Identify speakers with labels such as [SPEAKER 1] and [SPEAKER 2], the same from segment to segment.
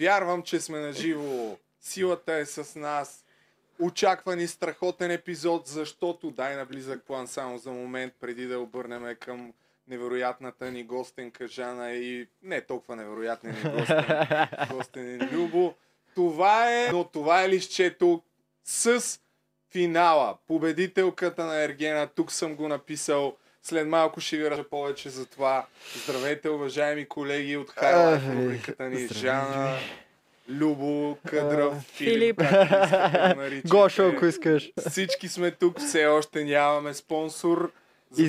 [SPEAKER 1] Вярвам, че сме на живо. Силата е с нас. Очаква ни страхотен епизод, защото дай на близък план само за момент, преди да обърнем към невероятната ни гостенка Жана и не толкова невероятния ни гостен, гостен Любо. Това е, но това е лището с финала. Победителката на Ергена, тук съм го написал. След малко ще ви разкажа повече за това. Здравейте, уважаеми колеги от Хайлайф,
[SPEAKER 2] Ай,
[SPEAKER 1] рубриката ни
[SPEAKER 2] здравейте.
[SPEAKER 1] Жана, Любо, Кадрав, Филип,
[SPEAKER 2] Филип.
[SPEAKER 1] както искате го наричайте.
[SPEAKER 2] Гошо, ако
[SPEAKER 3] е.
[SPEAKER 2] искаш.
[SPEAKER 1] Всички сме тук, все още нямаме спонсор.
[SPEAKER 2] И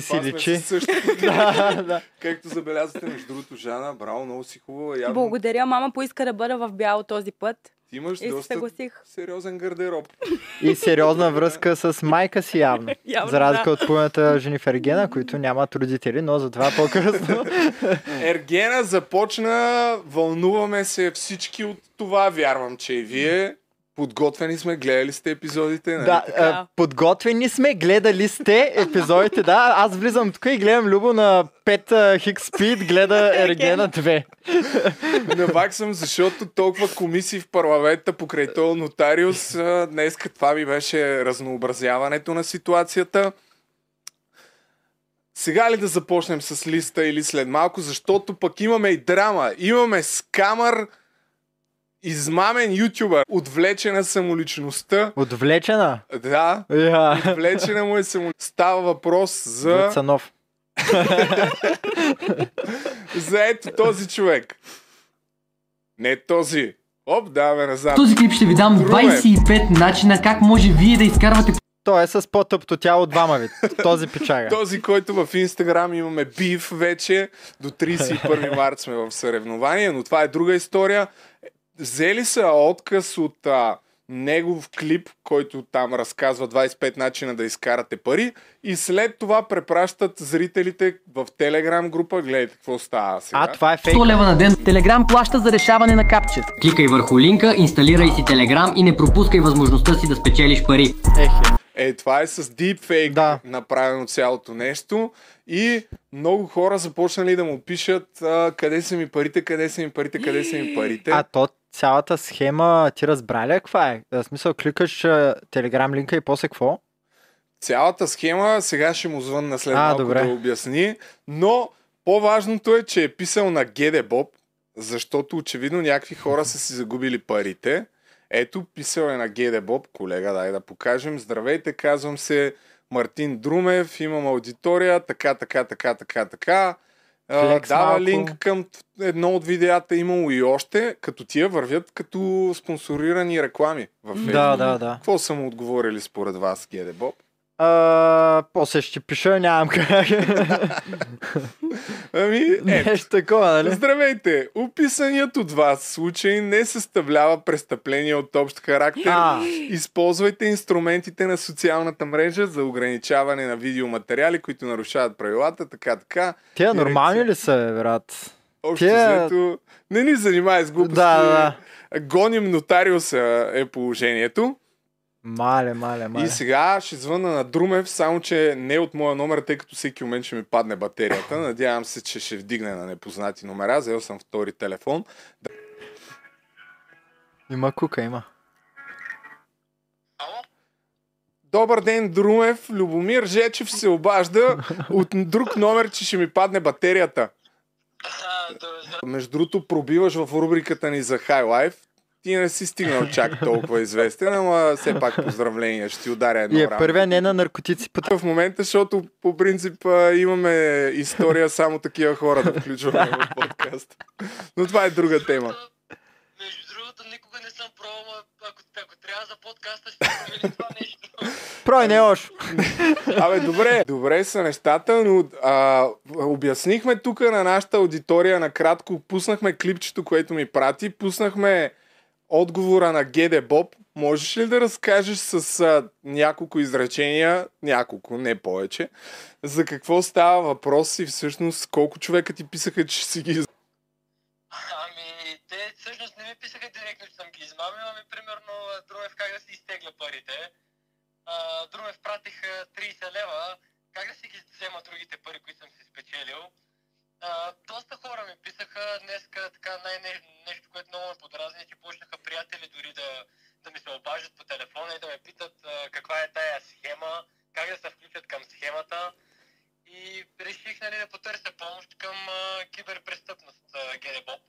[SPEAKER 1] Затова
[SPEAKER 2] си
[SPEAKER 1] сме
[SPEAKER 2] личи.
[SPEAKER 1] със същото,
[SPEAKER 2] да, да.
[SPEAKER 1] Както забелязвате, между другото, Жана, браво, много си хубава. Явно
[SPEAKER 3] Благодаря, мама поиска да бъда в бяло този път
[SPEAKER 1] ти имаш
[SPEAKER 3] и се
[SPEAKER 1] доста
[SPEAKER 3] съгласих.
[SPEAKER 1] сериозен гардероб.
[SPEAKER 2] И сериозна връзка с майка си явно.
[SPEAKER 3] Явно,
[SPEAKER 2] За разлика
[SPEAKER 3] да.
[SPEAKER 2] от половината Женифер Гена, които нямат родители, но за това е по-късно. Е.
[SPEAKER 1] Ергена започна, вълнуваме се всички от това, вярвам, че и вие. Подготвени сме, гледали сте епизодите. нали?
[SPEAKER 2] да,
[SPEAKER 3] така.
[SPEAKER 2] а, подготвени сме, гледали сте епизодите, да. Аз влизам тук и гледам Любо на 5 хикс спид, гледа Ергена 2.
[SPEAKER 1] Навак съм, защото толкова комисии в парламента покрай този нотариус. а, Днеска това ми беше разнообразяването на ситуацията. Сега ли да започнем с листа или след малко, защото пък имаме и драма. Имаме скамър, измамен ютубър, отвлечена самоличността.
[SPEAKER 2] Отвлечена.
[SPEAKER 1] Да,
[SPEAKER 2] Я.
[SPEAKER 1] отвлечена му е само... Става въпрос за...
[SPEAKER 2] Цанов.
[SPEAKER 1] за ето този човек. Не този. Оп, даваме назад.
[SPEAKER 4] В този клип ще ви дам
[SPEAKER 1] Друго е.
[SPEAKER 4] 25 начина как може вие да изкарвате
[SPEAKER 2] Той е с по-тъпто тяло от двама вид. Този печага.
[SPEAKER 1] Този, който в Инстаграм имаме бив вече, до 31 март сме в съревнование, но това е друга история. Взели са отказ от а, негов клип, който там разказва 25 начина да изкарате пари и след това препращат зрителите в Телеграм група, гледайте какво става сега.
[SPEAKER 2] А, това е фейк.
[SPEAKER 4] 100 лева на ден. Телеграм плаща за решаване на капче. Кликай върху линка, инсталирай си Телеграм и не пропускай възможността си да спечелиш пари.
[SPEAKER 2] Ехе.
[SPEAKER 1] Е, това е с deepfake да.
[SPEAKER 2] Да.
[SPEAKER 1] направено цялото нещо и много хора започнали да му пишат а, къде са ми парите, къде са ми парите, къде са ми парите.
[SPEAKER 2] А то цялата схема, ти разбра ли каква е? В смисъл, кликаш а, телеграм линка и после какво?
[SPEAKER 1] Цялата схема сега ще му звънна след
[SPEAKER 2] А,
[SPEAKER 1] малко
[SPEAKER 2] добре.
[SPEAKER 1] да обясни, но по-важното е, че е писал на Геде Боб, защото очевидно някакви хора са си загубили парите. Ето, писал е на Геде Боб, колега, дай да покажем. Здравейте, казвам се Мартин Друмев, имам аудитория, така, така, така, така, така. А,
[SPEAKER 2] Флекс
[SPEAKER 1] дава
[SPEAKER 2] малко.
[SPEAKER 1] линк към т- едно от видеята, имало и още, като тия вървят като спонсорирани реклами в Facebook.
[SPEAKER 2] Да, да, да.
[SPEAKER 1] Какво са му отговорили според вас, Геде Боб?
[SPEAKER 2] А, после ще пиша, нямам как.
[SPEAKER 1] Е, Ами, е,
[SPEAKER 2] Нещо такова, нали?
[SPEAKER 1] здравейте! Описаният от вас случай не съставлява престъпление от общ характер.
[SPEAKER 2] А,
[SPEAKER 1] Използвайте инструментите на социалната мрежа за ограничаване на видеоматериали, които нарушават правилата, така, така.
[SPEAKER 2] тия нормални ли са, бе, брат?
[SPEAKER 1] Общо
[SPEAKER 2] Тя-
[SPEAKER 1] взето, не ни занимай с
[SPEAKER 2] Да,
[SPEAKER 1] глупости.
[SPEAKER 2] да, да.
[SPEAKER 1] Гоним нотариуса е положението.
[SPEAKER 2] Мале, мале, мале.
[SPEAKER 1] И сега ще звънна на Друмев, само че не е от моя номер, тъй като всеки момент ще ми падне батерията. Надявам се, че ще вдигне на непознати номера. Взел съм втори телефон.
[SPEAKER 2] Има кука, има.
[SPEAKER 1] Добър ден, Друмев. Любомир Жечев се обажда от друг номер, че ще ми падне батерията. Между другото, пробиваш в рубриката ни за High Life. Ти не си стигнал чак толкова известен, ама все пак поздравления. Ще ти ударя едно
[SPEAKER 2] И е
[SPEAKER 1] рамо.
[SPEAKER 2] първия не на наркотици по
[SPEAKER 1] в момента, защото по принцип а, имаме история само такива хора да включваме в подкаст. Но това е друга тема.
[SPEAKER 5] Между другото, никога не съм пробвал, а ако, ако трябва за подкаста, ще променим това нещо.
[SPEAKER 2] Прой не е лошо.
[SPEAKER 1] Абе, добре, добре са нещата, но а, обяснихме тук на нашата аудитория накратко, пуснахме клипчето, което ми прати, пуснахме отговора на Геде Боб. Можеш ли да разкажеш с а, няколко изречения, няколко, не повече, за какво става въпрос и всъщност колко човека ти писаха, че си ги
[SPEAKER 5] Ами, те всъщност не ми писаха директно, че съм ги измамил, ами примерно Друмев как да си изтегля парите. А, Друмев пратих а, 30 лева, как да си ги взема другите пари, които съм си спечелил. А, доста хора ми писаха, днеска така най- не- нещо, което много ме подразни, е, че почнаха приятели дори да, да ми се обаждат по телефона и да ме питат а, каква е тая схема, как да се включат към схемата. И реших нали, да потърся помощ към а, киберпрестъпност а, Генебоб.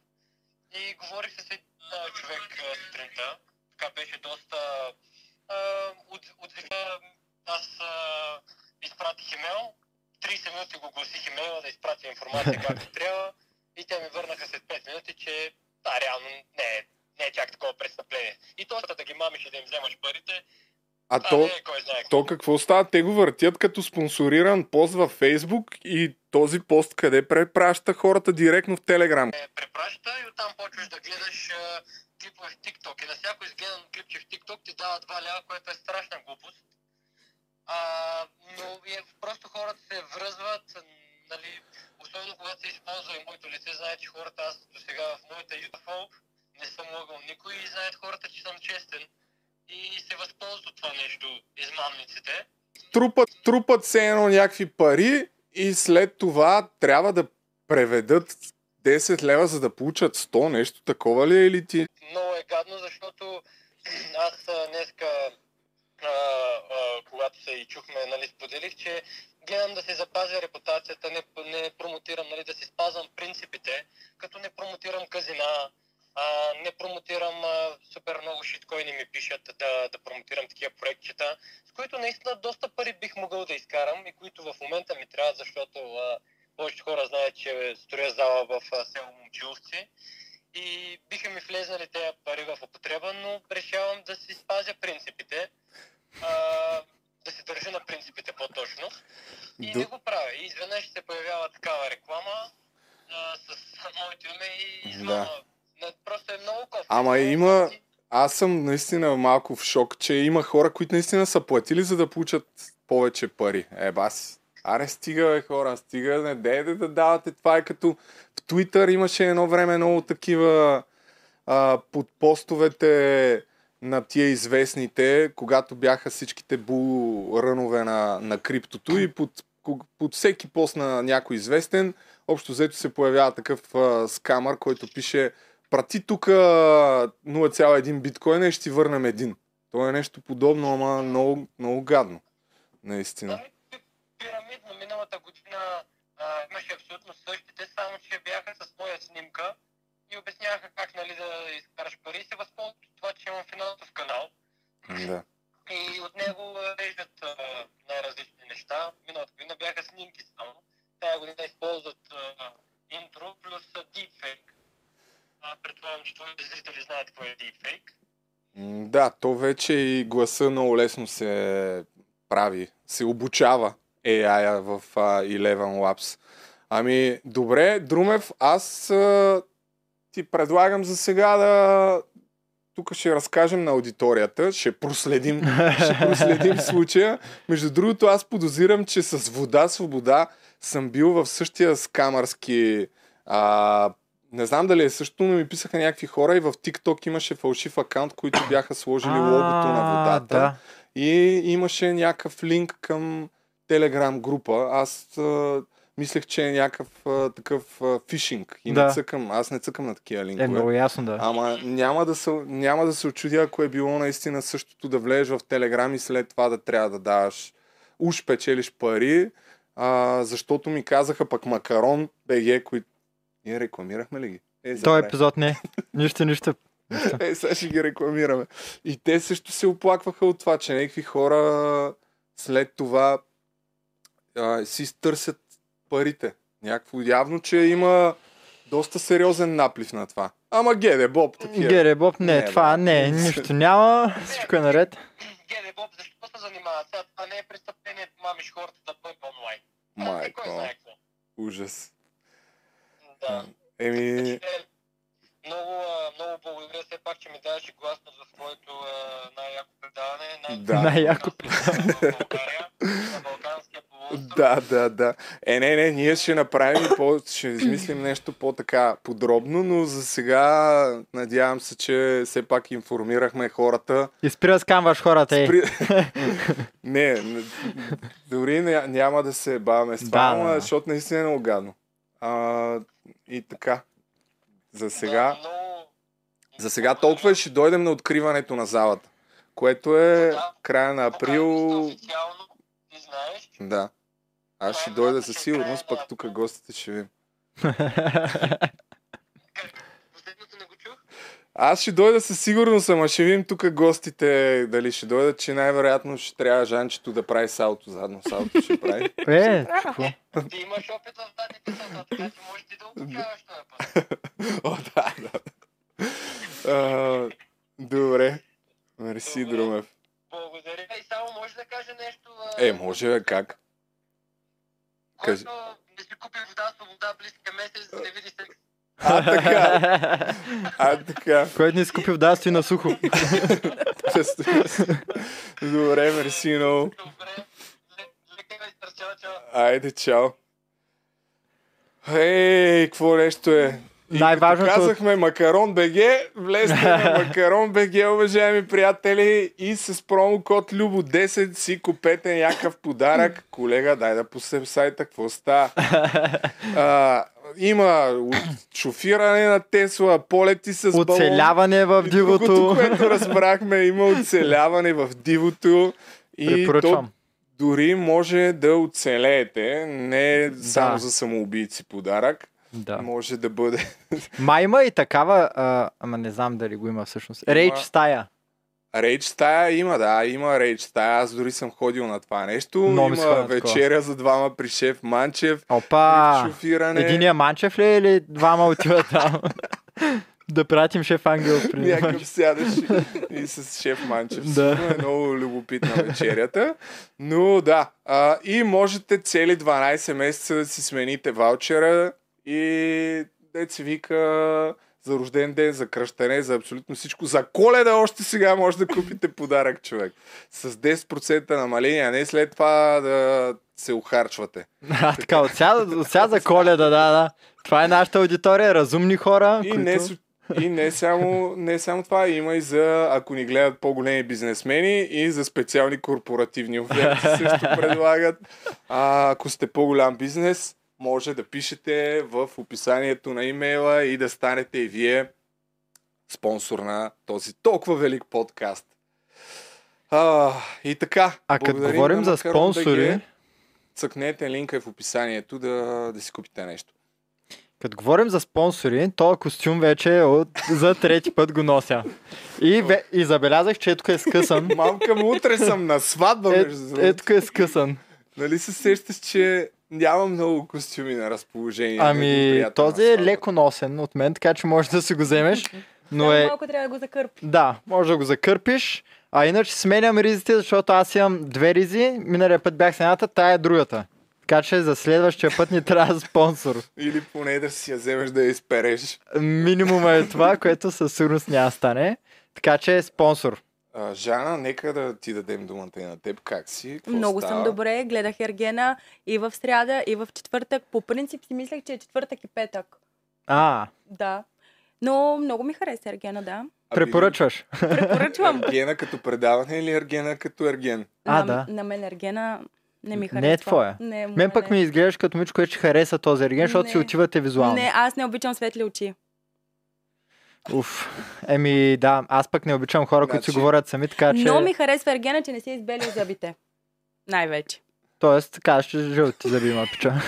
[SPEAKER 5] И говорих с един а, човек а, сутринта. Така беше доста... А, от, от, аз а, изпратих имейл, 30 минути го гласих имейла да изпратя информация както трябва и те ми върнаха след 5 минути, че да, реално не е, не е чак такова престъпление. И то да ги мамиш и да им вземаш парите,
[SPEAKER 1] А
[SPEAKER 5] това
[SPEAKER 1] то,
[SPEAKER 5] не е кой знае.
[SPEAKER 1] то какво става? Те го въртят като спонсориран пост във Фейсбук и този пост къде препраща хората директно в Телеграм.
[SPEAKER 5] Е, препраща и оттам почваш да гледаш а, клипове в TikTok. И на всяко изгледано клипче в TikTok ти дава 2 лева, което е страшна глупост. А, но е, просто хората се връзват, м, нали, особено когато се използва и моето лице, знаят, че хората, аз до сега в моята UFO не съм лъгал никой и знаят хората, че съм честен. И се възползват от това нещо, измамниците.
[SPEAKER 1] Трупат, трупат се едно някакви пари и след това трябва да преведат 10 лева, за да получат 100, нещо такова ли е или ти?
[SPEAKER 5] много е гадно, защото аз а, днеска, а, а, когато се и чухме, нали, споделих, че гледам да си запазя репутацията, не, не промотирам, нали, да си спазвам принципите, като не промотирам казина, а, не промотирам а, супер много шиткоини ми пишат да, да промотирам такива проектчета, с които наистина доста пари бих могъл да изкарам и които в момента ми трябва, защото а, повечето хора знаят, че строя зала в а, село Момчиловци и биха ми влезнали тези пари в употреба, но решавам да си спазя принципите. А, да се държа на принципите по-точно. И
[SPEAKER 1] Ду-
[SPEAKER 5] не го правя. И изведнъж се появява такава реклама а, с моето име и измама. Да. Просто е много кофе.
[SPEAKER 1] Ама има- Аз съм наистина малко в шок, че има хора, които наистина са платили, за да получат повече пари. Е, баси. Аре, стига, бе, хора, стига, не дейте да давате. Това е като в Twitter имаше едно време много такива а, под постовете на тия известните, когато бяха всичките бу-рънове на, на криптото и под, ку- под всеки пост на някой известен, общо взето се появява такъв а, скамър, който пише прати тук 0,1 биткоина и ще ти върнем един. То е нещо подобно, ама много, много гадно. Наистина.
[SPEAKER 5] Да, и пи- пирамидно миналата година а, имаше абсолютно същите, само че бяха с моя снимка и обясняваха как нали, да изкараш пари и се възползват от това, че имам финансов канал.
[SPEAKER 1] Да.
[SPEAKER 5] И от него реждат а, най-различни неща. Миналата година бяха снимки само. Тая година използват а, интро плюс а, deepfake. А, предполагам, че твоите зрители знаят какво е deepfake.
[SPEAKER 1] М, Да, то вече и гласа много лесно се прави, се обучава AI в а, Eleven Labs. Ами, добре, Друмев, аз а, ти предлагам за сега да... Тук ще разкажем на аудиторията, ще проследим, ще проследим случая. Между другото, аз подозирам, че с вода, свобода съм бил в същия скамърски а, не знам дали е също, но ми писаха някакви хора и в TikTok имаше фалшив акаунт, които бяха сложили логото на
[SPEAKER 2] А,
[SPEAKER 1] водата.
[SPEAKER 2] Да.
[SPEAKER 1] И имаше някакъв линк към Telegram група. Аз а, мислех, че е някакъв а, такъв а, фишинг. И не
[SPEAKER 2] Да.
[SPEAKER 1] цъкам. Аз не цъкам на такива линкове.
[SPEAKER 2] Е, много ясно, да.
[SPEAKER 1] Ама няма да, се, няма да се очудя, ако е било наистина същото да влезеш в Телеграм и след това да трябва да даваш уж печелиш пари, а, защото ми казаха пък Макарон БГ, които... Ние рекламирахме ли ги? Е,
[SPEAKER 2] Той
[SPEAKER 1] забравих.
[SPEAKER 2] епизод не. Нищо, нищо.
[SPEAKER 1] Е, сега ще ги рекламираме. И те също се оплакваха от това, че някакви хора след това а, си изтърсят парите. Някакво явно, че има доста сериозен наплив на това. Ама геде, Боб, такива.
[SPEAKER 2] Гере Боб, не,
[SPEAKER 1] Не,
[SPEAKER 2] това
[SPEAKER 1] бе.
[SPEAKER 2] не, нищо няма. Всичко е наред.
[SPEAKER 5] Гене Боб, защо се занимават? Сега това не е престъпление да мамиш хората да бъдат онлайн. Това не е кой
[SPEAKER 1] Майко,
[SPEAKER 5] знае какво.
[SPEAKER 1] ужас.
[SPEAKER 5] Да.
[SPEAKER 1] Еми,
[SPEAKER 5] Е, Много, а, много благодаря все пак, че ми даваше гласност в моето а, най-яко предаване. най-
[SPEAKER 1] Да.
[SPEAKER 2] Най-яко
[SPEAKER 5] предаване. в България, на Балканския полуостров.
[SPEAKER 1] да, да, да. Е, не, не, ние ще направим и по, ще измислим нещо по-така подробно, но за сега надявам се, че все пак информирахме хората.
[SPEAKER 2] И спира да скамваш хората, ей.
[SPEAKER 1] При... не, не, дори не, няма да се баваме с това,
[SPEAKER 2] Да, да,
[SPEAKER 1] ама,
[SPEAKER 2] да.
[SPEAKER 1] защото наистина е много гадно. А, и така, за сега
[SPEAKER 5] Да, много,
[SPEAKER 1] За сега толкова и ще дойдем на откриването на залата, което е края на
[SPEAKER 5] Поканили
[SPEAKER 1] април.
[SPEAKER 5] сте Официално, ти знаеш.
[SPEAKER 1] Да. Аз ще дойда със сигурност, пък тук гостите ще видим.
[SPEAKER 5] Последното не го чух.
[SPEAKER 1] Аз ще дойда със сигурност, ама ще видим тук гостите дали ще дойдат, че най-вероятно ще трябва Жанчето да прави салто задно. Салто ще прави.
[SPEAKER 2] Е, какво?
[SPEAKER 5] Ти имаш опит в тази писата, така че можеш ти да обучаваш този път.
[SPEAKER 1] О, да, да. А, добре. Мерси,
[SPEAKER 5] Добре.
[SPEAKER 1] Друмев.
[SPEAKER 5] Благодаря. И само може да кажа нещо. а,
[SPEAKER 1] Е, може, бе, как? кажи.
[SPEAKER 5] Който не си купи вода с вода близкия месец, да не види секс.
[SPEAKER 1] А, така. А, така.
[SPEAKER 2] Който не изкупи в да, стои на сухо.
[SPEAKER 1] Добре, мерси много.
[SPEAKER 5] Добре. Ле- Лека изтърчава, чао.
[SPEAKER 1] Айде, чао. Ей, какво нещо е? И като
[SPEAKER 2] Най-важното-
[SPEAKER 1] Казахме Макарон БГ, влезте на Макарон БГ, уважаеми приятели, и с промокод Любо10 си купете някакъв подарък. Колега, дай да пуснем сайта, какво става? А, има от- шофиране на Тесла, полети с балон.
[SPEAKER 2] Оцеляване в
[SPEAKER 1] И Другото,
[SPEAKER 2] дивото.
[SPEAKER 1] което разбрахме, има оцеляване в дивото. И то
[SPEAKER 2] Препоръчвам.
[SPEAKER 1] дори може да оцелеете, не само за самоубийци подарък.
[SPEAKER 2] Да.
[SPEAKER 1] Може да бъде.
[SPEAKER 2] Ма има и такава, а, ама не знам дали го има всъщност.
[SPEAKER 1] Има.
[SPEAKER 2] Рейдж стая.
[SPEAKER 1] Рейдж стая има, да, има рейдж стая. Аз дори съм ходил на това нещо.
[SPEAKER 2] Много ми се
[SPEAKER 1] има
[SPEAKER 2] хвана такова.
[SPEAKER 1] вечеря за двама при шеф Манчев.
[SPEAKER 2] Опа!
[SPEAKER 1] шофиране.
[SPEAKER 2] Единия Манчев ли е или двама отиват там? да пратим шеф Ангел при
[SPEAKER 1] Някакъв сядаш и- и с шеф Манчев.
[SPEAKER 2] Да.
[SPEAKER 1] Да. Е много любопитна вечерята. Но да, а, и можете цели 12 месеца да си смените ваучера и дет се вика за рожден ден, за кръщане, за абсолютно всичко. За коледа още сега може да купите подарък, човек. С 10% намаление, а не след това да се ухарчвате.
[SPEAKER 2] А, така, от сега, от сега за коледа, да, да. Това е нашата аудитория, разумни хора.
[SPEAKER 1] И
[SPEAKER 2] които...
[SPEAKER 1] не, с- и не, само, не само това, има и за, ако ни гледат по-големи бизнесмени, и за специални корпоративни оферти също предлагат. А, ако сте по-голям бизнес, може да пишете в описанието на имейла и да станете и вие спонсор на този толкова велик подкаст. А, и така.
[SPEAKER 2] А като
[SPEAKER 1] благодарим
[SPEAKER 2] говорим
[SPEAKER 1] на
[SPEAKER 2] за
[SPEAKER 1] Макарон
[SPEAKER 2] спонсори-
[SPEAKER 1] BG. Цъкнете линка е в описанието да, да си купите нещо.
[SPEAKER 2] Като говорим за спонсори, то костюм вече е от... за трети път го нося. И, ве... и забелязах, че тук е скъсан.
[SPEAKER 1] Мамка му, утре съм на сватба,
[SPEAKER 2] Е,
[SPEAKER 1] между другото.
[SPEAKER 2] е тук е скъсан.
[SPEAKER 1] Нали се сещаш, че няма много костюми на разположение? на един
[SPEAKER 2] Ами,
[SPEAKER 1] приятел
[SPEAKER 2] този
[SPEAKER 1] на
[SPEAKER 2] е
[SPEAKER 1] сватба?
[SPEAKER 2] леко носен от мен, така че можеш да си го вземеш. Но е,
[SPEAKER 3] Малко трябва да го закърпи.
[SPEAKER 2] Да, може да го закърпиш. А иначе сменям ризите, защото аз имам две ризи. Миналия път бях с едната, тая е другата. Така че за следващия път ни трябва спонсор.
[SPEAKER 1] Или поне да си я вземеш да я изпереш.
[SPEAKER 2] Минимума е това, което със сигурност няма да стане. Така че е спонсор.
[SPEAKER 1] А, Жана, нека да ти дадем думата и на теб. Как си? Какво
[SPEAKER 3] Много
[SPEAKER 1] става?
[SPEAKER 3] съм добре. Гледах Ергена и в сряда, и в четвъртък. По принцип си мислех, че е четвъртък и петък.
[SPEAKER 2] А,
[SPEAKER 3] Да. Но много ми хареса Ергена, да.
[SPEAKER 1] Ами,
[SPEAKER 2] препоръчваш.
[SPEAKER 3] Препоръчвам.
[SPEAKER 1] Ергена като предаване или Ергена като Ерген?
[SPEAKER 2] А,
[SPEAKER 3] на,
[SPEAKER 2] да.
[SPEAKER 3] на мен Ергена не ми
[SPEAKER 2] Не е
[SPEAKER 3] харесва.
[SPEAKER 2] твоя.
[SPEAKER 3] Не, моя
[SPEAKER 2] Мен пък
[SPEAKER 3] не.
[SPEAKER 2] ми е изглеждаш като мич, което ще хареса този ерген, защото си
[SPEAKER 3] Не.
[SPEAKER 2] отивате визуално.
[SPEAKER 3] Не, аз не обичам светли очи.
[SPEAKER 2] Уф. Еми, да, аз пък не обичам хора, които си
[SPEAKER 1] Значи-
[SPEAKER 2] говорят сами, така че...
[SPEAKER 3] Но ми харесва Ергена, че не си е избелил зъбите. Най-вече.
[SPEAKER 2] Тоест, така ще жълти зъби има пича.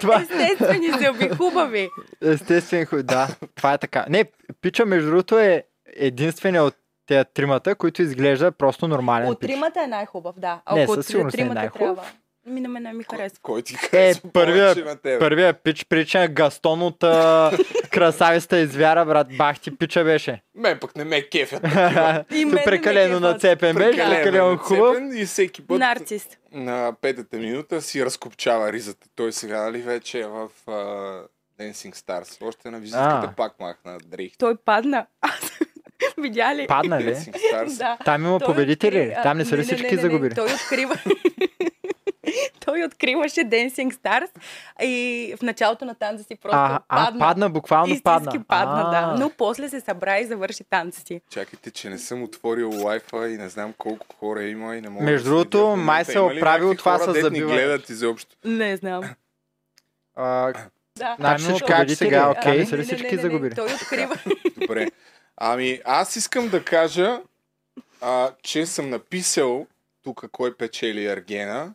[SPEAKER 2] Това...
[SPEAKER 3] Естествени зъби, хубави.
[SPEAKER 2] Естествен хуй, да. Това е така. Не, пича, между другото, е единствения от тези тримата, който изглежда просто нормален
[SPEAKER 3] От
[SPEAKER 2] пич.
[SPEAKER 3] тримата е най-хубав, да. А
[SPEAKER 2] Не,
[SPEAKER 3] ако
[SPEAKER 2] със
[SPEAKER 3] от
[SPEAKER 2] сигурност не е
[SPEAKER 3] тримата
[SPEAKER 2] най-хубав.
[SPEAKER 3] трябва. Ми на мен не ми харесва.
[SPEAKER 1] Кой ти
[SPEAKER 2] Е,
[SPEAKER 1] харесва
[SPEAKER 2] първия,
[SPEAKER 1] повече на теб?
[SPEAKER 2] първия пич прича Гастон от а, красависта извяра, брат. Бах ти пича беше.
[SPEAKER 1] Мен пък не ме е кефят.
[SPEAKER 3] И
[SPEAKER 2] Той
[SPEAKER 3] мен
[SPEAKER 2] прекалено
[SPEAKER 3] не е ме кефат.
[SPEAKER 2] нацепен беше, прекалено е хубав.
[SPEAKER 1] нацепен И всеки път
[SPEAKER 3] Нарцис.
[SPEAKER 1] на петата минута си разкопчава ризата. Той сега, нали, вече е в а, Dancing Stars. Още на визитката
[SPEAKER 2] А.
[SPEAKER 1] пак махна дрехи.
[SPEAKER 3] Той падна. Аз- Видя ли?
[SPEAKER 2] Падна ли?
[SPEAKER 1] Dancing Stars.
[SPEAKER 3] Да.
[SPEAKER 2] Там има
[SPEAKER 3] Той
[SPEAKER 2] победители.
[SPEAKER 3] откри- а,
[SPEAKER 2] Там не са ли
[SPEAKER 3] не, не,
[SPEAKER 2] всички
[SPEAKER 3] не,
[SPEAKER 2] загубили?
[SPEAKER 3] Не, той открива... той откриваше Dancing Stars и в началото на танца си просто
[SPEAKER 2] А, а,
[SPEAKER 3] падна.
[SPEAKER 2] падна, буквално падна.
[SPEAKER 3] Истински падна,
[SPEAKER 2] А,
[SPEAKER 3] да. Но после се събра и завърши танца си.
[SPEAKER 1] Чакайте, че не съм отворил лайфа и не знам колко хора има и не мога да
[SPEAKER 2] Между
[SPEAKER 1] следя
[SPEAKER 2] другото,
[SPEAKER 1] в момента.
[SPEAKER 2] май се е
[SPEAKER 1] Има ли
[SPEAKER 2] оправил
[SPEAKER 1] някакви
[SPEAKER 2] това
[SPEAKER 1] хора,
[SPEAKER 2] с
[SPEAKER 1] дето ни
[SPEAKER 2] забиване.
[SPEAKER 1] гледат изобщо.
[SPEAKER 3] Не знам.
[SPEAKER 2] а,
[SPEAKER 3] Да.
[SPEAKER 2] Значи
[SPEAKER 3] Той
[SPEAKER 2] ще кажа, че сега,
[SPEAKER 3] А,
[SPEAKER 2] Значи окей,
[SPEAKER 3] не,
[SPEAKER 2] са ли
[SPEAKER 3] не, не,
[SPEAKER 2] всички
[SPEAKER 3] не, не,
[SPEAKER 2] загубили?
[SPEAKER 3] Той открива.
[SPEAKER 1] Добре. Ами, аз искам да кажа, а, че съм написал тук кой печели Аргена.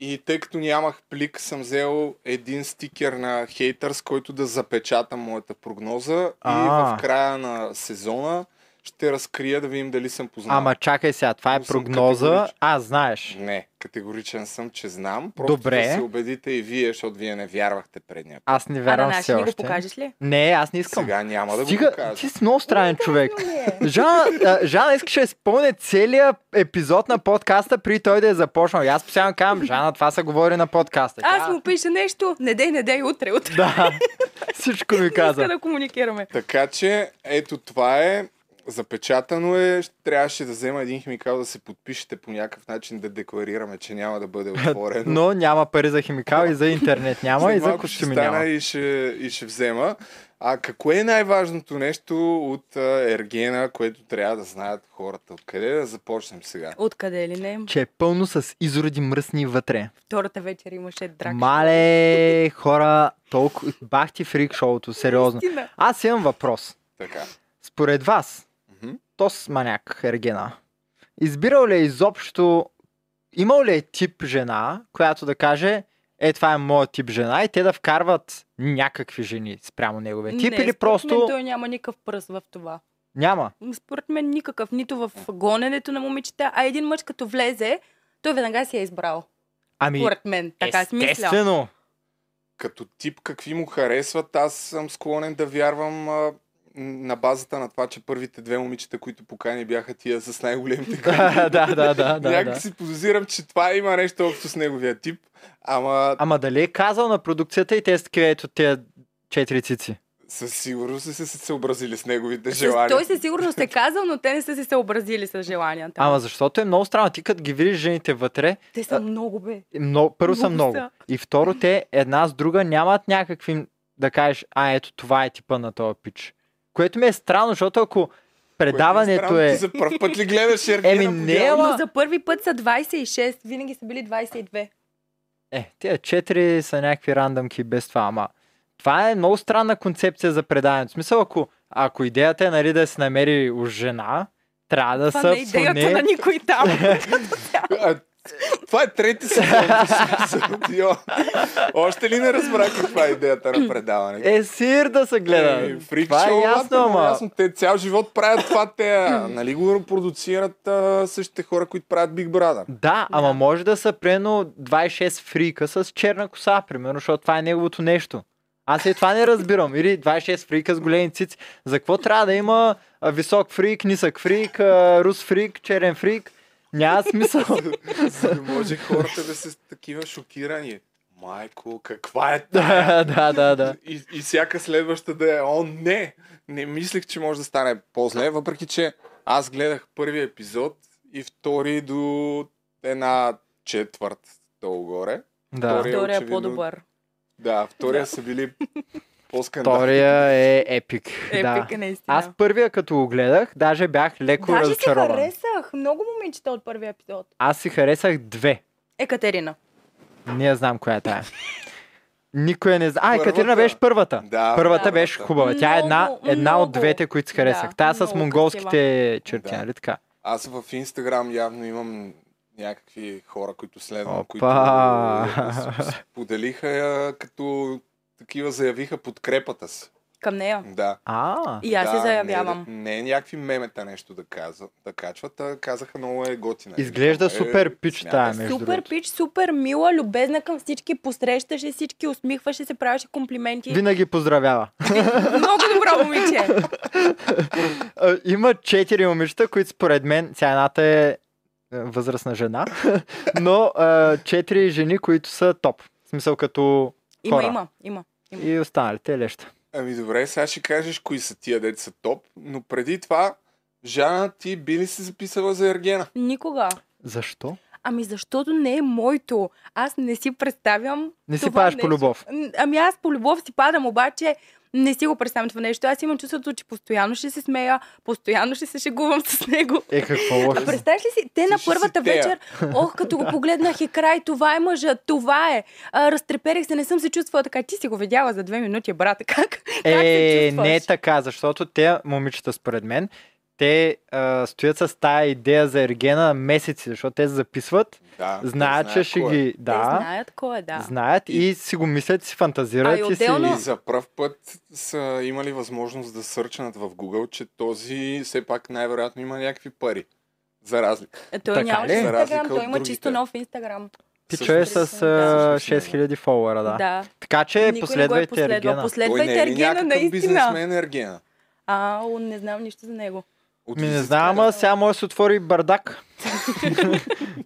[SPEAKER 1] И тъй като нямах плик, съм взел един стикер на хейтърс, който да запечата моята прогноза. И
[SPEAKER 2] А.
[SPEAKER 1] в края на сезона ще разкрия да видим дали съм познал.
[SPEAKER 2] Ама чакай сега, това е
[SPEAKER 1] Но съм
[SPEAKER 2] прогноза.
[SPEAKER 1] категоричен.
[SPEAKER 2] А, знаеш.
[SPEAKER 1] Не, категоричен съм, че знам. Просто
[SPEAKER 2] Добре.
[SPEAKER 1] да се убедите и вие, защото вие не вярвахте предния. път.
[SPEAKER 2] Аз не
[SPEAKER 3] А на
[SPEAKER 2] вярвам
[SPEAKER 3] наши
[SPEAKER 2] все
[SPEAKER 3] ни го
[SPEAKER 2] още.
[SPEAKER 3] покажеш ли?
[SPEAKER 2] Не, аз не искам.
[SPEAKER 1] Сега няма да го
[SPEAKER 2] Стига,
[SPEAKER 1] покажа.
[SPEAKER 2] ти си много странен човек.
[SPEAKER 3] Интересно ми е.
[SPEAKER 2] Жан, а, Жан искаше да изпълня целият епизод на подкаста, при той да е започнал. И аз постоянно казвам, Жана, това се говори на подкаста.
[SPEAKER 3] Аз
[SPEAKER 2] Тя-
[SPEAKER 3] му пиша нещо. Не дей, не дей, утре, утре.
[SPEAKER 2] Да, всичко ми
[SPEAKER 3] Каза.
[SPEAKER 2] каза.
[SPEAKER 3] Иска да комуникираме.
[SPEAKER 1] Така че, ето това е. Запечатано е. Ще- Трябваше да взема един химикал да се подпишете по някакъв начин, да декларираме, че няма да бъде отворено.
[SPEAKER 2] Е, Но няма пари за химикал и за интернет няма
[SPEAKER 1] След
[SPEAKER 2] и за
[SPEAKER 1] малко ще
[SPEAKER 2] костюми
[SPEAKER 1] стана
[SPEAKER 2] няма.
[SPEAKER 1] и ще, и ще взема. А какво е най-важното нещо от а, Ергена, което трябва да знаят хората? Откъде да започнем сега?
[SPEAKER 3] Откъде ли не?
[SPEAKER 2] Че е пълно с изроди мръсни вътре.
[SPEAKER 3] Втората вечер имаше драк.
[SPEAKER 2] Мале, хора, толкова... Бах ти фрик шоуто, сериозно.
[SPEAKER 3] Истина.
[SPEAKER 2] Аз имам въпрос.
[SPEAKER 1] Така.
[SPEAKER 2] Според вас,
[SPEAKER 1] Мгм.
[SPEAKER 2] Тос маняк Ергена, избирал ли е изобщо, имал ли е тип жена, която да каже, е това е моят тип жена и те да вкарват някакви жени спрямо неговия тип
[SPEAKER 3] не,
[SPEAKER 2] или
[SPEAKER 3] според
[SPEAKER 2] просто
[SPEAKER 3] Мен е той няма никакъв пръст в това.
[SPEAKER 2] няма?
[SPEAKER 3] Според мен никакъв, нито в гоненето на момичета, а един мъж като влезе, той веднага си е избрал.
[SPEAKER 2] Ами,
[SPEAKER 3] Според мен, така си мисля.
[SPEAKER 2] естествено.
[SPEAKER 1] Като тип, какви му харесват, аз съм склонен да вярвам а, на базата на това, че първите две момичета, които покани, бяха тия с най-големите гъби.
[SPEAKER 2] да, да, да, да, да, да.
[SPEAKER 1] Някак си подозирам, че това има нещо общо с неговия тип. Ама
[SPEAKER 2] Ама дали е казал на продукцията и те са такива, ето тези четири цици?
[SPEAKER 1] със сигурност са се съобразили с неговите
[SPEAKER 3] С-
[SPEAKER 1] желания.
[SPEAKER 3] Той със сигурност е казал, но те не са се съобразили с желанията.
[SPEAKER 2] Ама защото е много странно. Ти като ги видиш жените вътре,
[SPEAKER 3] Те са много бе.
[SPEAKER 2] Много, първо са
[SPEAKER 3] Много
[SPEAKER 2] много.
[SPEAKER 3] са.
[SPEAKER 2] И второ, те една с друга нямат някакви да кажеш, а ето това е типа на този пич. Което ми е странно, защото ако
[SPEAKER 1] Което
[SPEAKER 2] предаването
[SPEAKER 1] странно,
[SPEAKER 2] е...
[SPEAKER 1] Ти за първ път ли гледаш Ергена?
[SPEAKER 2] Еми,
[SPEAKER 1] по
[SPEAKER 2] не, е
[SPEAKER 1] дяло?
[SPEAKER 2] ама-
[SPEAKER 3] Но за първи път са 26, винаги са били 22.
[SPEAKER 2] Е, тия четири са някакви рандъмки без това, ама това е много странна концепция за предаването. В смисъл, ако, ако идеята е нали, да се намери у жена, трябва да
[SPEAKER 3] Това
[SPEAKER 2] са
[SPEAKER 3] не е
[SPEAKER 2] в
[SPEAKER 3] идеята
[SPEAKER 2] поне...
[SPEAKER 3] на никой там.
[SPEAKER 1] А, Това е трети сезон. Йо. Още ли не разбрах каква е идеята на предаването?
[SPEAKER 2] Е, сир да се гледа.
[SPEAKER 1] Е, фрик
[SPEAKER 2] това е
[SPEAKER 1] шоу,
[SPEAKER 2] ясно,
[SPEAKER 1] ама,
[SPEAKER 2] ама...
[SPEAKER 1] ясно. Те цял живот правят това. Те, нали го продуцират а, същите хора, които правят Big Brother.
[SPEAKER 2] Да, ама може да са примерно 26 фрика с черна коса, примерно, защото това е неговото нещо. Аз и това не разбирам. Или 26 фрика с големи цици. За какво трябва да има а, висок фрик, нисък фрик, а, рус фрик, черен фрик? Няма смисъл.
[SPEAKER 1] За да може хората да са такива шокирани. Майко, каква е тая?
[SPEAKER 2] да, да, да, да.
[SPEAKER 1] И, и всяка следваща да е, о не, не мислех, че може да стане по-зле, въпреки че аз гледах първи епизод и втори до една четвърт долу-горе.
[SPEAKER 2] да.
[SPEAKER 1] Втория
[SPEAKER 3] Втория е
[SPEAKER 1] очевидно-
[SPEAKER 3] по-добър.
[SPEAKER 1] Да, втория са били по-скандал.
[SPEAKER 2] Втория е епик. да.
[SPEAKER 3] Епик, е наистина.
[SPEAKER 2] Аз първия като го гледах, даже бях леко
[SPEAKER 3] Даже си
[SPEAKER 2] разочарован.
[SPEAKER 3] харесах. Много момичета от първия епизод.
[SPEAKER 2] Аз си харесах две.
[SPEAKER 3] Екатерина.
[SPEAKER 2] Не я знам коя е тая. Никой не знае. А,
[SPEAKER 1] Първата.
[SPEAKER 2] Екатерина беше първата.
[SPEAKER 1] Да,
[SPEAKER 2] Първата
[SPEAKER 1] да.
[SPEAKER 2] беше хубава. Тя е една,
[SPEAKER 3] Много,
[SPEAKER 2] една от
[SPEAKER 3] много.
[SPEAKER 2] двете, които си харесах.
[SPEAKER 3] Да,
[SPEAKER 2] Тая с
[SPEAKER 3] много
[SPEAKER 2] монголските черти,
[SPEAKER 1] Да.
[SPEAKER 2] нали така?
[SPEAKER 1] Аз в Инстаграм явно имам някакви хора, които следвам,
[SPEAKER 2] Опа!
[SPEAKER 1] които с- с- поделиха я като такива заявиха подкрепата си.
[SPEAKER 3] Към нея.
[SPEAKER 1] Да.
[SPEAKER 2] А,
[SPEAKER 3] И аз се заявявам.
[SPEAKER 1] Не, е не, не някакви мемета нещо да, казва, да качват, а казаха много е готина.
[SPEAKER 2] Изглежда
[SPEAKER 1] Е,
[SPEAKER 2] супер пич
[SPEAKER 1] смятай
[SPEAKER 2] тая,
[SPEAKER 1] се.
[SPEAKER 2] между
[SPEAKER 3] Супер
[SPEAKER 2] другото.
[SPEAKER 3] пич, супер мила, любезна към всички, посрещаше всички, усмихваше се, правеше комплименти.
[SPEAKER 2] Винаги поздравява.
[SPEAKER 3] Много добро момиче.
[SPEAKER 2] А, Има четири момичета, които според мен, сега едната е е, възрастна жена, но а, четири жени, които са топ. В смисъл като
[SPEAKER 3] Има,
[SPEAKER 2] Хора.
[SPEAKER 3] има, има.
[SPEAKER 2] и останалите е леща.
[SPEAKER 1] Ами добре, сега ще кажеш кои са тия деца са топ, но преди това, Жана, ти би ли се записала за Ергена?
[SPEAKER 3] Никога.
[SPEAKER 2] Защо?
[SPEAKER 3] Ами защото не е моето. Аз не си представям.
[SPEAKER 2] Не си
[SPEAKER 3] това
[SPEAKER 2] паеш
[SPEAKER 3] нещо.
[SPEAKER 2] по любов.
[SPEAKER 3] М, Ами аз по любов си падам, обаче не си го представям това нещо. Аз имам чувството, че постоянно ще се смея, постоянно ще се шегувам с него.
[SPEAKER 2] Е, какво лошо.
[SPEAKER 3] А представяш ли си, те
[SPEAKER 1] ще
[SPEAKER 3] на
[SPEAKER 1] си
[SPEAKER 3] първата
[SPEAKER 1] тея.
[SPEAKER 3] вечер, ох, като го погледнах и край, това е мъжа, това е. А, разтреперих се, не съм се чувствала така. Ти си го видяла за две минути, брат. Как, как се
[SPEAKER 2] Е,
[SPEAKER 3] чувстваш?
[SPEAKER 2] не е така, защото те, момичета, според мен, те а, стоят с тая идея за Ергена месеци, защото те се записват,
[SPEAKER 1] Да,
[SPEAKER 2] знаят,
[SPEAKER 1] не
[SPEAKER 2] че
[SPEAKER 1] знае
[SPEAKER 2] ще
[SPEAKER 1] кой е.
[SPEAKER 2] ги...
[SPEAKER 3] Те
[SPEAKER 2] Да,
[SPEAKER 3] знаят кой е, да.
[SPEAKER 2] знаят и си го мислят, си
[SPEAKER 3] А,
[SPEAKER 2] фантазират
[SPEAKER 3] и
[SPEAKER 2] и си...
[SPEAKER 1] И
[SPEAKER 3] отделно-
[SPEAKER 1] за пръв път са имали възможност да сърчнат в Google, че този все пак най-вероятно има някакви пари. За разлика.
[SPEAKER 3] Е, Той
[SPEAKER 2] Така
[SPEAKER 3] нямаше
[SPEAKER 2] ли?
[SPEAKER 1] За
[SPEAKER 3] Инстаграм,
[SPEAKER 1] разлика
[SPEAKER 3] той
[SPEAKER 1] от
[SPEAKER 3] има
[SPEAKER 1] другите.
[SPEAKER 3] чисто нов Инстаграм.
[SPEAKER 2] Пичо е с а,
[SPEAKER 1] Всъщност,
[SPEAKER 3] да.
[SPEAKER 2] 6000 фолуара, да.
[SPEAKER 3] да.
[SPEAKER 2] Така че
[SPEAKER 3] Никой не го е
[SPEAKER 2] последвайте
[SPEAKER 3] последвал.
[SPEAKER 2] Ергена.
[SPEAKER 1] Той не
[SPEAKER 3] Последвайте
[SPEAKER 1] е ли
[SPEAKER 3] Ергена,
[SPEAKER 1] някакъв
[SPEAKER 3] наистина.
[SPEAKER 1] бизнесмен Ергена?
[SPEAKER 3] А, не знам нищо за него.
[SPEAKER 1] От
[SPEAKER 2] Ми Ами, не
[SPEAKER 1] визитката.
[SPEAKER 2] знам, а сега може да се отвори бардак.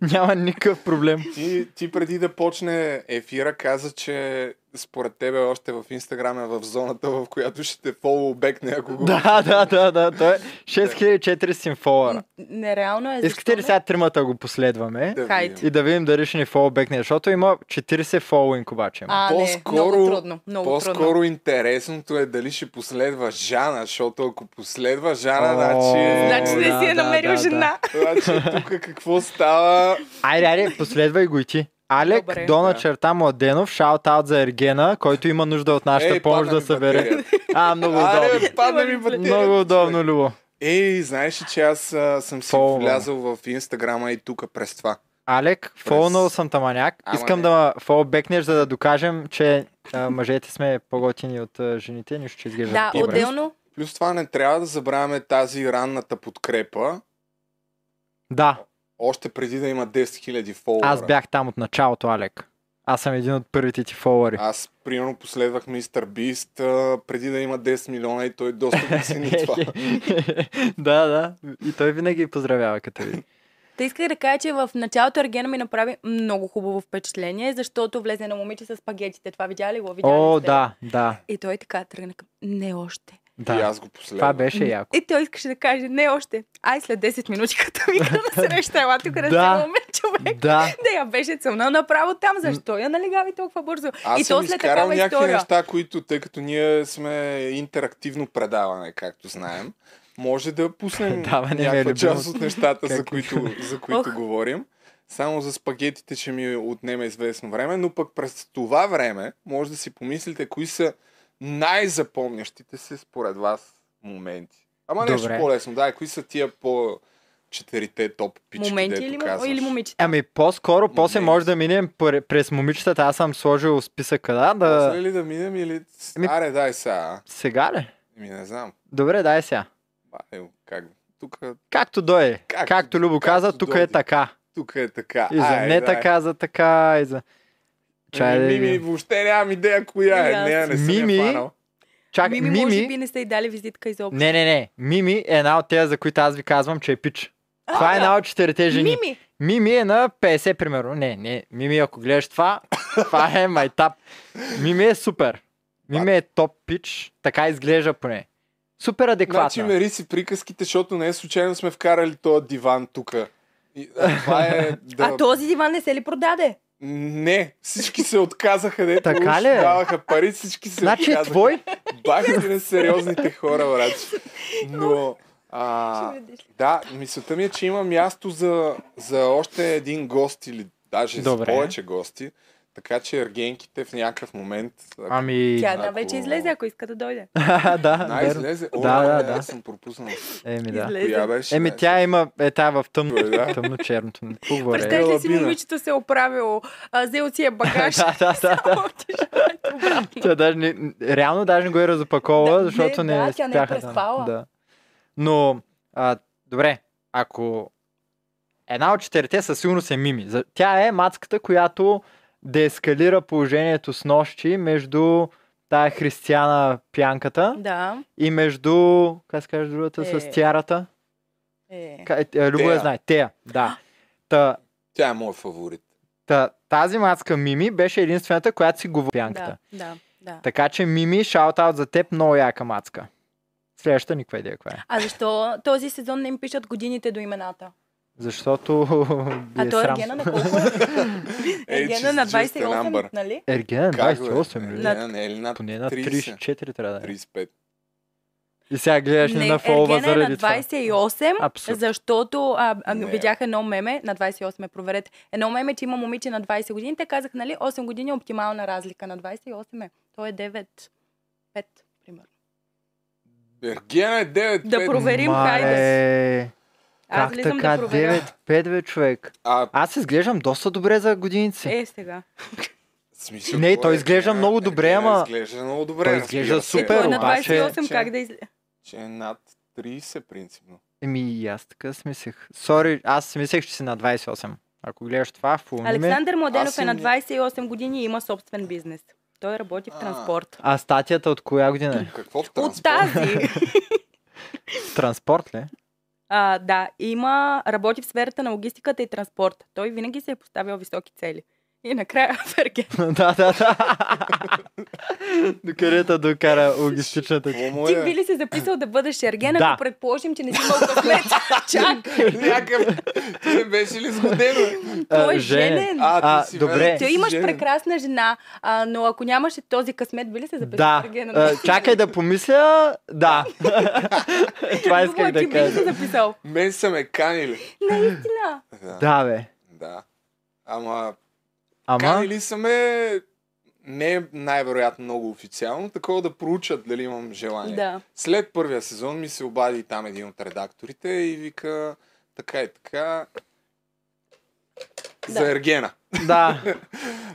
[SPEAKER 2] Няма никакъв проблем.
[SPEAKER 1] Ти, ти преди да почне ефира каза, че според тебе още в Инстаграм е в зоната, в която ще те фоло обект някого.
[SPEAKER 2] Да, да, да, да. Той е 6400 фолуара.
[SPEAKER 3] Нереално е.
[SPEAKER 2] Искате ли
[SPEAKER 3] защо не?
[SPEAKER 2] сега тримата го последваме?
[SPEAKER 1] да
[SPEAKER 3] хайде.
[SPEAKER 1] видим.
[SPEAKER 2] И да видим дали ще ни фол бекне, защото има 40 фолуинг обаче. има.
[SPEAKER 3] А, не, много
[SPEAKER 1] По-скоро-
[SPEAKER 3] трудно. Много трудно.
[SPEAKER 1] По-скоро интересното е дали ще последва Жана, защото ако последва Жана,
[SPEAKER 2] О,
[SPEAKER 1] значи...
[SPEAKER 3] Значи не
[SPEAKER 2] Да,
[SPEAKER 3] си е
[SPEAKER 2] да,
[SPEAKER 3] намерил
[SPEAKER 2] да, да.
[SPEAKER 3] жена.
[SPEAKER 1] Значи тук какво става?
[SPEAKER 2] Айде, айде, последвай го и ти. Алек,
[SPEAKER 3] Добре.
[SPEAKER 2] Дона
[SPEAKER 1] Да.
[SPEAKER 2] Черта Младенов, шаут-аут за Ергена, който има нужда от нашата
[SPEAKER 1] Ей,
[SPEAKER 2] помощ
[SPEAKER 1] падна
[SPEAKER 2] да
[SPEAKER 1] ми
[SPEAKER 2] събере.
[SPEAKER 1] батерията.
[SPEAKER 2] А, много
[SPEAKER 1] Аре,
[SPEAKER 2] удобно.
[SPEAKER 1] бе, падна ми батерията.
[SPEAKER 2] Много удобно, Любо.
[SPEAKER 1] Ей, знаеш ли, че аз а, съм си
[SPEAKER 2] Фолвам.
[SPEAKER 1] влязъл в Инстаграма и тук през това.
[SPEAKER 2] Алек, фолнал съм таманяк.
[SPEAKER 1] Ама
[SPEAKER 2] Искам
[SPEAKER 1] не.
[SPEAKER 2] да ма фолбекнеш, за да докажем, че а, мъжете сме по-готини от а, жените, нищо, че изглеждат
[SPEAKER 3] Да,
[SPEAKER 2] по-добре.
[SPEAKER 3] отделно.
[SPEAKER 1] Плюс това не трябва да забравяме тази ранната подкрепа,
[SPEAKER 2] Да,
[SPEAKER 1] още преди да има 10 000 фолуара.
[SPEAKER 2] аз бях там от началото, Алек. Аз съм един от първите ти фолуари.
[SPEAKER 1] Аз, примерно, последвах Мистер Бист а, преди да има 10 милиона и той доста го цени това.
[SPEAKER 2] Е, да, да. И той винаги поздравява като ви.
[SPEAKER 3] Та исках да кажа, че в началото Ергена ми направи много хубаво впечатление, защото влезе на момиче с пагетите. Това видя ли го? Видя
[SPEAKER 2] О,
[SPEAKER 3] ли сте?
[SPEAKER 2] да, да,
[SPEAKER 3] И той така тръгна към не още.
[SPEAKER 1] И
[SPEAKER 2] да.
[SPEAKER 1] аз го последвах.
[SPEAKER 2] Това беше яко.
[SPEAKER 3] И той искаше да каже не още. Ай след 10 минути, като вика на среща, ела тук да се
[SPEAKER 2] Да.
[SPEAKER 3] имаме човек.
[SPEAKER 2] Да,
[SPEAKER 3] Да я беше целна направо там. Защо я налегави толкова бързо?
[SPEAKER 1] Аз
[SPEAKER 3] и
[SPEAKER 1] съм
[SPEAKER 3] то след
[SPEAKER 1] изкарал
[SPEAKER 3] такава
[SPEAKER 1] някакви
[SPEAKER 3] история.
[SPEAKER 1] неща, които, тъй като ние сме интерактивно предаване, както знаем, може да пуснем
[SPEAKER 2] Да, бе, не ми е
[SPEAKER 1] някаква
[SPEAKER 2] любимо.
[SPEAKER 1] част от нещата, за
[SPEAKER 2] Как-
[SPEAKER 1] които, за които
[SPEAKER 3] Ох.
[SPEAKER 1] говорим. Само за спагетите ще ми отнеме известно време, но пък през това време може да си помислите кои са най-запомнящите се според вас моменти. Ама нещо
[SPEAKER 2] Добре.
[SPEAKER 1] по-лесно. Да, кои са тия по четирите топ пички,
[SPEAKER 3] Моменти
[SPEAKER 1] дето
[SPEAKER 3] или, му-
[SPEAKER 1] казваш?
[SPEAKER 3] или момичета?
[SPEAKER 2] Ами по-скоро, после
[SPEAKER 1] Не.
[SPEAKER 2] може да минем пр- през момичетата. Аз съм сложил списъка, да,
[SPEAKER 1] После
[SPEAKER 2] да...
[SPEAKER 1] ли да минем или...
[SPEAKER 2] Ами-
[SPEAKER 1] Аре, дай сега.
[SPEAKER 2] Сега ли?
[SPEAKER 1] а? Ми не знам.
[SPEAKER 2] Добре, дай сега.
[SPEAKER 1] Айо, как? Тук,
[SPEAKER 2] Както дойде.
[SPEAKER 1] Както-
[SPEAKER 2] Както, както Любо каза,
[SPEAKER 1] както
[SPEAKER 2] тук е
[SPEAKER 1] дойде.
[SPEAKER 2] така.
[SPEAKER 1] тук е така.
[SPEAKER 2] И за
[SPEAKER 1] Ай,
[SPEAKER 2] не
[SPEAKER 1] дай.
[SPEAKER 2] така, за така, и за... Чай да
[SPEAKER 1] Ми, ми, ми,
[SPEAKER 2] видим.
[SPEAKER 1] въобще нямам идея коя е.
[SPEAKER 3] И аз.
[SPEAKER 1] Не, не съм
[SPEAKER 2] Мими.
[SPEAKER 1] я фанал.
[SPEAKER 2] Чакай,
[SPEAKER 3] Мими,
[SPEAKER 2] Мими...
[SPEAKER 3] може би не са и дали визитка изобщо.
[SPEAKER 2] Не, не, не. Мими е една от тези, за които аз ви казвам, че е пич. Това е една от четирите жени. Мими,
[SPEAKER 3] Мими,
[SPEAKER 2] е на 50, примерно. Не, не. Мими, ако гледаш това, това е майтап. Мими е супер. Мими е топ пич. Така изглежда поне. Супер
[SPEAKER 1] Значи
[SPEAKER 2] адекватна.
[SPEAKER 1] мери си приказките, защото не е случайно сме вкарали този диван тук. Това е да...
[SPEAKER 3] а този диван не се ли продаде?
[SPEAKER 1] Не, всички се отказаха, дето
[SPEAKER 2] Така
[SPEAKER 1] уж
[SPEAKER 2] ли е?
[SPEAKER 1] даваха пари, всички се
[SPEAKER 2] Значи е
[SPEAKER 1] отказаха.
[SPEAKER 2] твой.
[SPEAKER 1] Бах ти на сериозните хора, брат. Но... А,
[SPEAKER 3] Ще видиш.
[SPEAKER 1] да, мисълта ми е, че има място за, за още един гост или даже за
[SPEAKER 2] Добре.
[SPEAKER 1] повече гости. Така че ергенките в някакъв момент... ако
[SPEAKER 2] Ами...
[SPEAKER 3] Тя една
[SPEAKER 1] ако-
[SPEAKER 3] вече излезе, ако иска да дойде.
[SPEAKER 2] да,
[SPEAKER 1] Най
[SPEAKER 2] верно.
[SPEAKER 1] излезе. О,
[SPEAKER 2] Да,
[SPEAKER 1] да,
[SPEAKER 2] да,
[SPEAKER 1] да,
[SPEAKER 2] да.
[SPEAKER 1] Съм пропуснал.
[SPEAKER 2] Еми да.
[SPEAKER 1] Коя
[SPEAKER 3] Излезе.
[SPEAKER 1] беше?
[SPEAKER 2] Еми
[SPEAKER 1] най-
[SPEAKER 2] тя има е тая в тъмно,
[SPEAKER 1] Той, да.
[SPEAKER 2] тъмно черното. Какво говоря?
[SPEAKER 3] Представяш ли си
[SPEAKER 1] Лабина.
[SPEAKER 3] момичето се е оправило, а, взел си е багаж,
[SPEAKER 2] да, да, да, да.
[SPEAKER 3] отиш ето обратно.
[SPEAKER 2] Тя даже не, реално даже не го е разопаковала,
[SPEAKER 3] Да, не,
[SPEAKER 2] защото не,
[SPEAKER 3] да, тя не е
[SPEAKER 2] спяха
[SPEAKER 3] преспала.
[SPEAKER 2] Да. Но, а, добре, ако една от четирите със сигурност е Мими. За- Тя е мацката, която деескалира положението с нощи между тая християна пянката
[SPEAKER 3] Да.
[SPEAKER 2] и между, как се каже другата,
[SPEAKER 3] Е.
[SPEAKER 2] с тярата.
[SPEAKER 3] Е.
[SPEAKER 2] Ка- е, Любо я
[SPEAKER 1] Тея.
[SPEAKER 2] знае. Тея, да. Та,
[SPEAKER 1] Тя е мой фаворит.
[SPEAKER 2] Та, тази мацка Мими беше единствената, която си говори пянката.
[SPEAKER 3] Да, да, да.
[SPEAKER 2] Така че Мими, шаут-аут за теб, много яка мацка. Следващата никаква идея каква е.
[SPEAKER 3] А защо този сезон не им пишат годините до имената?
[SPEAKER 2] Защото
[SPEAKER 3] А
[SPEAKER 2] би е
[SPEAKER 3] той
[SPEAKER 2] срам.
[SPEAKER 3] Ергена на колко е?
[SPEAKER 1] Ей, just-
[SPEAKER 3] Ергена на
[SPEAKER 1] just a
[SPEAKER 3] 28,
[SPEAKER 1] number.
[SPEAKER 3] нали?
[SPEAKER 2] Ергена на
[SPEAKER 1] Как го е?
[SPEAKER 2] 28 или?
[SPEAKER 3] На-
[SPEAKER 1] Не, не, или над
[SPEAKER 2] Поне на
[SPEAKER 1] 30.
[SPEAKER 2] 34 трябва да е.
[SPEAKER 1] 35.
[SPEAKER 2] И сега гледаш не, на фолва
[SPEAKER 3] Ергена е на
[SPEAKER 2] заради това.
[SPEAKER 3] 28,
[SPEAKER 2] Абсурд.
[SPEAKER 3] защото а, а,
[SPEAKER 1] Не.
[SPEAKER 3] видях едно меме, на 28 е, проверете, едно меме, че има момиче на 20 години, те казах, нали, 8 години е оптимална разлика, на 28 е, то е 9, 5, примерно.
[SPEAKER 1] Ергена е 9.
[SPEAKER 3] Да проверим, хайде.
[SPEAKER 2] Мале,
[SPEAKER 3] Аз
[SPEAKER 2] как
[SPEAKER 3] влизам
[SPEAKER 2] така?
[SPEAKER 3] да проверя.
[SPEAKER 2] 9-5 бе, човек.
[SPEAKER 1] А,
[SPEAKER 2] Аз изглеждам доста добре за годините си.
[SPEAKER 3] Е, сега.
[SPEAKER 1] смисъл,
[SPEAKER 2] Не,
[SPEAKER 1] какво
[SPEAKER 2] той
[SPEAKER 1] е?
[SPEAKER 2] изглежда
[SPEAKER 1] Ергена-
[SPEAKER 2] много добре,
[SPEAKER 1] Ергена
[SPEAKER 2] ама-
[SPEAKER 1] Изглежда много добре.
[SPEAKER 2] Той изглежда
[SPEAKER 1] разбира се.
[SPEAKER 2] супер,
[SPEAKER 3] Той е на
[SPEAKER 2] обаче-
[SPEAKER 3] 28, как да излезе?
[SPEAKER 1] Че е над 30 принципно.
[SPEAKER 2] Еми и аз така си мислех. Сори, аз си мислех, че си на 28. Ако гледаш това, в ме.
[SPEAKER 3] Александър Младенов
[SPEAKER 1] Аз
[SPEAKER 3] е на
[SPEAKER 1] не-
[SPEAKER 3] 28 години и има собствен бизнес. Той работи в
[SPEAKER 1] А.
[SPEAKER 3] транспорт.
[SPEAKER 2] А статията от коя година е?
[SPEAKER 1] Какво в
[SPEAKER 3] От
[SPEAKER 1] транспорт?
[SPEAKER 3] тази,
[SPEAKER 2] Транспорт ли?
[SPEAKER 3] а, да, има, работи в сферата на логистиката и транспорт. Той винаги се е поставил високи цели. И накрая Ферген.
[SPEAKER 2] да, да, да. Докъде да докара логистичната
[SPEAKER 1] Какво му
[SPEAKER 3] Ти би
[SPEAKER 1] е?
[SPEAKER 3] ли се записал да бъдеш Ерген,
[SPEAKER 2] Да.
[SPEAKER 3] ако предположим, че не си имал късмет? Чак,
[SPEAKER 1] Някакъв... Ти не беше ли сгодено?
[SPEAKER 3] той е
[SPEAKER 2] женен.
[SPEAKER 3] женен.
[SPEAKER 2] А,
[SPEAKER 1] ти си
[SPEAKER 2] добре.
[SPEAKER 1] верен,
[SPEAKER 3] Ти
[SPEAKER 1] ти си
[SPEAKER 3] имаш
[SPEAKER 1] женен.
[SPEAKER 3] прекрасна жена, а, но ако нямаше този късмет, би ли се записал
[SPEAKER 2] Да.
[SPEAKER 3] Ергена?
[SPEAKER 2] А, чакай да помисля. Да. Това
[SPEAKER 3] Любо,
[SPEAKER 2] исках да
[SPEAKER 3] ти би ли
[SPEAKER 2] кажа.
[SPEAKER 3] се записал?
[SPEAKER 1] Мен са ме канили.
[SPEAKER 3] Наистина.
[SPEAKER 1] Да.
[SPEAKER 2] Да, бе.
[SPEAKER 1] да. Ама,
[SPEAKER 2] Ама,
[SPEAKER 1] канили са ме не е най-вероятно много официално, такова да проучат дали имам желание.
[SPEAKER 3] Да.
[SPEAKER 1] След първия сезон ми се обади там един от редакторите и вика така и така
[SPEAKER 3] Да.
[SPEAKER 1] за Ергена. Е,
[SPEAKER 2] да.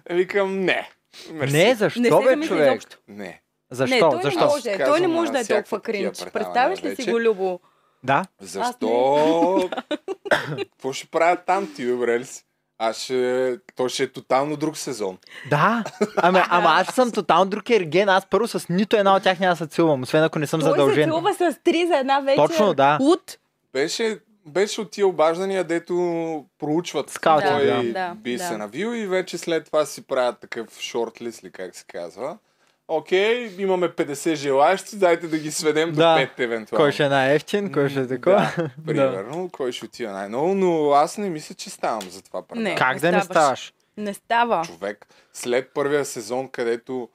[SPEAKER 1] Викам не. Мерси.
[SPEAKER 2] Не,
[SPEAKER 3] Не
[SPEAKER 2] защо,
[SPEAKER 3] се
[SPEAKER 2] бе,
[SPEAKER 3] замисли
[SPEAKER 2] човек?
[SPEAKER 3] изобщо.
[SPEAKER 1] Не.
[SPEAKER 3] Не,
[SPEAKER 2] Защо?
[SPEAKER 3] той е не
[SPEAKER 2] Защо?
[SPEAKER 3] може.
[SPEAKER 1] Аз
[SPEAKER 3] Той не
[SPEAKER 1] казвам
[SPEAKER 3] може
[SPEAKER 1] на
[SPEAKER 3] да е
[SPEAKER 1] всякакви
[SPEAKER 3] толкова
[SPEAKER 1] такива
[SPEAKER 3] кринч.
[SPEAKER 1] предавания
[SPEAKER 3] Представяш ли си
[SPEAKER 1] вече.
[SPEAKER 3] го, Любо?
[SPEAKER 2] Да.
[SPEAKER 1] Защо? Какво ще правят там ти, добре ли си? Аз ще... То ще е тотално друг сезон.
[SPEAKER 2] Да, ама, ама аз съм тотално друг ерген. Аз първо с нито една от тях няма да се целувам, освен ако не съм
[SPEAKER 3] Той се
[SPEAKER 2] задължен.
[SPEAKER 3] целува с три за една вечер.
[SPEAKER 2] Точно, да.
[SPEAKER 3] Луд.
[SPEAKER 1] Беше, беше от тия обаждания, дето проучват
[SPEAKER 2] Скаути,
[SPEAKER 1] кой
[SPEAKER 3] да, да,
[SPEAKER 1] би
[SPEAKER 3] да.
[SPEAKER 1] се навил и вече след това си правят такъв шортлист ли как се казва. Окей, имаме 50 желаящи, дайте да ги сведем до
[SPEAKER 2] Да.
[SPEAKER 1] 5 евентуално.
[SPEAKER 2] Кой ще е най-ефтин, кой ще е такова.
[SPEAKER 1] Да, примерно, кой ще отива най-много, но аз не мисля, че ставам за това предаване.
[SPEAKER 3] Не.
[SPEAKER 2] Как да не
[SPEAKER 3] Оставаш.
[SPEAKER 2] ставаш?
[SPEAKER 3] Не става.
[SPEAKER 1] човек. След първия сезон, където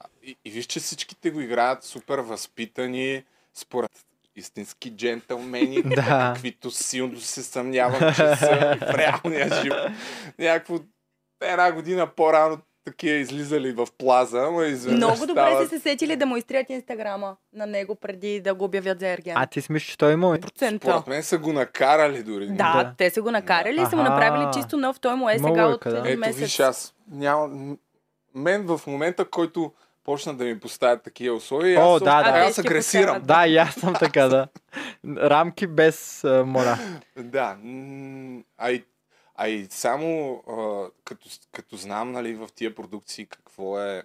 [SPEAKER 1] а, и, и виж, че всичките го играят супер възпитани, според истински джентълмени,
[SPEAKER 2] Да.
[SPEAKER 1] каквито силно се съмнявам, че са в реалния живот. Някакво една година по-рано такива излизали в плаза, ама изведнъж
[SPEAKER 3] Много добре
[SPEAKER 1] стават
[SPEAKER 3] са се сетили да му изтрият инстаграма на него преди да го обявят за Ерген.
[SPEAKER 2] А ти си мислиш, че той е има.
[SPEAKER 3] Процента.
[SPEAKER 1] Според мен са го накарали дори.
[SPEAKER 3] Да,
[SPEAKER 2] Да.
[SPEAKER 3] те са го накарали и са му
[SPEAKER 2] Аха.
[SPEAKER 3] направили чисто нов. Той му е
[SPEAKER 2] Има
[SPEAKER 3] сега от
[SPEAKER 2] лойка, да.
[SPEAKER 3] един
[SPEAKER 1] Ето,
[SPEAKER 3] месец.
[SPEAKER 1] виж, аз нямам... Мен в момента, който почна да ми поставят такива условия,
[SPEAKER 2] О,
[SPEAKER 1] аз,
[SPEAKER 2] да,
[SPEAKER 1] още-
[SPEAKER 2] да.
[SPEAKER 1] аз
[SPEAKER 3] А, те ще
[SPEAKER 1] агресирам.
[SPEAKER 3] поставят.
[SPEAKER 2] Да, и аз съм така, да. Рамки без а, мора.
[SPEAKER 1] Да, м, а и, а и само а, като, като знам нали, в тия продукции какво е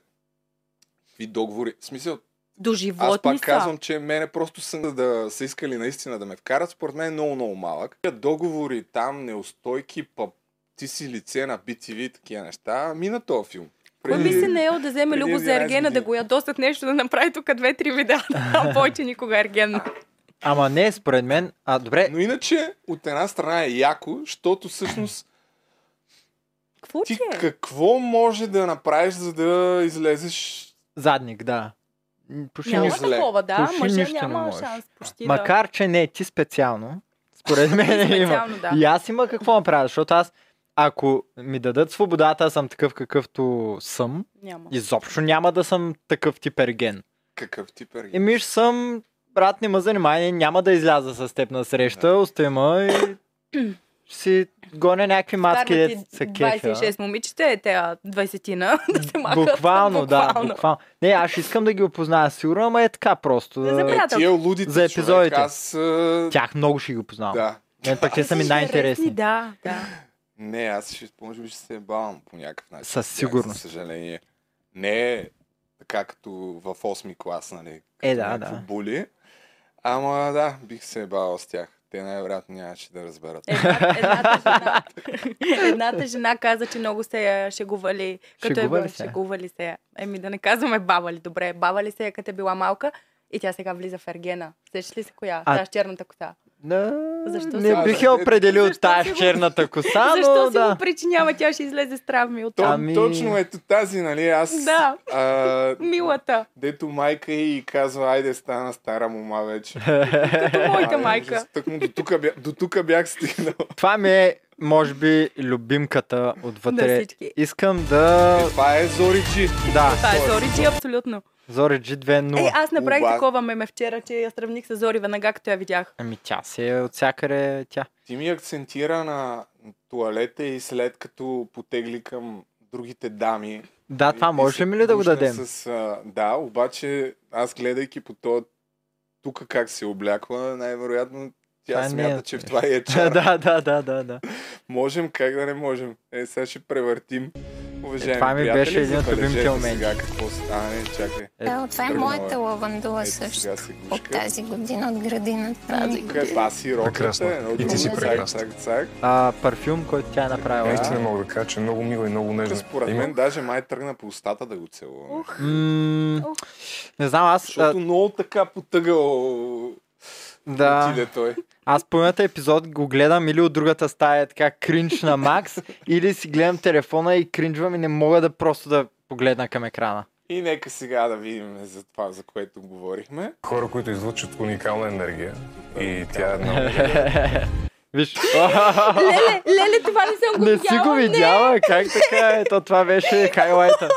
[SPEAKER 1] какви договори. В смисъл,
[SPEAKER 3] До
[SPEAKER 1] аз
[SPEAKER 3] животни
[SPEAKER 1] пак
[SPEAKER 3] са.
[SPEAKER 1] казвам, че мене просто са да са искали наистина да ме вкарат. Според мен е много, много малък. Тия Договори там, неустойки, па, ти си лице на BTV и такива неща. Мина този филм.
[SPEAKER 3] Кой би се наел да вземе
[SPEAKER 1] преди
[SPEAKER 3] Любо за
[SPEAKER 1] 11
[SPEAKER 3] Ергена, да
[SPEAKER 1] години.
[SPEAKER 3] го ядосат нещо, да направи тук две-три видеа. Там повече никога Ерген.
[SPEAKER 2] Ама не, според мен. А, добре,
[SPEAKER 1] Но иначе, от една страна е яко, защото всъщност
[SPEAKER 3] Какво
[SPEAKER 1] ти
[SPEAKER 3] че? е?
[SPEAKER 1] какво може да направиш, за да излезеш
[SPEAKER 2] задник, да. М, Почти
[SPEAKER 3] Няма
[SPEAKER 2] нищо.
[SPEAKER 1] зле.
[SPEAKER 3] такова, да.
[SPEAKER 2] Почти
[SPEAKER 3] Мъже
[SPEAKER 2] нищо не
[SPEAKER 3] няма
[SPEAKER 2] можеш.
[SPEAKER 3] шанс. Почти да.
[SPEAKER 2] Макар, че не, ти специално. Според мен има.
[SPEAKER 3] Специално, да.
[SPEAKER 2] И аз има какво да правя, защото аз, ако ми дадат свободата, аз съм такъв какъвто съм,
[SPEAKER 3] Няма.
[SPEAKER 2] изобщо няма да съм такъв тип ерген.
[SPEAKER 1] какъв тип ерген?
[SPEAKER 2] Еми ще съм, брат, не ме занимай, няма да изляза с теб на среща, остави ме и ще си гоня някакви мацки,
[SPEAKER 3] Вкарват
[SPEAKER 2] де
[SPEAKER 3] и
[SPEAKER 2] са кефи.
[SPEAKER 3] 26 момичета е те 20-тина да се махат.
[SPEAKER 2] Буквално, да, буквално. Не, аз ще искам да ги опозная сигурно, ама е така просто.
[SPEAKER 3] Да забравя.
[SPEAKER 2] Да...
[SPEAKER 1] Е,
[SPEAKER 3] Приятел.
[SPEAKER 1] тия лудите,
[SPEAKER 2] За епизодите.
[SPEAKER 1] Човек, аз... а,
[SPEAKER 2] Тях много ще ги опознавам.
[SPEAKER 1] Да.
[SPEAKER 2] Мен пък те са ми най-интересни.
[SPEAKER 3] Да, да.
[SPEAKER 1] Не, аз ще, може би ще се бавам по някакъв начин.
[SPEAKER 2] Със
[SPEAKER 1] с тях,
[SPEAKER 2] сигурност.
[SPEAKER 1] За съжаление. Не така като в 8 клас, нали?
[SPEAKER 2] Е,
[SPEAKER 1] като
[SPEAKER 2] да,
[SPEAKER 1] някакво
[SPEAKER 2] да.
[SPEAKER 1] Були. Ама да, бих се бавал с тях. Те най-вероятно нямаше да разберат.
[SPEAKER 2] Е,
[SPEAKER 3] Една- Едната жена, едната жена каза, че много се я шегували. Като е
[SPEAKER 2] Шегували
[SPEAKER 3] била,
[SPEAKER 2] се я?
[SPEAKER 3] шегували се. я. Еми да не казваме баба ли, е добре. Баба ли се я, като е била малка и тя сега влиза в Ергена. Сещаш ли се коя?
[SPEAKER 2] А-
[SPEAKER 3] Тя с черната коса.
[SPEAKER 2] Не,
[SPEAKER 3] Защо
[SPEAKER 2] не
[SPEAKER 3] се-
[SPEAKER 2] бих я определил
[SPEAKER 3] Защо
[SPEAKER 2] тая
[SPEAKER 3] се
[SPEAKER 2] с
[SPEAKER 3] го-
[SPEAKER 2] черната коса, но
[SPEAKER 3] Защо си
[SPEAKER 2] да.
[SPEAKER 3] го причинява? Тя ще излезе с травми от
[SPEAKER 1] То,
[SPEAKER 3] там.
[SPEAKER 2] Ами-
[SPEAKER 1] Точно ето тази, нали? Аз.
[SPEAKER 3] Да.
[SPEAKER 1] А,
[SPEAKER 3] Милата,
[SPEAKER 1] дето майка и казва, айде стана стара мома вече.
[SPEAKER 3] като моята
[SPEAKER 1] Абе,
[SPEAKER 3] майка.
[SPEAKER 1] ужас, тъкмо до тука бя- До тук бях стигнал.
[SPEAKER 2] Това ми е, може би, любимката
[SPEAKER 3] На
[SPEAKER 2] отвътре.
[SPEAKER 3] всички.
[SPEAKER 2] Искам да...
[SPEAKER 1] Е, Това е Зори Джи.
[SPEAKER 2] Да,
[SPEAKER 3] Това е
[SPEAKER 1] Сори.
[SPEAKER 3] Зориджи, абсолютно.
[SPEAKER 2] Зори G2.0.
[SPEAKER 3] Е, аз направих
[SPEAKER 1] Оба-
[SPEAKER 3] такова меме вчера, че я сравних с Зори веднага, като я видях.
[SPEAKER 2] Ами тя си е от всякъде тя.
[SPEAKER 1] Ти ми акцентира на туалета и след като потегли към другите дами.
[SPEAKER 2] Да, това
[SPEAKER 1] и- и
[SPEAKER 2] може
[SPEAKER 1] се
[SPEAKER 2] ли ми ли да го
[SPEAKER 1] гушна
[SPEAKER 2] дадем?
[SPEAKER 1] С, а, да, обаче аз гледайки по то тук как се обляква, най-вероятно тя
[SPEAKER 2] Това не
[SPEAKER 1] смята,
[SPEAKER 2] е
[SPEAKER 1] че в
[SPEAKER 2] смешно.
[SPEAKER 1] това е чар.
[SPEAKER 2] да, да, да, да, да.
[SPEAKER 1] Можем, как да не можем. Е, сега ще превъртим. Уважаеми
[SPEAKER 2] Е, това ми
[SPEAKER 1] приятели,
[SPEAKER 2] беше един от
[SPEAKER 1] забележете
[SPEAKER 2] любимите моменти.
[SPEAKER 1] Сега какво стане, чакай.
[SPEAKER 6] Да, това е
[SPEAKER 1] Тръгнала е.
[SPEAKER 6] моята лавандула
[SPEAKER 1] Ето
[SPEAKER 6] също.
[SPEAKER 1] сега се
[SPEAKER 6] От
[SPEAKER 1] гушка.
[SPEAKER 6] тази година, от Ами, градината.
[SPEAKER 3] Тази
[SPEAKER 1] Тук е баси
[SPEAKER 7] Прекрасно.
[SPEAKER 1] роката. едно
[SPEAKER 7] И ти
[SPEAKER 1] друго,
[SPEAKER 6] си
[SPEAKER 1] цак,
[SPEAKER 7] прекрасна.
[SPEAKER 1] цак, цак.
[SPEAKER 2] А, парфюм, който тя е направила.
[SPEAKER 7] Наистина мога да кажа, че е много мила и много
[SPEAKER 1] Тук
[SPEAKER 7] нежна.
[SPEAKER 1] Според
[SPEAKER 7] Има-
[SPEAKER 1] мен даже май тръгна по устата да го целува.
[SPEAKER 3] Ух,
[SPEAKER 2] М, не знам, аз... а,
[SPEAKER 1] Защото много така потъгал
[SPEAKER 2] да,
[SPEAKER 1] отиде той.
[SPEAKER 2] аз пълната епизод го гледам или от другата стая, е така кринч на Макс, или си гледам телефона и кринжвам и не мога да просто да погледна към екрана.
[SPEAKER 1] И нека сега да видим за това, за което говорихме.
[SPEAKER 7] Хора, които излъчват уникална енергия и тя е една от
[SPEAKER 2] Виж,
[SPEAKER 3] Леле, леле, това не съм го
[SPEAKER 2] не си го
[SPEAKER 3] видяла.
[SPEAKER 2] видяла, как така е? То това беше хайлайта.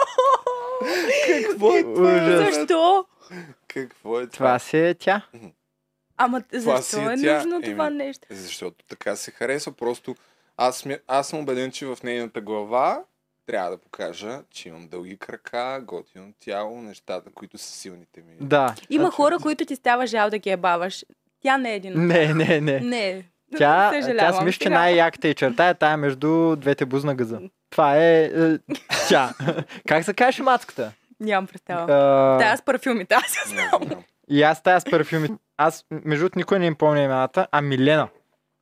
[SPEAKER 1] Какво е
[SPEAKER 2] Ужас.
[SPEAKER 1] брат?
[SPEAKER 3] Защо?
[SPEAKER 1] Какво е това?
[SPEAKER 2] Това си е тя.
[SPEAKER 3] Ама
[SPEAKER 1] си
[SPEAKER 3] защо
[SPEAKER 1] е
[SPEAKER 3] е
[SPEAKER 1] тя.
[SPEAKER 3] нужно
[SPEAKER 1] Еми,
[SPEAKER 3] това нещо?
[SPEAKER 1] Защото така се харесва. Просто аз, сме, аз съм убеден, че в нейната глава трябва да покажа, че имам дълги крака, готино тяло, нещата, които са силните ми.
[SPEAKER 2] Да.
[SPEAKER 3] Има хора, които ти става жал да ги ебаваш. Тя не е един. от
[SPEAKER 2] Не, не,
[SPEAKER 3] тях.
[SPEAKER 2] не.
[SPEAKER 3] Не.
[SPEAKER 2] Тя, тя
[SPEAKER 3] Съжалявам.
[SPEAKER 2] си мисля, че
[SPEAKER 3] Сега.
[SPEAKER 2] най-яката и черта е тая между двете бузна гъза. Това е, е тя. как се каже мацката?
[SPEAKER 3] Нямам представа.
[SPEAKER 2] А,
[SPEAKER 3] Да, с парфюмите. Аз я
[SPEAKER 1] Не
[SPEAKER 3] знам.
[SPEAKER 1] знам.
[SPEAKER 2] И аз тая с парфюми. Аз, между другото, никой не им помня имената, а Милена.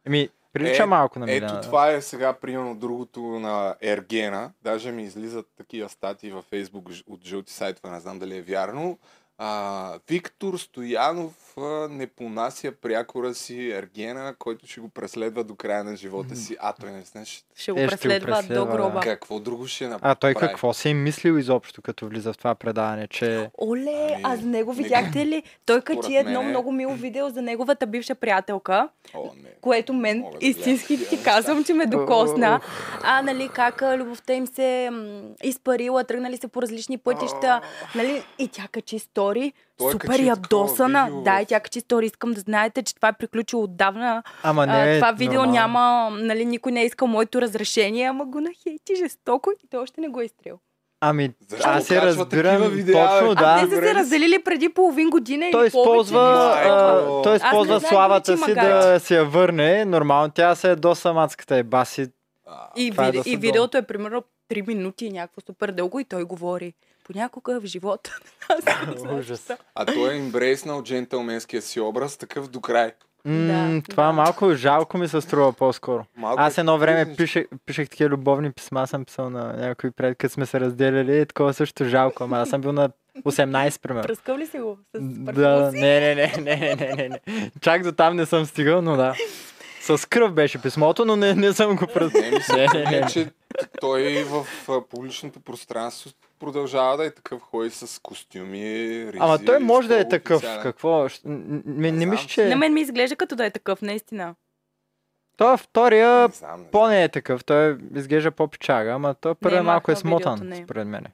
[SPEAKER 2] Ами, прилича
[SPEAKER 1] Е,
[SPEAKER 2] малко на Милена.
[SPEAKER 1] Ето това е сега, примерно, другото на Ергена. Даже ми излизат такива статии във Фейсбук ж- от жълти сайтове, не знам дали е вярно. А, Виктор Стоянов а, не понася прякора си Ергена, който ще го преследва до края на живота си. А, той не знаеш
[SPEAKER 3] Ще го
[SPEAKER 2] Е, ще го
[SPEAKER 3] преследва до
[SPEAKER 2] преследва,
[SPEAKER 3] гроба.
[SPEAKER 1] какво друго ще направи.
[SPEAKER 2] А той какво се е мислил изобщо, като влиза в това предаване, че...
[SPEAKER 3] Оле,
[SPEAKER 1] Ами,
[SPEAKER 3] а за него
[SPEAKER 1] нека-
[SPEAKER 3] видяхте ли? Той качи
[SPEAKER 1] Според
[SPEAKER 3] едно
[SPEAKER 1] мен е-
[SPEAKER 3] много мило видео за неговата бивша приятелка,
[SPEAKER 1] О, не.
[SPEAKER 3] което мен
[SPEAKER 1] Мога да
[SPEAKER 3] истински
[SPEAKER 1] гледам
[SPEAKER 3] ти
[SPEAKER 1] такива
[SPEAKER 3] казвам, че ме докосна. А, нали, как а, любовта им се м, изпарила, тръгнали се по различни пътища, нали? И тя качи стори,
[SPEAKER 1] Той
[SPEAKER 3] супер
[SPEAKER 1] качи
[SPEAKER 3] ядосана.
[SPEAKER 1] такова
[SPEAKER 3] Да,
[SPEAKER 1] видео.
[SPEAKER 3] и тя качи стори. Искам да знаете, че това е приключило отдавна.
[SPEAKER 2] Ама не,
[SPEAKER 3] а,
[SPEAKER 2] е
[SPEAKER 3] това видео
[SPEAKER 2] нормално.
[SPEAKER 3] няма, нали, никой не е искал моето разрешение, ама го нахейти жестоко и той още не го е изтрил.
[SPEAKER 2] Ами,
[SPEAKER 1] Защо
[SPEAKER 2] аз се
[SPEAKER 1] качва такива
[SPEAKER 2] разбирам
[SPEAKER 1] видеа,
[SPEAKER 2] точно,
[SPEAKER 1] бе?
[SPEAKER 3] А
[SPEAKER 2] да.
[SPEAKER 3] те са
[SPEAKER 1] Добре ли
[SPEAKER 3] се
[SPEAKER 1] си?
[SPEAKER 3] разделили преди половин година
[SPEAKER 2] Той
[SPEAKER 3] или повече.
[SPEAKER 2] използва, а,
[SPEAKER 1] Майко.
[SPEAKER 2] той
[SPEAKER 1] Аз
[SPEAKER 3] не
[SPEAKER 2] използва
[SPEAKER 3] знаех,
[SPEAKER 2] славата
[SPEAKER 3] че има
[SPEAKER 2] си да
[SPEAKER 3] гаджет.
[SPEAKER 2] се я върне. Нормално тя се е до самацката е баси.
[SPEAKER 1] А,
[SPEAKER 3] И,
[SPEAKER 2] Това е
[SPEAKER 3] виде,
[SPEAKER 2] да
[SPEAKER 3] и
[SPEAKER 2] са
[SPEAKER 3] видеото е примерно 3 минути, някакво супер дълго и той говори. Понякога в живота. Аз не знам
[SPEAKER 2] Ужас.
[SPEAKER 3] защо.
[SPEAKER 1] А той е имбрейснал джентълменския си образ, такъв до край.
[SPEAKER 2] М,
[SPEAKER 3] Да,
[SPEAKER 2] това
[SPEAKER 3] да.
[SPEAKER 2] малко жалко ми се струва по-скоро.
[SPEAKER 1] Малко
[SPEAKER 2] Аз
[SPEAKER 1] е
[SPEAKER 2] едно време
[SPEAKER 1] тъжничко.
[SPEAKER 2] пишех, пишех такива любовни писма, съм писал на някой пред, като сме се разделяли и такова също жалко, ама аз съм бил на 18, примерно.
[SPEAKER 3] Пръскал ли си го? С
[SPEAKER 2] Да,
[SPEAKER 3] да. си?
[SPEAKER 2] не, не, не, не, не, не, не, не. Чак до там не съм стигал, но да. С кръв беше писмото, но не, не съм го пръст.
[SPEAKER 1] Не, ми се
[SPEAKER 2] Не, не,
[SPEAKER 1] не,
[SPEAKER 2] не.
[SPEAKER 1] Е, че той в а, публичното пространство продължава да е такъв хой с костюми, ризи.
[SPEAKER 2] Ама той може да е
[SPEAKER 1] стол
[SPEAKER 2] такъв.
[SPEAKER 1] официален.
[SPEAKER 2] Какво? Щ- н- н- Не, не
[SPEAKER 1] знам.
[SPEAKER 2] мисля,
[SPEAKER 3] На
[SPEAKER 2] че...
[SPEAKER 3] мен ми изглежда като да е такъв, наистина.
[SPEAKER 2] Той втория
[SPEAKER 1] Не знам, не знам.
[SPEAKER 2] по-не е такъв. Той изглежда по-пичага, ама той първия
[SPEAKER 3] е
[SPEAKER 2] малко е
[SPEAKER 3] махнал видеото,
[SPEAKER 2] смотан,
[SPEAKER 3] не е.
[SPEAKER 2] според мен.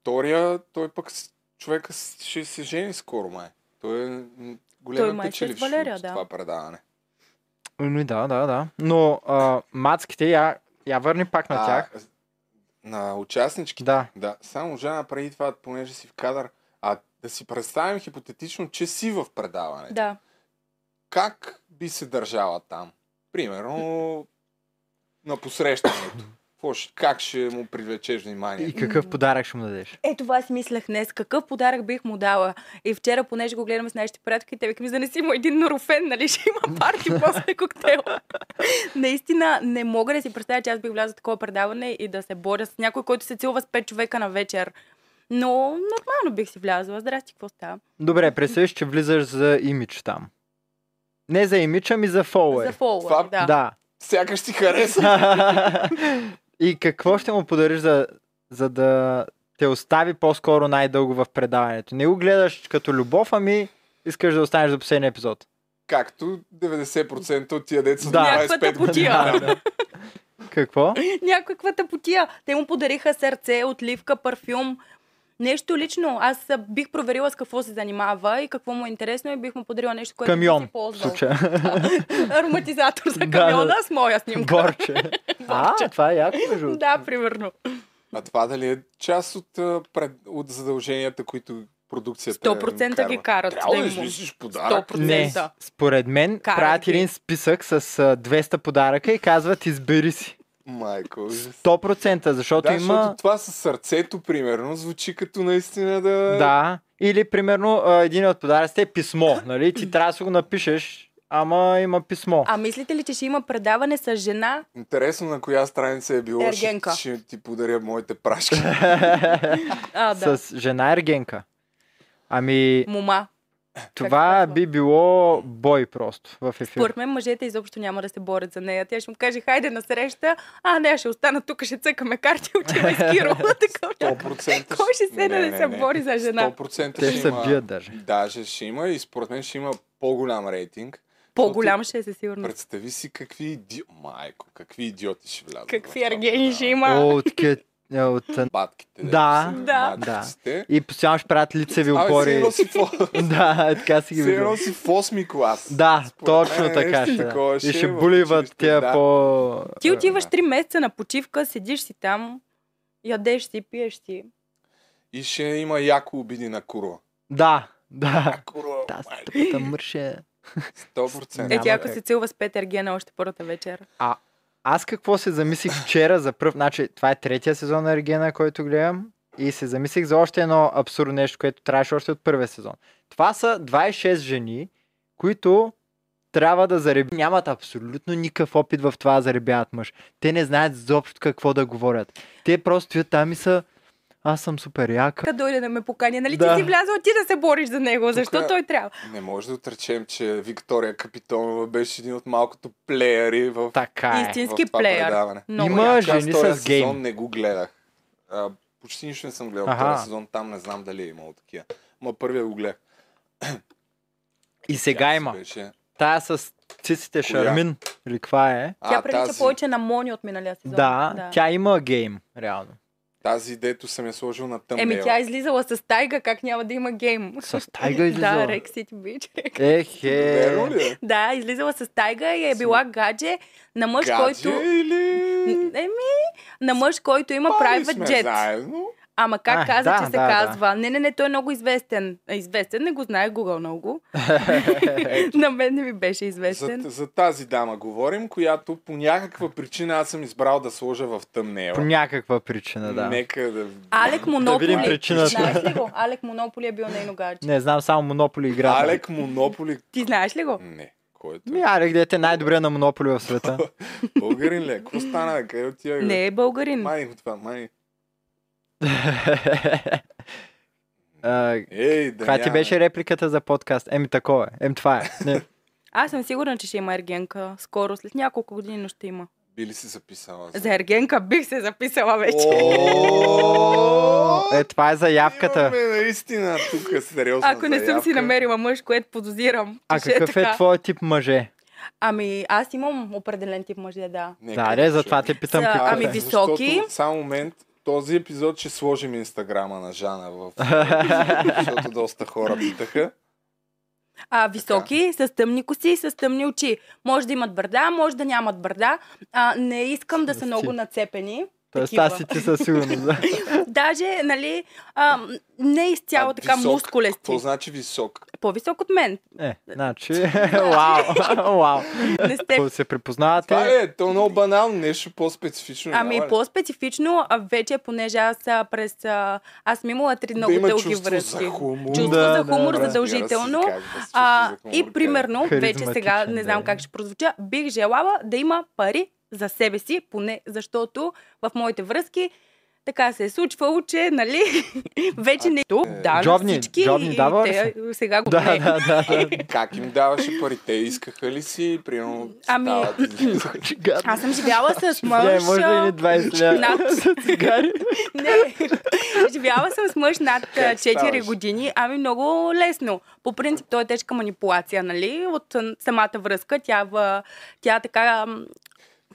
[SPEAKER 1] Втория, той пък с- човека с- ще се жени скоро май. Той е м,
[SPEAKER 3] Той
[SPEAKER 1] голям
[SPEAKER 3] май ще е с
[SPEAKER 1] печеливш
[SPEAKER 3] Валерия,
[SPEAKER 1] от
[SPEAKER 3] да.
[SPEAKER 1] това предаване.
[SPEAKER 2] Ами, Ми, да, да, да. Но а, мацките, я, я върни пак на тях.
[SPEAKER 1] А, на участничките.
[SPEAKER 2] Да.
[SPEAKER 1] Да, само Жана преди това, понеже си в кадър, а да си представим хипотетично, че си в предаването.
[SPEAKER 3] Да.
[SPEAKER 1] Как би се държала там? Примерно на посрещането. Какво ще- Как ще му привлечеш
[SPEAKER 2] И
[SPEAKER 1] внимание?
[SPEAKER 2] какъв подарък ще му дадеш?
[SPEAKER 3] Е, това си мислех днес. Какъв подарък бих му дала? И вчера, понеже го гледаме с нашите приятелки, те викам, за да не си му един норофен, нали? Ще има парти после коктейла. Наистина, не мога да си представя, че аз бих влязла в такова предаване и да се боря с някой, който се целува с пет човека на вечер. Но нормално бих си влязла. Здрасти, какво става?
[SPEAKER 2] Добре, представиш, че влизаш за имидж там. Не за имича, ми за фолуер.
[SPEAKER 3] За фолуър,
[SPEAKER 1] Това-
[SPEAKER 3] да.
[SPEAKER 2] Да.
[SPEAKER 1] Сякаш ти хареса.
[SPEAKER 2] И какво ще му подариш, за, за да те остави по-скоро най-дълго в предаването? Не го гледаш като любов, ами искаш да останеш до последния епизод.
[SPEAKER 1] Както 90% от тия деца да.
[SPEAKER 2] Да.
[SPEAKER 1] до
[SPEAKER 3] Някаква
[SPEAKER 1] 25 години.
[SPEAKER 3] тъпотия.
[SPEAKER 1] Да, да.
[SPEAKER 2] Какво?
[SPEAKER 3] Някаква тъпотия. Те му подариха сърце, отливка, парфюм. Нещо лично. Аз а, бих проверила с какво се занимава и какво му е интересно и бих му подарила нещо, което би
[SPEAKER 2] Камион.
[SPEAKER 3] си
[SPEAKER 2] В
[SPEAKER 3] ползвал.
[SPEAKER 2] случая.
[SPEAKER 3] Ароматизатор за
[SPEAKER 2] Да,
[SPEAKER 3] камиона
[SPEAKER 2] да.
[SPEAKER 3] с моя снимка.
[SPEAKER 2] Борче. А, това е яко, между другото.
[SPEAKER 3] Да, примерно.
[SPEAKER 1] А това дали е част от, а, пред, от задълженията, които продукцията
[SPEAKER 3] 100% ги карат.
[SPEAKER 1] Трябва да
[SPEAKER 3] да им-
[SPEAKER 1] измислиш подарък.
[SPEAKER 3] 100%.
[SPEAKER 2] Не, според мен
[SPEAKER 3] Карай
[SPEAKER 2] правят
[SPEAKER 3] ги.
[SPEAKER 2] един списък с а, 200 подаръка и казват избери си.
[SPEAKER 1] Майко. ужас.
[SPEAKER 2] 100%, защото
[SPEAKER 1] Да,
[SPEAKER 2] има...
[SPEAKER 1] защото това със сърцето, примерно, звучи като наистина да...
[SPEAKER 2] Да. Или, примерно, а, един от подаръците е писмо, нали? Ти трябва да си го напишеш, ама има писмо.
[SPEAKER 3] А мислите ли, че ще има предаване с жена?
[SPEAKER 1] Интересно на коя страница е било. Ще,
[SPEAKER 3] Ергенка.
[SPEAKER 1] ще ти подаря моите прашки.
[SPEAKER 3] А, да.
[SPEAKER 2] С жена Ергенка. Ами,
[SPEAKER 3] Мома.
[SPEAKER 2] това
[SPEAKER 3] казва?
[SPEAKER 2] би било бой просто в ефир.
[SPEAKER 3] Според мен мъжете изобщо няма да се борят за нея. Тя ще му каже, хайде на среща, а не, аз ще остана тук, ще цъкаме карти, отивай с Киро. Такова.
[SPEAKER 1] 100%
[SPEAKER 3] Кой ще седне да се бори за жена?
[SPEAKER 1] 100%
[SPEAKER 2] Те
[SPEAKER 1] ще
[SPEAKER 2] ще се
[SPEAKER 1] има-
[SPEAKER 2] бият даже.
[SPEAKER 1] Даже ще има и според мен ще има по-голям рейтинг.
[SPEAKER 3] По-голям ще е със сигурност.
[SPEAKER 1] Представи си какви иди... Майко, какви идиоти ще влязат.
[SPEAKER 3] Какви
[SPEAKER 1] в това
[SPEAKER 3] ергени ще
[SPEAKER 1] предаване.
[SPEAKER 3] има?
[SPEAKER 2] О, от, ке- от,
[SPEAKER 1] Батките.
[SPEAKER 2] Да.
[SPEAKER 3] Да.
[SPEAKER 1] Мачките.
[SPEAKER 2] и постоянно ще правят лицеви
[SPEAKER 1] Абе,
[SPEAKER 2] опори.
[SPEAKER 1] сигурно си в-
[SPEAKER 2] Да, е така си ги
[SPEAKER 1] сигурно
[SPEAKER 2] виждам.
[SPEAKER 1] си в 8 клас.
[SPEAKER 2] Да,
[SPEAKER 1] Според
[SPEAKER 2] точно
[SPEAKER 1] мен е
[SPEAKER 2] така
[SPEAKER 1] нещо
[SPEAKER 2] ще. да.
[SPEAKER 1] такова
[SPEAKER 2] И ще
[SPEAKER 1] е в
[SPEAKER 2] буливат
[SPEAKER 1] училище,
[SPEAKER 2] тя
[SPEAKER 1] да.
[SPEAKER 2] по...
[SPEAKER 3] Ти отиваш
[SPEAKER 1] да.
[SPEAKER 3] 3 месеца на почивка, седиш си там, ядеш си, пиеш си.
[SPEAKER 1] И ще има яко обиди на курва.
[SPEAKER 2] Да, да.
[SPEAKER 1] Курва,
[SPEAKER 2] Та
[SPEAKER 1] майко,
[SPEAKER 2] стъпата мърше.
[SPEAKER 1] 100%.
[SPEAKER 3] Е,
[SPEAKER 2] Няма
[SPEAKER 3] тя ако
[SPEAKER 1] как.
[SPEAKER 3] се целва с Петър Гена още първата вечер.
[SPEAKER 2] Аз какво се замислих вчера за пръв... Значи, това е третия сезон на Ергена, който гледам. И се замислих за още едно абсурдно нещо, което трябваше още от първия сезон. Това са 26 жени, които трябва да заребят. Нямат абсолютно никакъв опит в това да заребяват мъж. Те не знаят заобщо какво да говорят. Те просто стоят там и са... Аз съм супер яка.
[SPEAKER 3] Като дойде да ме покани, нали
[SPEAKER 2] Да.
[SPEAKER 3] ти си влязла ти да се бориш за него, защо
[SPEAKER 1] Тука-
[SPEAKER 3] той трябва?
[SPEAKER 1] Не може да отречем, че Виктория Капитонова беше един от малкото плеери в, в
[SPEAKER 2] Така е.
[SPEAKER 3] Истински
[SPEAKER 1] това
[SPEAKER 3] плеер.
[SPEAKER 1] предаване.
[SPEAKER 3] Много
[SPEAKER 2] Има
[SPEAKER 3] яко.
[SPEAKER 1] Аз
[SPEAKER 2] жени
[SPEAKER 1] втория
[SPEAKER 2] с гейм.
[SPEAKER 1] сезон не го гледах. А, почти нищо не съм гледал
[SPEAKER 2] Аха.
[SPEAKER 1] втория сезон, там не знам дали е имало такива. Ма първия го гледах.
[SPEAKER 2] И сега
[SPEAKER 1] Тя
[SPEAKER 2] има.
[SPEAKER 1] Беше...
[SPEAKER 2] Тая с циците
[SPEAKER 1] Коя?
[SPEAKER 2] Шармин. Или каква е?
[SPEAKER 1] А,
[SPEAKER 3] Тя прилича
[SPEAKER 1] тази,
[SPEAKER 3] повече на Мони от миналия сезон.
[SPEAKER 2] Да, да, тя има гейм, реално.
[SPEAKER 1] тази, дето съм я сложил на тъмбел.
[SPEAKER 3] Еми тя е излизала с тайга, как няма да има гейм.
[SPEAKER 2] С тайга излизала.
[SPEAKER 3] Да, Рексит бич.
[SPEAKER 2] Ехе.
[SPEAKER 1] Верно ли е?
[SPEAKER 3] Да, излизала с тайга и е била гадже на мъж,
[SPEAKER 1] Гадже
[SPEAKER 3] който...
[SPEAKER 1] или...
[SPEAKER 3] Еми, на мъж, който има
[SPEAKER 1] Пари
[SPEAKER 3] private
[SPEAKER 1] сме
[SPEAKER 3] jet.
[SPEAKER 1] Заедно.
[SPEAKER 3] Ама как
[SPEAKER 2] А,
[SPEAKER 3] каза,
[SPEAKER 2] да,
[SPEAKER 3] че се
[SPEAKER 2] да, да.
[SPEAKER 3] казва? Не, не, не, той е много известен. А, Известен, не го знае Google много. на мен не ми беше
[SPEAKER 1] За,
[SPEAKER 3] известен.
[SPEAKER 1] за тази дама говорим, която по някаква причина аз съм избрал да сложа в тъмнела.
[SPEAKER 2] По някаква причина, да. Не,
[SPEAKER 1] Нека да...
[SPEAKER 3] Алек Монополи.
[SPEAKER 2] видим причината.
[SPEAKER 3] Знаеш ли го? Алек Монополи е бил нейно гадже.
[SPEAKER 2] знам само Монополи игра.
[SPEAKER 1] Алек Монополи.
[SPEAKER 3] Ти знаеш ли го?
[SPEAKER 1] Не. Който
[SPEAKER 2] Ми,
[SPEAKER 1] е?
[SPEAKER 2] Алек, дете, най-добре на Монополи в света.
[SPEAKER 1] Българин ли? е? Какво стана? бе? Къде отива? бе?
[SPEAKER 3] Не е българин.
[SPEAKER 1] Мани го това, мани.
[SPEAKER 2] А,
[SPEAKER 1] Ей, да
[SPEAKER 2] Каква ти беше репликата за подкаст? Еми такова е. Еми това е. Не.
[SPEAKER 3] Аз съм сигурна, че ще има ергенка. Скоро, след няколко години, но ще има.
[SPEAKER 1] Били си записала.
[SPEAKER 3] За ергенка бих се записала вече.
[SPEAKER 1] О,
[SPEAKER 2] Е, това е заявката.
[SPEAKER 1] Имаме наистина тук сериозна
[SPEAKER 3] Ако не съм си
[SPEAKER 1] заявка.
[SPEAKER 3] намерила мъж, което подозирам.
[SPEAKER 2] А
[SPEAKER 3] че ще
[SPEAKER 2] какъв е
[SPEAKER 3] така.
[SPEAKER 2] твоят тип мъже?
[SPEAKER 3] Ами, аз имам определен тип мъже, да.
[SPEAKER 1] Нека
[SPEAKER 2] Да, де,
[SPEAKER 1] чуем.
[SPEAKER 2] затова те питам
[SPEAKER 3] Са,
[SPEAKER 2] какво
[SPEAKER 3] ами,
[SPEAKER 2] е.
[SPEAKER 3] ви- високи.
[SPEAKER 1] Защото, само момент, този епизод ще сложим инстаграма на Жана в... защото доста хора питаха.
[SPEAKER 3] А, високи, с тъмни коси, с тъмни очи. Може да имат бърда, може да нямат бърда. А, не искам да са
[SPEAKER 2] Сти.
[SPEAKER 3] много нацепени.
[SPEAKER 2] Тоест,
[SPEAKER 3] такива.
[SPEAKER 2] аз си ти със сигурност. да.
[SPEAKER 3] Даже, нали, а, м, не изцяло
[SPEAKER 1] А,
[SPEAKER 3] така
[SPEAKER 1] висок,
[SPEAKER 3] мускулести.
[SPEAKER 1] Какво значи висок?
[SPEAKER 3] По-висок от мен.
[SPEAKER 2] Е, значи, вау, вау.
[SPEAKER 3] Не сте
[SPEAKER 2] Ако се
[SPEAKER 1] Това
[SPEAKER 2] припознавате,
[SPEAKER 1] ли е, то е много банално, нещо по-специфично.
[SPEAKER 3] Ами
[SPEAKER 1] няма нали? ли?
[SPEAKER 3] по-специфично, а вече понеже аз а, през... А, аз съм имала три много
[SPEAKER 1] да има
[SPEAKER 3] дълги
[SPEAKER 1] чувство
[SPEAKER 3] връзки.
[SPEAKER 1] за хумор.
[SPEAKER 3] Чувство
[SPEAKER 2] Да,
[SPEAKER 3] за
[SPEAKER 2] да,
[SPEAKER 3] хумор
[SPEAKER 2] да.
[SPEAKER 3] задължително.
[SPEAKER 1] Разбира се, как да се
[SPEAKER 3] А,
[SPEAKER 1] чувства за хумор,
[SPEAKER 3] и примерно, вече сега,
[SPEAKER 2] Харизматичен,
[SPEAKER 3] не знам
[SPEAKER 2] да.
[SPEAKER 3] как ще прозвуча, бих желала да има пари за себе си, поне защото в моите връзки Така се е случвало, че, нали, вече не... Тук, да, на
[SPEAKER 2] Джобни-
[SPEAKER 3] всички.
[SPEAKER 2] Джобни
[SPEAKER 3] и
[SPEAKER 2] дава ли
[SPEAKER 3] те, Сега го
[SPEAKER 2] Да,
[SPEAKER 3] не.
[SPEAKER 2] да, да, да.
[SPEAKER 1] Как им даваше пари? Те искаха ли си? Примерно
[SPEAKER 3] Ами-
[SPEAKER 1] стават, излизат.
[SPEAKER 3] Аз съм живяла с мъж.
[SPEAKER 2] Не, Е, може да
[SPEAKER 3] а,
[SPEAKER 2] ни 20 лева
[SPEAKER 3] над-
[SPEAKER 2] за цигари.
[SPEAKER 3] Не, живяла съм с мъж над а,
[SPEAKER 1] Как
[SPEAKER 3] 4
[SPEAKER 1] ставаш?
[SPEAKER 3] години, ами много лесно. По принцип, той е тежка манипулация, нали? От а, самата връзка, тя, в, тя така, ам,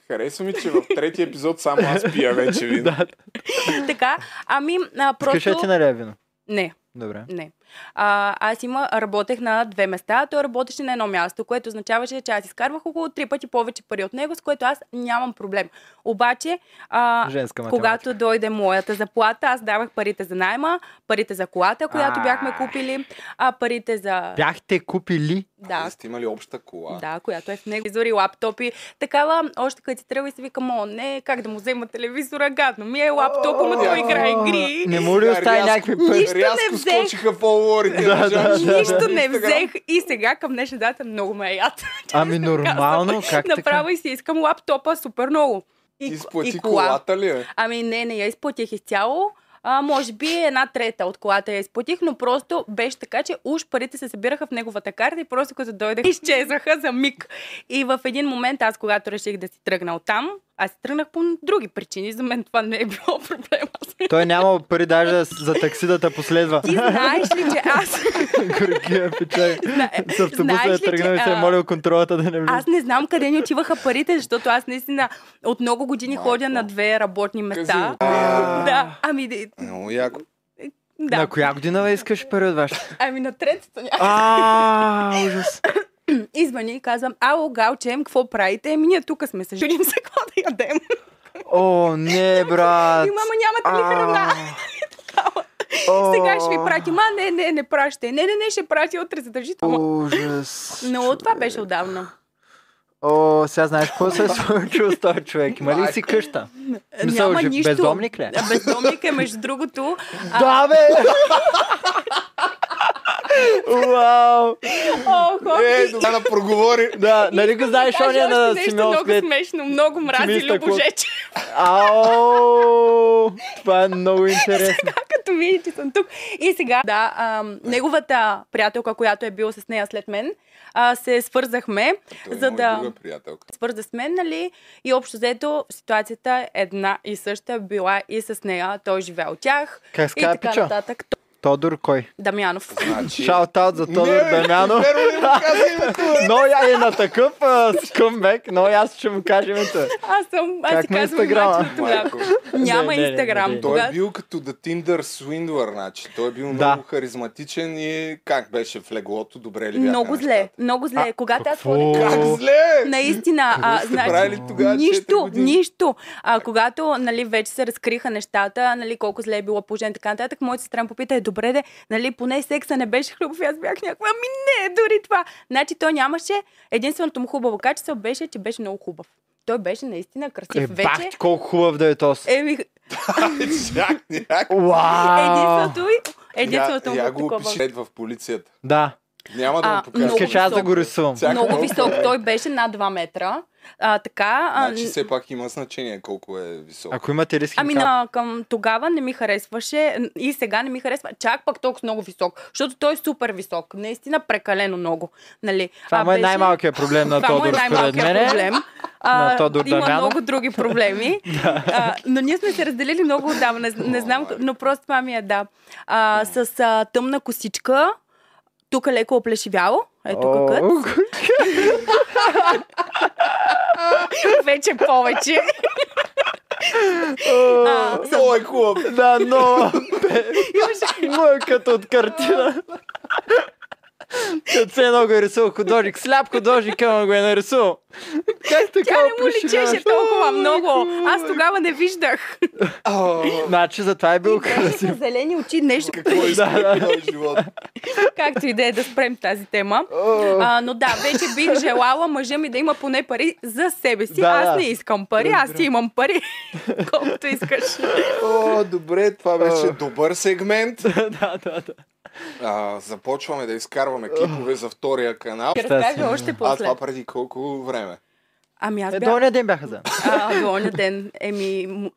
[SPEAKER 1] Харесва ми, че в третия епизод само аз пия вече вино.
[SPEAKER 2] Да,
[SPEAKER 3] така, ами а,
[SPEAKER 2] Скажи, ти
[SPEAKER 3] просто...
[SPEAKER 2] наля вино.
[SPEAKER 3] Не,
[SPEAKER 2] Добре.
[SPEAKER 3] не. А, аз има, работех на две места, а той работеше на едно място, което означаваше, че аз изкарвах около три пъти повече пари от него, с което аз нямам проблем. Обаче, а,
[SPEAKER 2] Женска математика.
[SPEAKER 3] Когато дойде моята заплата, аз давах парите за найма, парите за колата, която
[SPEAKER 2] А.
[SPEAKER 3] бяхме купили, а парите за...
[SPEAKER 2] Бяхте купили
[SPEAKER 1] А вие
[SPEAKER 3] Да,
[SPEAKER 1] Нали сте имали обща кола.
[SPEAKER 3] да, която е в него. Телевизори, лаптопи, такава, още като си тръгва и си викам, о, не, как да му взема телевизора, гадно ми е лаптопа, му той играе игри.
[SPEAKER 2] Не му ли остави
[SPEAKER 1] Рязко-
[SPEAKER 2] някакви пари?
[SPEAKER 3] Нищо не
[SPEAKER 1] Рязко
[SPEAKER 3] взех.
[SPEAKER 1] скочиха нали, фолуорите.
[SPEAKER 2] Да,
[SPEAKER 1] на
[SPEAKER 2] да,
[SPEAKER 1] Жан.
[SPEAKER 2] да.
[SPEAKER 3] Нищо не
[SPEAKER 1] Инстаграм.
[SPEAKER 3] взех и сега към днешна дата много ме е яд.
[SPEAKER 2] Ами нормално,
[SPEAKER 3] Казвам,
[SPEAKER 2] как така?
[SPEAKER 3] Направо и си искам лаптопа супер много.
[SPEAKER 1] Ти
[SPEAKER 3] И,
[SPEAKER 1] изплати
[SPEAKER 3] и кола.
[SPEAKER 1] колата ли? е?
[SPEAKER 3] Ами не, не я изплатих изцяло. А, може би една трета от колата я изплатих, но просто беше така, че уж парите се събираха в неговата карта и просто като дойдех, изчезнаха за миг. И в един момент аз, когато реших да си тръгна от там, аз си тръгнах по други причини. За мен това не е било проблема.
[SPEAKER 2] Той няма пари даже да с- за такси да те последва.
[SPEAKER 3] Ти знаеш ли, че аз...
[SPEAKER 2] Горкия печак.
[SPEAKER 3] Зна-
[SPEAKER 2] С автобуса е
[SPEAKER 3] знаеш ли,
[SPEAKER 2] тръгнал и
[SPEAKER 3] че,
[SPEAKER 2] се е
[SPEAKER 3] а,
[SPEAKER 2] молил контролата да не влиза.
[SPEAKER 3] Аз не знам къде ни отиваха парите, защото аз наистина от много години
[SPEAKER 1] Майко.
[SPEAKER 3] ходя на две работни места.
[SPEAKER 1] Казино.
[SPEAKER 3] Да, ами д-
[SPEAKER 1] Много яко. Е,
[SPEAKER 2] На
[SPEAKER 3] да.
[SPEAKER 2] коя година бе искаш пари от вашата?
[SPEAKER 3] Ами на третата ня-
[SPEAKER 2] А, ужас.
[SPEAKER 3] Извън и казвам, ало, галчем, какво правите? Ами ние тук сме се женим, за какво да ядем?
[SPEAKER 2] О, не, брат.
[SPEAKER 3] И Ами, мама, нямате ли храна?
[SPEAKER 2] О,
[SPEAKER 3] Сега ще ви пратим. А, не, не, не пращай. Не, не, не, ще прати утре задължително.
[SPEAKER 2] Ужас.
[SPEAKER 3] Но това беше отдавна.
[SPEAKER 2] О, сега знаеш какво се е случило с този човек? Има ли си къща? Мисъл,
[SPEAKER 3] Няма
[SPEAKER 2] че
[SPEAKER 3] нищо.
[SPEAKER 2] бездомник ли е?
[SPEAKER 3] А, Бездомник е, между другото. А,
[SPEAKER 2] Да, бе! Вау!
[SPEAKER 3] О, хо,
[SPEAKER 1] Е, добре да проговори.
[SPEAKER 2] Да, нали го знаеш ония на Симеон
[SPEAKER 3] Много
[SPEAKER 2] Сквет?
[SPEAKER 3] смешно, много мрази
[SPEAKER 2] Тимиста Клод.
[SPEAKER 3] Любожече.
[SPEAKER 2] Ау! Това е много интересно.
[SPEAKER 3] като види, че съм тук. И сега, да, ам, неговата приятелка, която е била с нея след мен, а, се свързахме,
[SPEAKER 1] Той е
[SPEAKER 3] за
[SPEAKER 1] има и
[SPEAKER 3] да...
[SPEAKER 1] друга приятелка.
[SPEAKER 3] свърза с мен, нали? И общо взето ситуацията е една и съща била и с нея. Той живя от тях.
[SPEAKER 2] Как се
[SPEAKER 3] и
[SPEAKER 2] казва
[SPEAKER 3] така
[SPEAKER 2] пича?
[SPEAKER 3] нататък. Т-
[SPEAKER 2] Тодор кой?
[SPEAKER 3] Дамянов.
[SPEAKER 1] Значи...
[SPEAKER 2] Шаутаут за Тодор
[SPEAKER 1] бе,
[SPEAKER 2] Дамянов.
[SPEAKER 1] верно ли му каза името?
[SPEAKER 2] Но я е на такъв а, скъмбек, но аз ще му кажа името.
[SPEAKER 3] Аз съм, аз
[SPEAKER 2] Как
[SPEAKER 3] си
[SPEAKER 2] му е
[SPEAKER 3] казвам
[SPEAKER 2] Инстаграма?
[SPEAKER 3] начето тогава.
[SPEAKER 1] Майко.
[SPEAKER 3] Няма
[SPEAKER 2] Не, не, не, не,
[SPEAKER 3] Инстаграм
[SPEAKER 2] не.
[SPEAKER 1] Той е
[SPEAKER 3] тогава.
[SPEAKER 1] бил като The Tinder Swindler, значи. Той е бил много харизматичен и как беше в леглото, добре ли бяха
[SPEAKER 3] Много зле,
[SPEAKER 1] нещата?
[SPEAKER 3] много зле. Когато аз
[SPEAKER 2] какво?
[SPEAKER 3] ходих...
[SPEAKER 1] Как зле?
[SPEAKER 3] Наистина, а, значи,
[SPEAKER 1] правили тогава, четири
[SPEAKER 3] нищо,
[SPEAKER 1] години?
[SPEAKER 3] нищо. А, когато нали, вече се разкриха нещата, нали, колко зле е било положението и така нататък, моята сестра ме попита, е добре де, нали, поне секса не беше хубав и аз бях някаква, ами не, дори това. Значи той нямаше, единственото му хубаво качество беше, че беше много хубав. Той беше наистина красив.
[SPEAKER 2] Е, бах
[SPEAKER 3] вече,
[SPEAKER 2] ти колко хубав да е тос.
[SPEAKER 3] еми,
[SPEAKER 1] Чак, някак.
[SPEAKER 2] Вау!
[SPEAKER 3] е, единственото, и- единственото
[SPEAKER 1] Я-
[SPEAKER 3] му е
[SPEAKER 1] Я го
[SPEAKER 3] такова.
[SPEAKER 1] опишет в полицията.
[SPEAKER 2] Да,
[SPEAKER 1] Няма да
[SPEAKER 3] А,
[SPEAKER 1] му покажа.
[SPEAKER 3] много
[SPEAKER 2] искаш аз да го рисувам.
[SPEAKER 1] Всяка
[SPEAKER 3] Много
[SPEAKER 1] колко
[SPEAKER 3] висок.
[SPEAKER 1] е.
[SPEAKER 3] Той беше над 2 метра. А, така, а,
[SPEAKER 1] Значи все пак има значение колко е висок.
[SPEAKER 2] Ако имате риски,
[SPEAKER 3] Ами на, към тогава не ми харесваше н- и сега не ми харесва. Чак пък толкова много висок, защото той е супер висок. Наистина прекалено много. Нали?
[SPEAKER 2] това
[SPEAKER 3] А,
[SPEAKER 2] му е
[SPEAKER 3] беше-
[SPEAKER 2] най-малкият проблем на
[SPEAKER 3] Това му е
[SPEAKER 2] Тодор, според
[SPEAKER 3] най-малкият
[SPEAKER 2] мен.
[SPEAKER 3] проблем. А,
[SPEAKER 2] На Тодор
[SPEAKER 3] има
[SPEAKER 2] Дамянов.
[SPEAKER 3] много други проблеми. а, но ние сме се разделили много отдавна. Не, не знам, но просто това ми е да. А, с а, тъмна косичка, тук леко оплешивяло. Е, Ето какът.
[SPEAKER 2] О,
[SPEAKER 3] Вече повече. а, с
[SPEAKER 1] Много е хубав.
[SPEAKER 2] Да, но... Му е като от картина. Като се едно го е рисувал художник. Сляп художник, ама го е нарисувал. Как така
[SPEAKER 3] Тя не му
[SPEAKER 2] опишеш?
[SPEAKER 3] личеше толкова много. Аз тогава не виждах.
[SPEAKER 2] Значи затова е бил
[SPEAKER 3] Беше
[SPEAKER 2] красив.
[SPEAKER 3] с зелени очи, нещо като
[SPEAKER 1] Кой иска този живот?
[SPEAKER 3] както и да е да спрем тази тема. А, но да, вече бих желала мъжа ми да има поне пари за себе си.
[SPEAKER 2] Да, да.
[SPEAKER 3] аз не искам пари, аз си имам пари, колкото искаш.
[SPEAKER 1] О, добре, това беше добър сегмент.
[SPEAKER 2] Да, да, да.
[SPEAKER 1] А, започваме да изкарваме клипове за втория канал.
[SPEAKER 3] Ще разкажа още
[SPEAKER 1] А
[SPEAKER 3] после.
[SPEAKER 1] това преди колко време?
[SPEAKER 3] Ами аз
[SPEAKER 2] Е,
[SPEAKER 3] бях
[SPEAKER 2] долния ден бяха за.
[SPEAKER 3] а, до оня ден. Еми, м-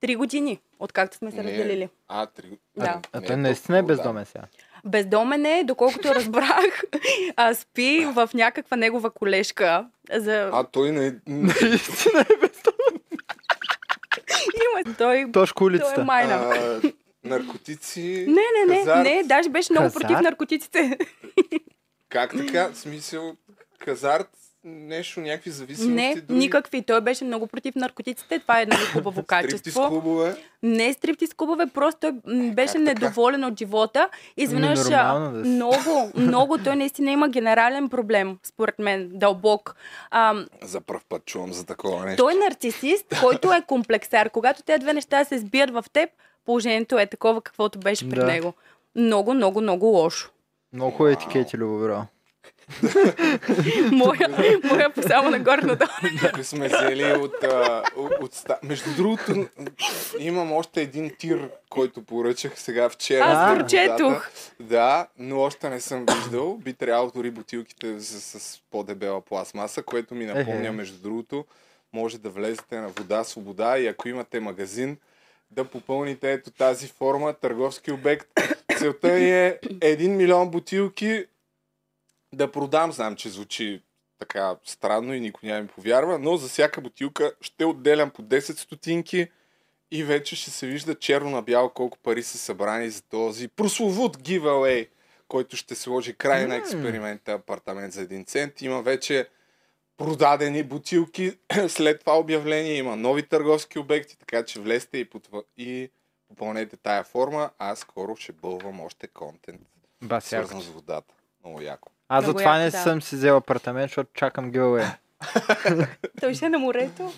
[SPEAKER 3] Три години, откакто сме се
[SPEAKER 1] Не.
[SPEAKER 3] разделили.
[SPEAKER 1] А, три.
[SPEAKER 3] Да.
[SPEAKER 2] А
[SPEAKER 1] Не
[SPEAKER 2] той
[SPEAKER 1] е
[SPEAKER 2] наистина е
[SPEAKER 1] толкова, да.
[SPEAKER 2] бездомен сега.
[SPEAKER 3] Бездомен е, доколкото разбрах, а спи в някаква негова колежка. За...
[SPEAKER 1] А той не...
[SPEAKER 2] Наистина е бездомен.
[SPEAKER 3] Има той.
[SPEAKER 2] Точка
[SPEAKER 3] Той е
[SPEAKER 2] улицата.
[SPEAKER 3] майна.
[SPEAKER 1] а, наркотици...
[SPEAKER 3] Не, не, не,
[SPEAKER 8] Хазарт.
[SPEAKER 3] не, даже беше много
[SPEAKER 2] Хазарт?
[SPEAKER 3] против наркотиците.
[SPEAKER 1] Как така? В смисъл, хазарт, нещо, някакви зависимости
[SPEAKER 3] Не,
[SPEAKER 1] други?
[SPEAKER 3] никакви. Той беше много против наркотиците. Това е едно хубаво
[SPEAKER 1] Стриптиз
[SPEAKER 3] качество.
[SPEAKER 1] клубове.
[SPEAKER 3] не стриптиз клубове, просто той м, беше
[SPEAKER 1] така?
[SPEAKER 3] недоволен от живота. Изведнъж
[SPEAKER 2] Ами,
[SPEAKER 3] а,
[SPEAKER 2] нормално да си.
[SPEAKER 3] много, много, той наистина има генерален проблем, според мен, дълбок. А,
[SPEAKER 1] За първ път чувам за такова нещо.
[SPEAKER 3] той е нарцисист, който е комплексар. Когато тези две неща се сбият в теб, положението е такова, каквото беше при
[SPEAKER 2] Да.
[SPEAKER 3] него. Много, много, много лошо.
[SPEAKER 2] Много хубави етикети, Любовира.
[SPEAKER 3] Моя, моя по само нагоре надолу.
[SPEAKER 1] Тук сме взели от, а, от, от ста... Между другото, имам още един тир, който поръчах сега вчера.
[SPEAKER 3] Аз
[SPEAKER 1] за
[SPEAKER 3] прочетох.
[SPEAKER 1] водата. Да, но още не съм виждал. Би трябвало дори бутилките с, с по-дебела пластмаса, което ми напомня,
[SPEAKER 2] Ехе.
[SPEAKER 1] между другото, може да влезете на вода свобода и ако имате магазин, да попълните ето тази форма, търговски обект. Целта ни е 1 милион бутилки да продам. Знам, че звучи така странно и никой няма ми повярва, но за всяка бутилка ще отделям по 10 стотинки и вече ще се вижда черно на бяло колко пари са събрани за този прословут giveaway, който ще сложи край на експеримента апартамент за 1 цент. Има вече продадени бутилки. След това обявление има нови търговски обекти, така че влезте и, потва... и попълнете тая форма. Аз скоро ще бълвам още контент,
[SPEAKER 2] Ба, сега.
[SPEAKER 1] свързан с водата. Много яко.
[SPEAKER 2] Аз
[SPEAKER 3] Много
[SPEAKER 2] затова
[SPEAKER 3] яко,
[SPEAKER 2] не
[SPEAKER 3] да.
[SPEAKER 2] съм си взел апартамент, защото чакам гилвей.
[SPEAKER 3] Той ще е на морето.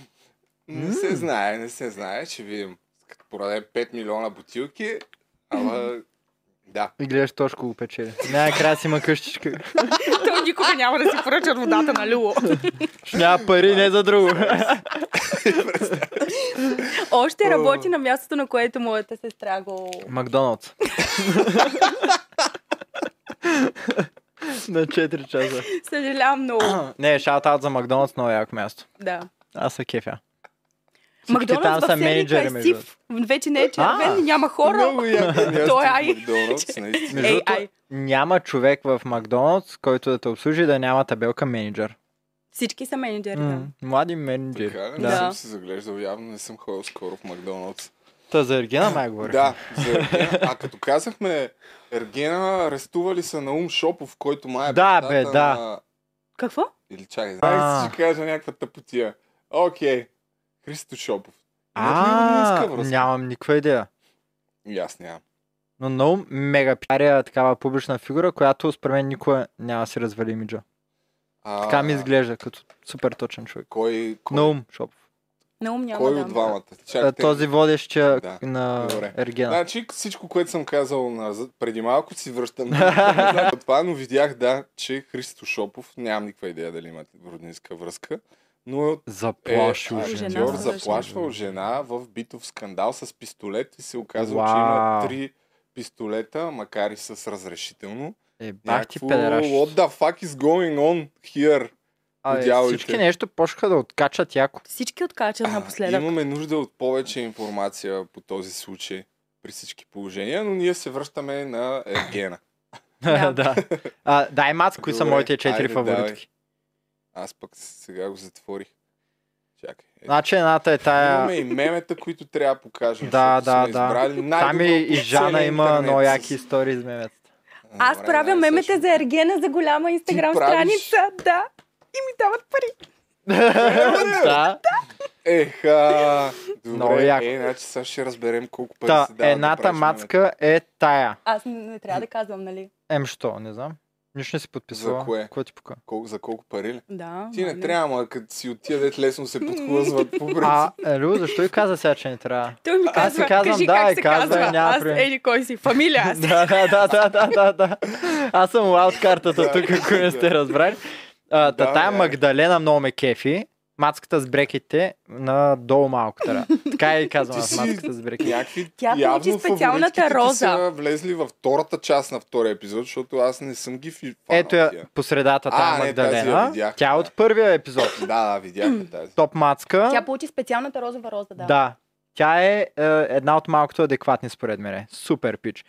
[SPEAKER 1] Не се знае, не се знае. Ще видим. Като продаде 5 милиона бутилки, ама да.
[SPEAKER 2] И гледаш точко го печели. Най-накрая си има къщичка.
[SPEAKER 3] Той никога няма да си поръча водата на Люо.
[SPEAKER 2] Ще няма пари, не за друго.
[SPEAKER 3] Още работи на мястото, на което моята сестра го...
[SPEAKER 2] Макдоналдс. На 4 часа.
[SPEAKER 3] Съжалявам много.
[SPEAKER 2] Не, шаут за Макдоналдс, много яко място.
[SPEAKER 3] Да.
[SPEAKER 2] Аз се кефя. там
[SPEAKER 3] Макдоналдс
[SPEAKER 2] са
[SPEAKER 3] в Сеника
[SPEAKER 2] менеджери,
[SPEAKER 3] е
[SPEAKER 2] между
[SPEAKER 3] сив. Вече не е червен,
[SPEAKER 2] А.
[SPEAKER 3] и няма хора.
[SPEAKER 1] Много яко място е.
[SPEAKER 3] Той,
[SPEAKER 1] в
[SPEAKER 3] ай.
[SPEAKER 1] Макдоналдс, наистина. Е,
[SPEAKER 2] Между
[SPEAKER 3] Ей,
[SPEAKER 2] другото,
[SPEAKER 3] ай.
[SPEAKER 2] няма човек в Макдоналдс, който да те обслужи да няма табелка менеджер.
[SPEAKER 3] Всички са менеджери.
[SPEAKER 2] М,
[SPEAKER 3] да.
[SPEAKER 2] Млади менеджери.
[SPEAKER 1] Така, не
[SPEAKER 2] Да.
[SPEAKER 1] съм се заглеждал, явно не съм ходил скоро в Макдоналдс.
[SPEAKER 2] Та за Ергена май говорих.
[SPEAKER 1] Да, за Ергена. А като казахме, Ергена арестували са на Ум Шопов, който май е
[SPEAKER 2] Да,
[SPEAKER 1] бащата
[SPEAKER 2] бе, да.
[SPEAKER 1] на...
[SPEAKER 3] Какво?
[SPEAKER 1] Или чакай,
[SPEAKER 2] А.
[SPEAKER 1] знаеш, ще кажа някаква тъпотия. Окей, Христо Шопов.
[SPEAKER 2] А,
[SPEAKER 1] Имат ли връзка?
[SPEAKER 2] нямам никаква идея.
[SPEAKER 1] И аз нямам.
[SPEAKER 2] Но Наум мега пиаря такава публична фигура, която според мен никога няма да си развали имиджа.
[SPEAKER 1] А,
[SPEAKER 2] Така ми изглежда, като супер точен човек.
[SPEAKER 1] Кой, кой,
[SPEAKER 2] Наум Шопов.
[SPEAKER 3] На ум няма
[SPEAKER 1] кой
[SPEAKER 3] да.
[SPEAKER 1] от двамата?
[SPEAKER 2] А,
[SPEAKER 1] Чакайте.
[SPEAKER 2] Този водещ а,
[SPEAKER 1] Да.
[SPEAKER 2] на
[SPEAKER 1] Добре.
[SPEAKER 2] Ергена.
[SPEAKER 1] Значи всичко, което съм казал на... преди малко, си връщам на това, но видях, да, че Христо Шопов, нямам никаква идея дали има роднинска връзка, но е
[SPEAKER 2] Заплашил жена.
[SPEAKER 1] актьор,
[SPEAKER 3] Жена.
[SPEAKER 1] заплашвал жена в битов скандал с пистолет и се оказва, че има
[SPEAKER 2] Вау.
[SPEAKER 1] три пистолета, макар и с разрешително.
[SPEAKER 2] Е, бах ти
[SPEAKER 1] Някакво,
[SPEAKER 2] педераш.
[SPEAKER 1] what the fuck is going on here?
[SPEAKER 2] Абе,
[SPEAKER 1] идеалите.
[SPEAKER 2] всички нещо почнаха да откачат яко.
[SPEAKER 3] Всички откачат напоследък.
[SPEAKER 1] Имаме нужда от повече информация по този случай при всички положения, но ние се връщаме на Ергена.
[SPEAKER 3] Да.
[SPEAKER 2] да. А, дай, Мац, кои са
[SPEAKER 1] Добре,
[SPEAKER 2] моите четири
[SPEAKER 1] айде,
[SPEAKER 2] фаворитки?
[SPEAKER 1] Аз пък сега го затворих. Чакай. Е,
[SPEAKER 2] Значи едната е
[SPEAKER 1] Имаме
[SPEAKER 2] тая...
[SPEAKER 1] и мемета, които трябва да покажем.
[SPEAKER 2] Да,
[SPEAKER 1] защото сме
[SPEAKER 2] да, да.
[SPEAKER 1] избрали
[SPEAKER 2] Там и,
[SPEAKER 1] най-доброто
[SPEAKER 2] и
[SPEAKER 1] от
[SPEAKER 2] Жана
[SPEAKER 1] целия
[SPEAKER 2] има
[SPEAKER 1] интернет.
[SPEAKER 2] много яки истории с мемета.
[SPEAKER 3] Аз
[SPEAKER 1] Добре,
[SPEAKER 3] правя
[SPEAKER 1] най-
[SPEAKER 3] мемете
[SPEAKER 1] също.
[SPEAKER 3] за Ергена за голяма инстаграм
[SPEAKER 1] правиш.
[SPEAKER 3] страница. Да. И ми дават пари.
[SPEAKER 1] Е,
[SPEAKER 2] да.
[SPEAKER 1] Еха!
[SPEAKER 2] Много
[SPEAKER 1] Добре,
[SPEAKER 2] яко.
[SPEAKER 1] е, значи сега ще разберем колко пари
[SPEAKER 2] Та,
[SPEAKER 1] се дава да
[SPEAKER 2] едната
[SPEAKER 1] правиш мемета.
[SPEAKER 2] мацка е тая.
[SPEAKER 3] Аз не, не трябва да казвам, нали?
[SPEAKER 2] Ем, що? Не знам. Нищо не си подписала.
[SPEAKER 1] За кое?
[SPEAKER 2] Кой ти пука?
[SPEAKER 1] Колко, за колко пари ли?
[SPEAKER 3] Да.
[SPEAKER 1] Ти не
[SPEAKER 3] нали?
[SPEAKER 1] трябва, ама като си от тия дет лесно се подхлъзват по принцип.
[SPEAKER 2] А, Лю, защо и каза сега, че не трябва?
[SPEAKER 3] Той ми казва,
[SPEAKER 2] си казвам,
[SPEAKER 3] кажи
[SPEAKER 2] да,
[SPEAKER 3] как
[SPEAKER 2] и
[SPEAKER 3] се
[SPEAKER 2] казвам,
[SPEAKER 3] казва.
[SPEAKER 2] няма
[SPEAKER 3] Аз
[SPEAKER 2] проблем.
[SPEAKER 3] еди кой си. Фамилия аз.
[SPEAKER 2] да, да, да, да, да, да, да. Аз съм лаут картата тук, ако не сте разбрали. А, та
[SPEAKER 1] Да,
[SPEAKER 2] тая
[SPEAKER 1] бе.
[SPEAKER 2] Магдалена много ме кефи. Мацката с брекетите надолу малко тара. Така и казвам
[SPEAKER 1] Ти
[SPEAKER 2] аз,
[SPEAKER 1] си-
[SPEAKER 2] мацката с брекетите.
[SPEAKER 1] Някакви
[SPEAKER 3] Тя получи
[SPEAKER 1] явно
[SPEAKER 3] специалната
[SPEAKER 1] фаворитките ти
[SPEAKER 3] роза.
[SPEAKER 1] са влезли във втората част на втория епизод, защото аз не съм ги фи- фанал
[SPEAKER 2] Ето я
[SPEAKER 1] тия.
[SPEAKER 2] по средата
[SPEAKER 1] А,
[SPEAKER 2] тая
[SPEAKER 1] не, тази я
[SPEAKER 2] Магдалена.
[SPEAKER 1] видях,
[SPEAKER 2] Тя е
[SPEAKER 1] да.
[SPEAKER 2] от първия епизод.
[SPEAKER 1] Да, да, видях я тази.
[SPEAKER 2] Топ мацка.
[SPEAKER 3] Тя получи специалната розова роза, да.
[SPEAKER 2] Да. Тя е, е една от малкото адекватни, според мен. Супер пич.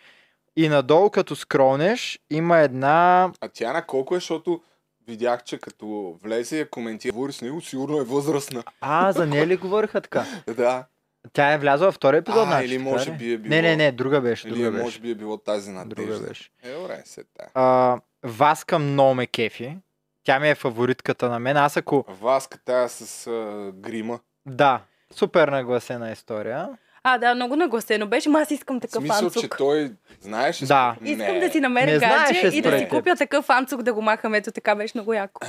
[SPEAKER 2] И надолу, като скронеш, има една...
[SPEAKER 1] А тя на колко е, защото видях, че като влезе и я коментира, говори с него, сигурно е възрастна.
[SPEAKER 2] А, за нея ли говориха така?
[SPEAKER 1] Да.
[SPEAKER 2] Тя е влязла във втория епизод,
[SPEAKER 1] А,
[SPEAKER 2] значи,
[SPEAKER 1] или
[SPEAKER 2] така
[SPEAKER 1] може
[SPEAKER 2] ли?
[SPEAKER 1] би е било.
[SPEAKER 2] Не, не, не, друга беше,
[SPEAKER 1] Или
[SPEAKER 2] друга
[SPEAKER 1] е,
[SPEAKER 2] беше.
[SPEAKER 1] може би е било тази
[SPEAKER 2] друга
[SPEAKER 1] надежда.
[SPEAKER 2] беше.
[SPEAKER 1] Е, добре, се тая.
[SPEAKER 2] А, Васка много ме кефи. Тя ми е фаворитката на мен. Аз ако...
[SPEAKER 1] Васка тая с а, грима.
[SPEAKER 2] Да, супер нагласена история.
[SPEAKER 3] А, да, много нагласено беше, ма аз искам
[SPEAKER 1] В
[SPEAKER 3] такъв
[SPEAKER 1] смисъл, че
[SPEAKER 3] анцук.
[SPEAKER 1] той, знаеш, ли,
[SPEAKER 2] Да.
[SPEAKER 1] според-
[SPEAKER 3] Искам
[SPEAKER 1] Не. е.
[SPEAKER 3] да си
[SPEAKER 2] Не
[SPEAKER 3] намеря
[SPEAKER 2] знаеше
[SPEAKER 3] гадже и да
[SPEAKER 2] според
[SPEAKER 3] си
[SPEAKER 2] теб.
[SPEAKER 3] купя такъв анцук да го махам. Ето така беше много яко. Е,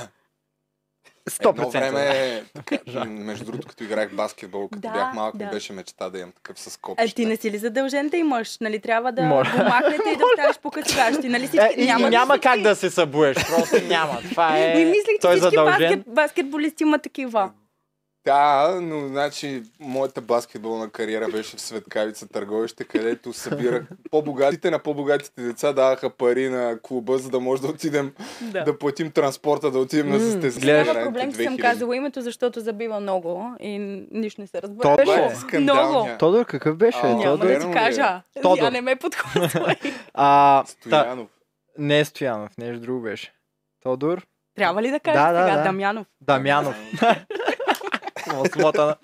[SPEAKER 2] 100%.
[SPEAKER 1] Едно време, така, между другото, като играх баскетбол, като
[SPEAKER 3] Да,
[SPEAKER 1] бях малък, ми
[SPEAKER 3] да.
[SPEAKER 1] беше мечта да имам такъв с
[SPEAKER 3] Е,
[SPEAKER 1] копчета.
[SPEAKER 3] ти не си ли задължен да имаш? Нали трябва да
[SPEAKER 2] Моля.
[SPEAKER 3] го махнете и да станеш по-късгащи? Нали всички
[SPEAKER 2] Е, няма,
[SPEAKER 3] няма,
[SPEAKER 2] няма как да се събуеш, просто няма. Това е...
[SPEAKER 3] Ми мислих, че
[SPEAKER 2] той е
[SPEAKER 3] всички
[SPEAKER 2] задължен.
[SPEAKER 3] баскет, баскетболисти имат такива.
[SPEAKER 1] Да, но значи моята баскетболна кариера беше в Светкавица търговище, където събирах по-богатите на по-богатите деца даваха пари на клуба, за да може да отидем да, да платим транспорта, да отидем на
[SPEAKER 2] М,
[SPEAKER 1] състезание.
[SPEAKER 2] гледаш.
[SPEAKER 3] Няма проблем, че съм казала името, защото забива много и нищо не се разбира.
[SPEAKER 2] То беше.
[SPEAKER 1] Това е
[SPEAKER 2] Много.
[SPEAKER 1] скандалния.
[SPEAKER 2] Тодор, какъв беше?
[SPEAKER 1] А,
[SPEAKER 2] Тодор?
[SPEAKER 3] Няма да ти
[SPEAKER 1] Верно ли е?
[SPEAKER 3] кажа.
[SPEAKER 2] Тодор.
[SPEAKER 3] Я не ме подхватвай.
[SPEAKER 2] А, та,
[SPEAKER 1] Стоянов.
[SPEAKER 2] не е Стоянов, нещо друго беше. Тодор?
[SPEAKER 3] Трябва ли да кажа
[SPEAKER 2] Да, да,
[SPEAKER 3] сега
[SPEAKER 2] да.
[SPEAKER 3] Дамянов?
[SPEAKER 2] Дамянов.
[SPEAKER 1] Ами,
[SPEAKER 2] Много смотана.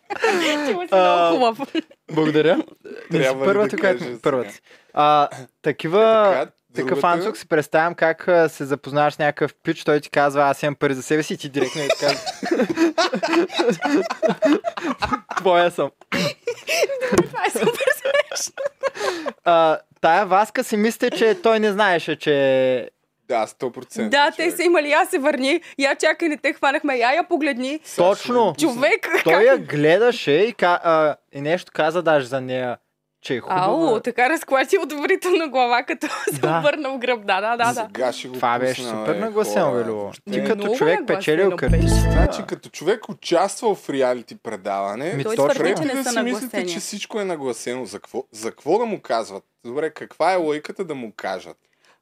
[SPEAKER 3] Ти му си
[SPEAKER 2] А,
[SPEAKER 3] много хубав.
[SPEAKER 2] Благодаря.
[SPEAKER 1] Трябва ли
[SPEAKER 2] първата,
[SPEAKER 1] да
[SPEAKER 2] която
[SPEAKER 1] кажа
[SPEAKER 2] първата.
[SPEAKER 1] сега? Е,
[SPEAKER 2] А, такива...
[SPEAKER 1] Така,
[SPEAKER 2] Такъв
[SPEAKER 1] другата-
[SPEAKER 2] анцук си представям как а, се запознаваш с някакъв пич, той ти казва, аз имам пари за себе си и ти директно и казва. Твоя съм.
[SPEAKER 3] Това е супер смешно.
[SPEAKER 2] А, тая Васка си мисля, че той не знаеше, че...
[SPEAKER 1] Да, 100%.
[SPEAKER 3] Да, те
[SPEAKER 1] човек.
[SPEAKER 3] са имали, я се върни, я чакай, не те хванахме, я я погледни.
[SPEAKER 1] Сашо
[SPEAKER 2] Точно!
[SPEAKER 3] Човек,
[SPEAKER 2] Той я гледаше и, ка... а, и нещо каза даже за нея, че е
[SPEAKER 3] Ау,
[SPEAKER 2] хубава.
[SPEAKER 3] така разклати одобрително глава, като се
[SPEAKER 2] Да.
[SPEAKER 3] обърна в гръб. Да, да, да. да.
[SPEAKER 1] Сега ще го
[SPEAKER 2] Това беше
[SPEAKER 1] пусна,
[SPEAKER 2] супер
[SPEAKER 1] бе,
[SPEAKER 2] нагласено,
[SPEAKER 1] хора.
[SPEAKER 2] Велюва. Ти
[SPEAKER 3] Е,
[SPEAKER 2] като
[SPEAKER 3] много
[SPEAKER 2] човек
[SPEAKER 3] нагласено
[SPEAKER 2] печелил
[SPEAKER 3] беше.
[SPEAKER 2] картите.
[SPEAKER 1] Значи, като човек участвал в реалити предаване,
[SPEAKER 2] Ми,
[SPEAKER 3] Той
[SPEAKER 2] точно.
[SPEAKER 3] твърди, че
[SPEAKER 1] Препи
[SPEAKER 3] не
[SPEAKER 1] да
[SPEAKER 3] са
[SPEAKER 1] Ами си мислите,
[SPEAKER 3] нагласени.
[SPEAKER 1] че всичко е нагласено. За какво, за какво да му казват? Добре, каква е логиката да му кажат?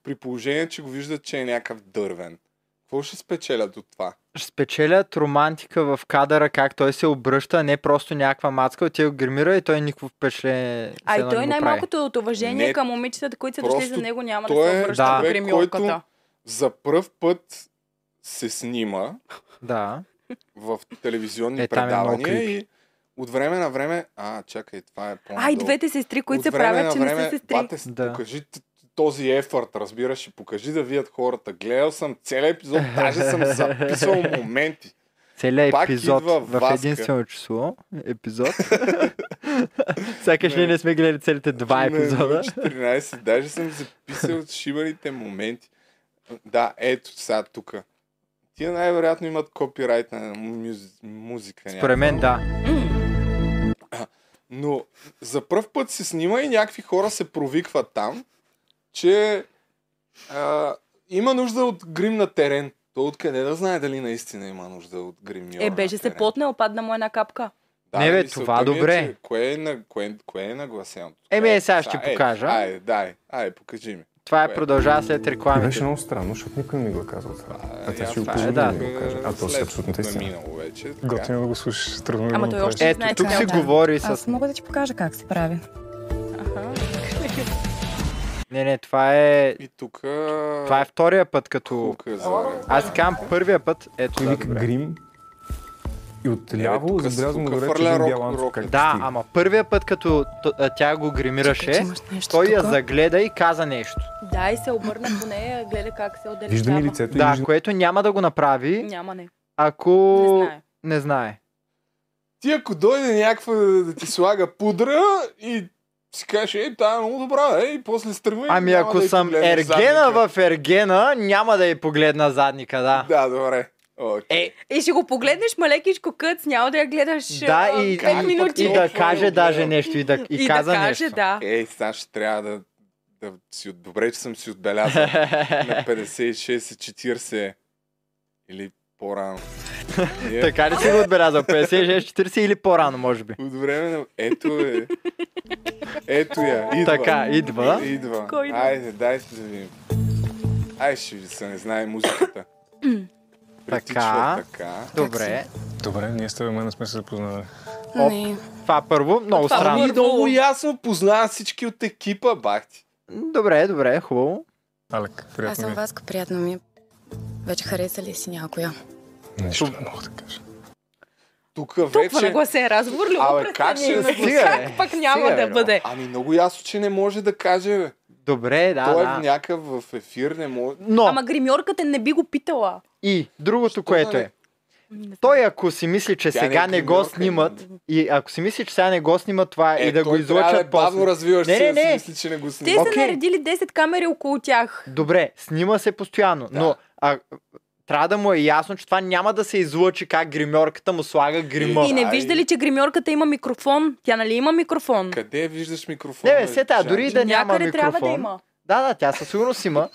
[SPEAKER 1] При положение, че го виждат, че е някакъв дървен. Какво ще спечелят от това?
[SPEAKER 2] ще спечелят романтика в кадъра, как той се обръща, не просто някаква мацка, отива гримира и той никакво впечатление.
[SPEAKER 3] А
[SPEAKER 2] все
[SPEAKER 3] и
[SPEAKER 2] едно
[SPEAKER 3] той
[SPEAKER 2] не го прави.
[SPEAKER 3] най-малкото е от уважение
[SPEAKER 1] Не,
[SPEAKER 3] към момичетата, които са дошли
[SPEAKER 1] просто
[SPEAKER 3] за него, няма да
[SPEAKER 1] той е
[SPEAKER 3] се
[SPEAKER 2] Да.
[SPEAKER 3] обръща
[SPEAKER 1] човек,
[SPEAKER 3] при милката.
[SPEAKER 1] който- За пръв път се снима
[SPEAKER 2] Да.
[SPEAKER 1] в телевизионни
[SPEAKER 2] Е, там е
[SPEAKER 1] предавания
[SPEAKER 2] много
[SPEAKER 1] и от време на време... А, чакай, това е по
[SPEAKER 3] А, и двете сестри, които се правят, че не са сестри.
[SPEAKER 1] Бате,
[SPEAKER 2] Да.
[SPEAKER 1] да. покажи т- този ефорт, разбираш, и покажи да видят хората. Гледал съм целият епизод, даже съм записал моменти.
[SPEAKER 2] Целият
[SPEAKER 1] Пак
[SPEAKER 2] епизод
[SPEAKER 1] идва
[SPEAKER 2] в
[SPEAKER 1] Васка.
[SPEAKER 2] единствено число. Епизод. Сякаш ние не сме гледали целите два
[SPEAKER 1] Не,
[SPEAKER 2] епизода.
[SPEAKER 1] 14, даже съм записал шибаните моменти. Да, ето сега тук. Тия най-вероятно имат копирайт на мюз... музика. някаква.
[SPEAKER 2] Според мен да.
[SPEAKER 1] Но за пръв път се снима и някакви хора се провикват там, че а, има нужда от грим на терен. То откъде да знае дали наистина има нужда от грим
[SPEAKER 3] Е, беше се потнал, падна му една капка.
[SPEAKER 2] Не, бе, това добре.
[SPEAKER 1] Е, че кое, е на, кое, кое е нагласеното?
[SPEAKER 2] Еми,
[SPEAKER 1] Кое
[SPEAKER 2] е, сега
[SPEAKER 1] това?
[SPEAKER 2] ще
[SPEAKER 1] Е,
[SPEAKER 2] покажа.
[SPEAKER 1] Ай, дай, ай, покажи ми.
[SPEAKER 2] Това е
[SPEAKER 1] Кое?
[SPEAKER 2] продължава след
[SPEAKER 7] Беше
[SPEAKER 2] рекламите.
[SPEAKER 7] много странно, защото никой не ми го е казал това. А тя си го
[SPEAKER 2] това е,
[SPEAKER 7] позволи
[SPEAKER 2] да.
[SPEAKER 7] да ми го каже. А то си
[SPEAKER 1] след
[SPEAKER 7] абсолютно
[SPEAKER 1] като е
[SPEAKER 7] истина.
[SPEAKER 1] минало вече. така.
[SPEAKER 7] Готино да го слушаш, трудно е да
[SPEAKER 3] Ама
[SPEAKER 7] го
[SPEAKER 3] той
[SPEAKER 7] направиш.
[SPEAKER 3] още
[SPEAKER 2] Ето,
[SPEAKER 3] Знаете,
[SPEAKER 2] тук
[SPEAKER 3] да,
[SPEAKER 2] си
[SPEAKER 3] Значи, да.
[SPEAKER 2] говори с...
[SPEAKER 6] Аз мога да ти покажа как се прави.
[SPEAKER 2] Не, не, това е...
[SPEAKER 1] И тук...
[SPEAKER 2] Това е втория път, като...
[SPEAKER 7] е
[SPEAKER 1] за...
[SPEAKER 2] Аз кам първия път. Ето,
[SPEAKER 7] Той
[SPEAKER 2] да,
[SPEAKER 7] вика
[SPEAKER 2] добре.
[SPEAKER 7] Е, грим и отляво
[SPEAKER 1] Е, тук с-
[SPEAKER 7] забелязва му
[SPEAKER 1] тук
[SPEAKER 7] горе, че
[SPEAKER 1] хвърля
[SPEAKER 7] един
[SPEAKER 1] рок-
[SPEAKER 7] бял анцук
[SPEAKER 1] рок-
[SPEAKER 7] как
[SPEAKER 2] Да,
[SPEAKER 7] стига.
[SPEAKER 2] ама първия път, като т- а, тя го гримираше, той я загледа и каза нещо.
[SPEAKER 3] Да, и се обърна по нея, гледа как се отдалечава.
[SPEAKER 7] Вижда ми лицето и
[SPEAKER 2] Да,
[SPEAKER 7] вижда
[SPEAKER 2] което няма да го направи,
[SPEAKER 3] Няма не.
[SPEAKER 2] ако
[SPEAKER 3] Не знае.
[SPEAKER 2] не знае.
[SPEAKER 1] Ти ако дойде някаква да ти слага пудра и си кажеш, ей, тая е много добра, е, и после стръгва и
[SPEAKER 2] Ами
[SPEAKER 1] няма
[SPEAKER 2] ако
[SPEAKER 1] да й
[SPEAKER 2] съм
[SPEAKER 1] погледнеш
[SPEAKER 2] ергена
[SPEAKER 1] задника.
[SPEAKER 2] в ергена, няма да й погледна задника, да.
[SPEAKER 1] Да, добре. Окей.
[SPEAKER 2] Е,
[SPEAKER 3] И ще го погледнеш малекичко кът, няма да я гледаш
[SPEAKER 2] да,
[SPEAKER 3] а,
[SPEAKER 2] и,
[SPEAKER 3] пет
[SPEAKER 1] как
[SPEAKER 3] минути.
[SPEAKER 2] и, и да
[SPEAKER 1] Какво
[SPEAKER 2] каже
[SPEAKER 1] е
[SPEAKER 2] даже
[SPEAKER 1] гледал?
[SPEAKER 2] нещо, и да, и
[SPEAKER 3] И
[SPEAKER 2] каза
[SPEAKER 3] да каже,
[SPEAKER 2] нещо.
[SPEAKER 3] да.
[SPEAKER 1] Ей, сега ще трябва да, да си от... Добре, че съм си отбелязал на 56 и 40 или по-рано. Е,
[SPEAKER 2] Така ли си го отбелязал? 56-40 или по-рано, може би.
[SPEAKER 1] От време на... Ето е. Ето я. Идва.
[SPEAKER 2] Така, идва.
[SPEAKER 1] Идва.
[SPEAKER 3] Кой идва?
[SPEAKER 1] Айде, дайте да видим. Ай, ще ви се не знае музиката. Притичва
[SPEAKER 2] Така.
[SPEAKER 1] така.
[SPEAKER 2] Добре.
[SPEAKER 7] Добре, ние с тебе май не сме се запознали.
[SPEAKER 2] Оп.
[SPEAKER 6] Не.
[SPEAKER 2] Това първо, много
[SPEAKER 3] Това е-
[SPEAKER 2] странно.
[SPEAKER 1] Ами много ясно познава всички от екипа, бах ти.
[SPEAKER 2] Добре, добре, хубаво.
[SPEAKER 7] Алек,
[SPEAKER 6] Аз
[SPEAKER 7] приятно
[SPEAKER 6] съм
[SPEAKER 7] ми.
[SPEAKER 6] Васко, приятно ми. е. Вече хареса ли си някоя?
[SPEAKER 7] Нищо не мога да кажа.
[SPEAKER 1] Тук
[SPEAKER 3] Толкова
[SPEAKER 1] вече...
[SPEAKER 3] нагласен разговор ли?
[SPEAKER 1] Абе,
[SPEAKER 3] го
[SPEAKER 1] как ще
[SPEAKER 3] преценим?
[SPEAKER 2] стига, бе?
[SPEAKER 3] Как пък няма
[SPEAKER 2] Стига, е,
[SPEAKER 3] да
[SPEAKER 2] бе,
[SPEAKER 3] бъде?
[SPEAKER 1] Ами много ясно, че не може да каже. бе.
[SPEAKER 2] Добре, да,
[SPEAKER 1] Той е
[SPEAKER 2] да.
[SPEAKER 1] някакъв в ефир, не може.
[SPEAKER 2] Но
[SPEAKER 3] Ама гримьорката не би го питала.
[SPEAKER 2] и другото, което
[SPEAKER 1] да не?
[SPEAKER 2] е. Той ако си мисли, че
[SPEAKER 1] Тя не е
[SPEAKER 2] сега не го
[SPEAKER 1] гримьорка,
[SPEAKER 2] снимат, и ако си мисли, че сега не го снимат това и
[SPEAKER 1] Е,
[SPEAKER 2] да го
[SPEAKER 1] той трябва да е
[SPEAKER 2] излъчат
[SPEAKER 1] бавно
[SPEAKER 2] после...
[SPEAKER 1] развиваш
[SPEAKER 2] Не,
[SPEAKER 1] се,
[SPEAKER 2] не,
[SPEAKER 1] да си
[SPEAKER 2] не.
[SPEAKER 1] мисли, че не го
[SPEAKER 3] Те
[SPEAKER 1] снима.
[SPEAKER 2] Окей.
[SPEAKER 3] са наредили 10 камери около тях.
[SPEAKER 2] Добре, снима се постоянно,
[SPEAKER 1] Да.
[SPEAKER 2] но а, трябва да му е ясно, че това няма да се излъчи как гримьорката му слага грима.
[SPEAKER 1] Ма,
[SPEAKER 3] И не
[SPEAKER 1] ай.
[SPEAKER 3] вижда ли, че гримьорката има микрофон? Тя нали има микрофон?
[SPEAKER 1] Къде виждаш микрофона?
[SPEAKER 2] Не, бе, се тая, дори и да няма
[SPEAKER 3] Някъде
[SPEAKER 2] микрофон.
[SPEAKER 3] трябва да има.
[SPEAKER 2] Да, да, тя със сигурност има.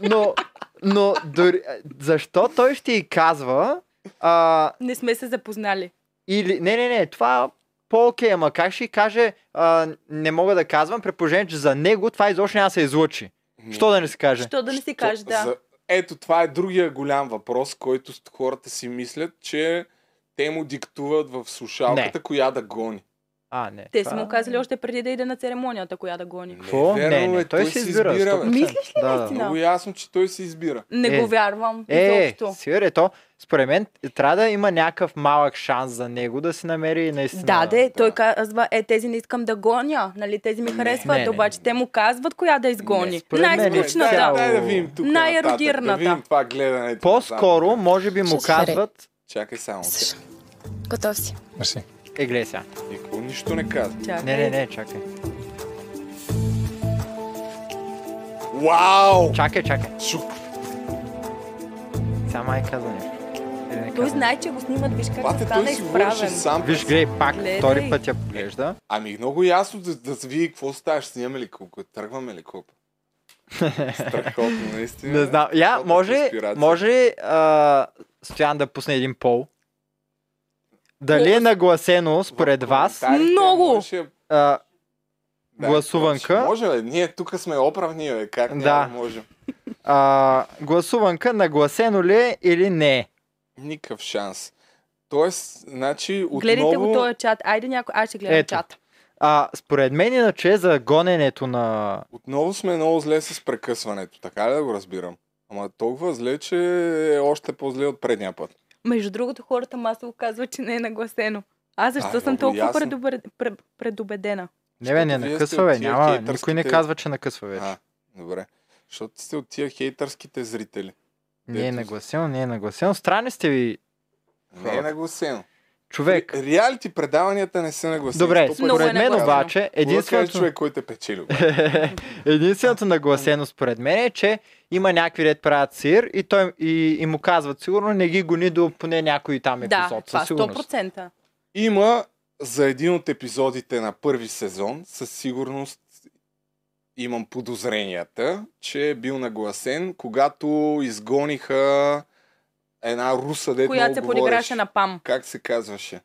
[SPEAKER 2] Но, но дори, защо той ще й казва а,
[SPEAKER 3] Не сме се запознали.
[SPEAKER 2] Или, не, не, не, това по-окей, ама как ще й каже, а, не мога да казвам, при положение, че за него това изобщо няма да се излъчи.
[SPEAKER 1] Не.
[SPEAKER 2] Що да не се каже?
[SPEAKER 3] Що да не си кажеш, да.
[SPEAKER 1] За- Ето, това е другия голям въпрос, който с- хората си мислят, че те му диктуват в слушалката,
[SPEAKER 2] Не.
[SPEAKER 1] коя да гони.
[SPEAKER 2] А, не.
[SPEAKER 3] Те
[SPEAKER 2] това-
[SPEAKER 3] са му казали още преди да иде на церемонията, коя да гони.
[SPEAKER 2] Какво? Не,
[SPEAKER 1] верно,
[SPEAKER 2] не,
[SPEAKER 1] бе,
[SPEAKER 2] той,
[SPEAKER 1] той
[SPEAKER 2] се
[SPEAKER 1] си
[SPEAKER 2] избира.
[SPEAKER 1] избира, бе.
[SPEAKER 2] 100%.
[SPEAKER 3] Мислиш ли
[SPEAKER 2] да, да.
[SPEAKER 3] наистина?
[SPEAKER 1] Много ясно, че той се избира.
[SPEAKER 3] Не
[SPEAKER 2] Е.
[SPEAKER 3] го вярвам.
[SPEAKER 2] Е,
[SPEAKER 3] изобщо.
[SPEAKER 2] сире, то, според мен, трябва да има някакъв малък шанс за него да си намери наистина.
[SPEAKER 3] Да, де, той казва, е, тези не искам да гоня, нали, тези ми харесват,
[SPEAKER 2] не, не.
[SPEAKER 3] обаче те му казват коя да изгони.
[SPEAKER 2] според мен е
[SPEAKER 3] Най-скучната.
[SPEAKER 2] цяло.
[SPEAKER 1] Дай, дай да видим тук нататък, Да
[SPEAKER 3] Най-еродирната.
[SPEAKER 1] видим това гледане.
[SPEAKER 2] По-скоро, може би
[SPEAKER 6] Ще
[SPEAKER 2] му
[SPEAKER 6] се
[SPEAKER 2] казват,
[SPEAKER 1] Чакай само.
[SPEAKER 6] Слушай, готов си.
[SPEAKER 7] Мерси.
[SPEAKER 2] е, гледай сега.
[SPEAKER 1] И какво нищо не казва.
[SPEAKER 3] Чакай.
[SPEAKER 2] Не, не, не, чакай.
[SPEAKER 1] Вау!
[SPEAKER 2] Чакай, чакай.
[SPEAKER 1] Шук.
[SPEAKER 2] Сега май казва нещо. Или не
[SPEAKER 3] Той
[SPEAKER 2] казва.
[SPEAKER 3] знае, че го снимат, виж как
[SPEAKER 1] Бате,
[SPEAKER 3] се
[SPEAKER 1] той
[SPEAKER 3] стана
[SPEAKER 1] си говореше
[SPEAKER 3] изправен.
[SPEAKER 1] сам.
[SPEAKER 2] Виж, гледай, пак,
[SPEAKER 3] Гледай.
[SPEAKER 2] втори път я поглежда.
[SPEAKER 1] Ами много ясно да, да се види какво става. Ще снимаме ли колко? е, Тръгваме ли колко? Страхотно, наистина.
[SPEAKER 2] Не знам. Я,
[SPEAKER 1] Каквото
[SPEAKER 2] може,
[SPEAKER 1] конспирация.
[SPEAKER 2] може а, Стоян да пусне един пол. Дали е нагласено според
[SPEAKER 1] В
[SPEAKER 2] вас
[SPEAKER 1] коментарите
[SPEAKER 3] Много!
[SPEAKER 1] можеше-
[SPEAKER 2] а,
[SPEAKER 1] Да,
[SPEAKER 2] Гласуванка.
[SPEAKER 1] какво ще Може ли? Ние тук сме оправни, бе. Как няма
[SPEAKER 2] Да.
[SPEAKER 1] да. можем?
[SPEAKER 2] а, гласуванка, нагласено ли е или не е?
[SPEAKER 1] Никакъв шанс. Тоест, значи, отново...
[SPEAKER 3] Гледайте го е- този чат. Айде някой, аз ще гледам
[SPEAKER 2] Ето.
[SPEAKER 3] чат.
[SPEAKER 2] А, според мен иначе за гоненето на...
[SPEAKER 1] Отново сме много зле с прекъсването, така ли да го разбирам? Ама толкова зле, че е още по-зле от предния път.
[SPEAKER 3] Между другото, хората масово казват, че не е нагласено. Аз защо
[SPEAKER 1] Ай,
[SPEAKER 3] съм
[SPEAKER 1] много
[SPEAKER 3] толкова
[SPEAKER 1] ясно.
[SPEAKER 3] предубед- пре- предубедена?
[SPEAKER 2] Не бе, не
[SPEAKER 1] Защото вие
[SPEAKER 2] накъсва,
[SPEAKER 1] сте
[SPEAKER 2] бе,
[SPEAKER 1] от тия
[SPEAKER 2] няма, никой
[SPEAKER 1] хейтърските-
[SPEAKER 2] не казва, че накъсва вече.
[SPEAKER 1] А, добре. Защото сте от тия хейтърските зрители.
[SPEAKER 2] не е
[SPEAKER 1] ето.
[SPEAKER 2] нагласено, не е нагласено. Странни сте ви,
[SPEAKER 1] Не е нагласено.
[SPEAKER 2] човек.
[SPEAKER 1] Ре- Реалити предаванията не са нагласени.
[SPEAKER 2] Добре,
[SPEAKER 1] Сто пъти
[SPEAKER 3] Много е
[SPEAKER 2] според мен
[SPEAKER 3] нагласено.
[SPEAKER 2] обаче,
[SPEAKER 1] Единственото...
[SPEAKER 2] единственото...
[SPEAKER 1] Кой човек, който е печелил.
[SPEAKER 2] Единственото нагласено според мен е, че има някакви ред правят сир и, той, и, и му казват сигурно не ги гони до поне някой там
[SPEAKER 3] Да,
[SPEAKER 2] Ами, епизод.
[SPEAKER 3] това
[SPEAKER 2] със сигурност.
[SPEAKER 3] 100%.
[SPEAKER 1] Има за един от епизодите на първи сезон, със сигурност имам подозренията, че е бил нагласен, когато изгониха една руса,
[SPEAKER 2] Е,
[SPEAKER 1] дето
[SPEAKER 3] Която се
[SPEAKER 1] много говореше.
[SPEAKER 3] подиграше на пам.
[SPEAKER 1] Как се казваше?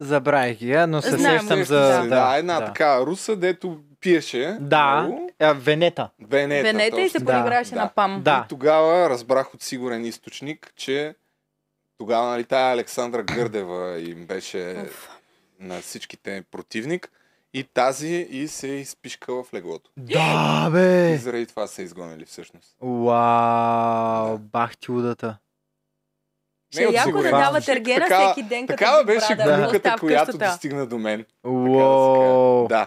[SPEAKER 2] Забравих ги, а, но се
[SPEAKER 3] Знаем,
[SPEAKER 2] сещам
[SPEAKER 3] виж,
[SPEAKER 2] за...
[SPEAKER 3] да.
[SPEAKER 2] Да,
[SPEAKER 1] да, една
[SPEAKER 2] да.
[SPEAKER 1] така руса, дето пиеше.
[SPEAKER 2] Да,
[SPEAKER 1] много.
[SPEAKER 2] а, Венета.
[SPEAKER 1] Венета.
[SPEAKER 3] Венета и се
[SPEAKER 1] точно.
[SPEAKER 2] е Да,
[SPEAKER 3] подиграше
[SPEAKER 1] да.
[SPEAKER 3] на пам.
[SPEAKER 2] Да.
[SPEAKER 1] И тогава разбрах от сигурен източник, че тогава нали, тая Александра Гърдева им беше
[SPEAKER 3] Уф.
[SPEAKER 1] на всичките противник и тази и се изпишка в леглото.
[SPEAKER 2] Да,
[SPEAKER 1] И
[SPEAKER 2] бе!
[SPEAKER 1] заради това са изгонили всъщност.
[SPEAKER 2] Вау, бах ти удата.
[SPEAKER 3] Ще е
[SPEAKER 1] от
[SPEAKER 3] яко да
[SPEAKER 1] сигурен
[SPEAKER 3] дава
[SPEAKER 1] източник.
[SPEAKER 3] тергена
[SPEAKER 1] Такава-
[SPEAKER 3] всеки ден, като
[SPEAKER 1] Такава
[SPEAKER 3] Big
[SPEAKER 1] беше
[SPEAKER 3] Brother,
[SPEAKER 2] да
[SPEAKER 1] глупката,
[SPEAKER 3] остава в
[SPEAKER 1] която
[SPEAKER 3] къщата.
[SPEAKER 1] достигна до мен. Така да се каже.
[SPEAKER 2] Уау!
[SPEAKER 1] Да.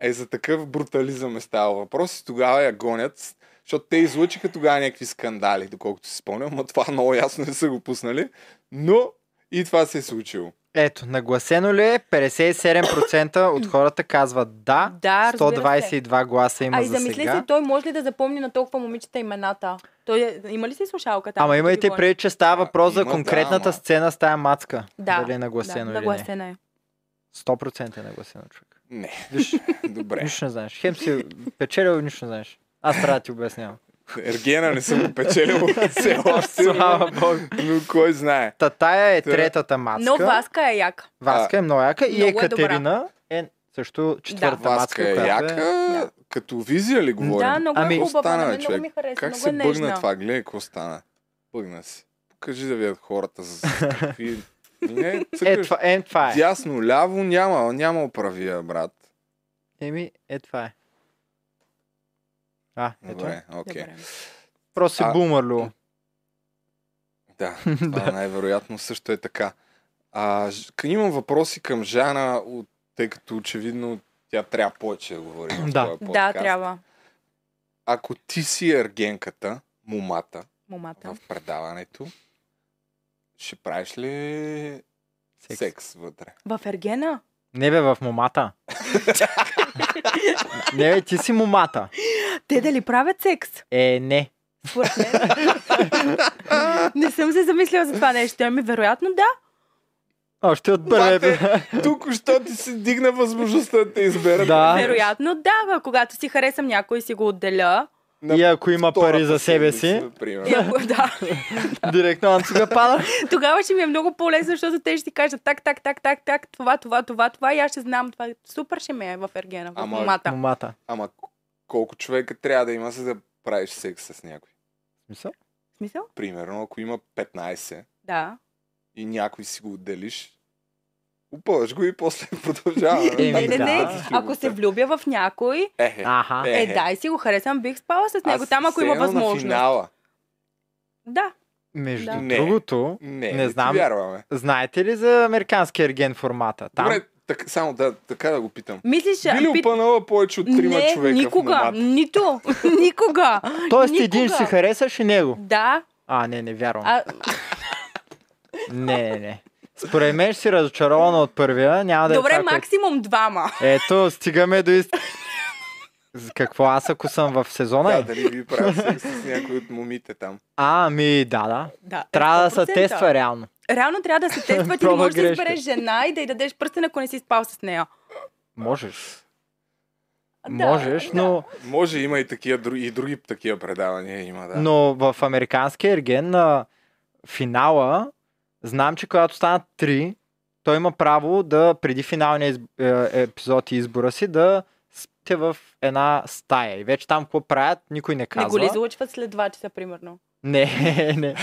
[SPEAKER 1] Е, за такъв брутализъм е става въпрос и тогава я гонят, защото те излъчиха тогава някакви скандали, доколкото си спомням, но това много ясно не са го пуснали, но и това се е случило.
[SPEAKER 2] Ето, нагласено ли е? 57% от хората казват да.
[SPEAKER 3] Да, разбира се.
[SPEAKER 2] 122 гласа има
[SPEAKER 3] А и
[SPEAKER 2] за
[SPEAKER 3] замисли
[SPEAKER 2] сега.
[SPEAKER 3] си, той може ли да запомни на толкова момичета имената? Той е, има ли си слушалката?
[SPEAKER 2] Ама имайте
[SPEAKER 3] Телефон.
[SPEAKER 2] преди, че става въпрос за
[SPEAKER 1] Има, да,
[SPEAKER 2] конкретната
[SPEAKER 1] ама.
[SPEAKER 2] сцена с тая мацка.
[SPEAKER 3] Да,
[SPEAKER 2] Дали е нагласено
[SPEAKER 3] да,
[SPEAKER 2] или не.
[SPEAKER 3] нагласена е.
[SPEAKER 2] 100% е нагласено човек.
[SPEAKER 1] Не,
[SPEAKER 2] Виж,
[SPEAKER 1] добре.
[SPEAKER 2] нищо не знаеш. Хем си печелил, нищо не знаеш. Аз трябва да ти обяснявам.
[SPEAKER 1] Ергена не съм го печелил все още,
[SPEAKER 2] Слава Богу.
[SPEAKER 1] но кой знае.
[SPEAKER 2] Та тая е
[SPEAKER 1] Та-
[SPEAKER 2] третата мацка.
[SPEAKER 3] Но Васка е яка.
[SPEAKER 2] Васка е много яка. И
[SPEAKER 3] Много е добра.
[SPEAKER 2] Екатерина е също четвърта
[SPEAKER 1] Васка
[SPEAKER 2] мацка.
[SPEAKER 1] е
[SPEAKER 2] която
[SPEAKER 1] яка, като визия ли говорим?
[SPEAKER 3] Да, много
[SPEAKER 2] Ами-
[SPEAKER 3] е хубава,
[SPEAKER 1] Остана,
[SPEAKER 3] на мен много
[SPEAKER 1] човек.
[SPEAKER 3] ми харесва,
[SPEAKER 1] Как
[SPEAKER 3] много
[SPEAKER 1] се
[SPEAKER 3] е
[SPEAKER 1] бъгна
[SPEAKER 3] нежна.
[SPEAKER 1] това? Гледай какво стана. Бъгна си. Покажи да видят хората за за какви Не,
[SPEAKER 2] Е,
[SPEAKER 1] цъкаш
[SPEAKER 2] това е. Това е.
[SPEAKER 1] дясно, ляво няма, няма правия, брат.
[SPEAKER 2] Еми, е това е. А, ето.
[SPEAKER 1] Добре, окей.
[SPEAKER 3] Добре.
[SPEAKER 2] Просто си
[SPEAKER 1] А-
[SPEAKER 2] бумърло.
[SPEAKER 1] Да, това най-вероятно също е така. А, Ж- к- имам въпроси към Жана, от, тъй като очевидно тя трябва повече да говори. в
[SPEAKER 2] Да.
[SPEAKER 1] този
[SPEAKER 3] Да,
[SPEAKER 1] подкаст.
[SPEAKER 3] трябва.
[SPEAKER 1] Ако ти си ергенката, момата,
[SPEAKER 3] Момата.
[SPEAKER 1] в предаването, ще правиш ли секс,
[SPEAKER 2] Секс.
[SPEAKER 1] секс вътре?
[SPEAKER 3] В Ергена?
[SPEAKER 2] Не бе, в момата. не бе, ти си момата.
[SPEAKER 3] Те дали правят секс?
[SPEAKER 2] Е, не.
[SPEAKER 3] Според мен. Не съм се замислила за това нещо. Ами, вероятно да.
[SPEAKER 2] Още от първия
[SPEAKER 1] Мате,
[SPEAKER 2] епизод.
[SPEAKER 1] Тук, що ти се дигна възможността да те избера.
[SPEAKER 2] Да.
[SPEAKER 3] Вероятно да. Когато си харесам някой, си го отделя.
[SPEAKER 1] На
[SPEAKER 2] И ако има
[SPEAKER 1] втората
[SPEAKER 2] пари за себе си,
[SPEAKER 1] седмица, например.
[SPEAKER 3] И ако, да.
[SPEAKER 2] директно Анцуга пада.
[SPEAKER 3] Тогава ще ми е много по-лесно, защото те ще ти кажат так, так, так, так, так, това, това, това, това. И аз ще знам това. Супер ще ме е в Ергена, в
[SPEAKER 1] Ама-
[SPEAKER 3] момата.
[SPEAKER 2] Момата.
[SPEAKER 1] Ама колко човека трябва да има, за да правиш секс с някой?
[SPEAKER 2] В Смисъл?
[SPEAKER 3] В Смисъл?
[SPEAKER 1] Примерно, ако има 15
[SPEAKER 3] Да.
[SPEAKER 1] и някой си го отделиш, опъваш го и после продължава.
[SPEAKER 2] Еми,
[SPEAKER 3] Е, не, не,
[SPEAKER 2] да.
[SPEAKER 3] не. Ако се влюбя в някой,
[SPEAKER 1] Е, е,
[SPEAKER 2] Аха.
[SPEAKER 3] е, да, и си го харесам, бих спала с него там, ако има възможност.
[SPEAKER 1] Финала.
[SPEAKER 3] Да.
[SPEAKER 2] Между
[SPEAKER 3] Да.
[SPEAKER 1] Не.
[SPEAKER 2] другото,
[SPEAKER 1] Не,
[SPEAKER 2] Не
[SPEAKER 1] не, знам.
[SPEAKER 2] знам.
[SPEAKER 1] Ти вярваме.
[SPEAKER 2] знаете ли за американски ерген формата? Там?
[SPEAKER 1] Добре, так, само да, така да го питам.
[SPEAKER 3] Мислиш,
[SPEAKER 1] Би ли
[SPEAKER 3] пит-
[SPEAKER 1] опънала повече от трима
[SPEAKER 3] не,
[SPEAKER 1] човека в
[SPEAKER 3] никога,
[SPEAKER 1] момата?
[SPEAKER 3] нито, никога.
[SPEAKER 2] Тоест
[SPEAKER 3] никога.
[SPEAKER 2] един ще си харесаш и него.
[SPEAKER 3] Да,
[SPEAKER 2] А, не, не вярвам.
[SPEAKER 3] а,
[SPEAKER 2] Не, не, не. Според мен ще си разочарована от първия. Няма да е
[SPEAKER 3] добре,
[SPEAKER 2] това, което-
[SPEAKER 3] максимум двама.
[SPEAKER 2] Ето, стигаме до ист... За Какво аз ако съм в сезона?
[SPEAKER 1] Да,
[SPEAKER 2] Да,
[SPEAKER 1] дали би правил секс с някой от момите там.
[SPEAKER 2] А, ми, да, да.
[SPEAKER 3] Да, е,
[SPEAKER 2] Трябва да се
[SPEAKER 3] 100%.
[SPEAKER 2] тества реално.
[SPEAKER 3] Реално трябва да се тества, ти не
[SPEAKER 2] Проба
[SPEAKER 3] можеш да
[SPEAKER 2] грешка.
[SPEAKER 3] избереш жена и да й дадеш пръстен, ако не си спал с нея.
[SPEAKER 2] Можеш.
[SPEAKER 3] Да,
[SPEAKER 2] Можеш, но,
[SPEAKER 1] Може има и такива други, и други такива предавания има, да.
[SPEAKER 2] но в американския ерген на финала, знам, че когато станат три, той има право да преди финалния из... е, епизод и избора си да спите в една стая. И вече там какво правят, никой не казва.
[SPEAKER 3] Не го ли излучват след два часа, примерно?
[SPEAKER 2] Не, не.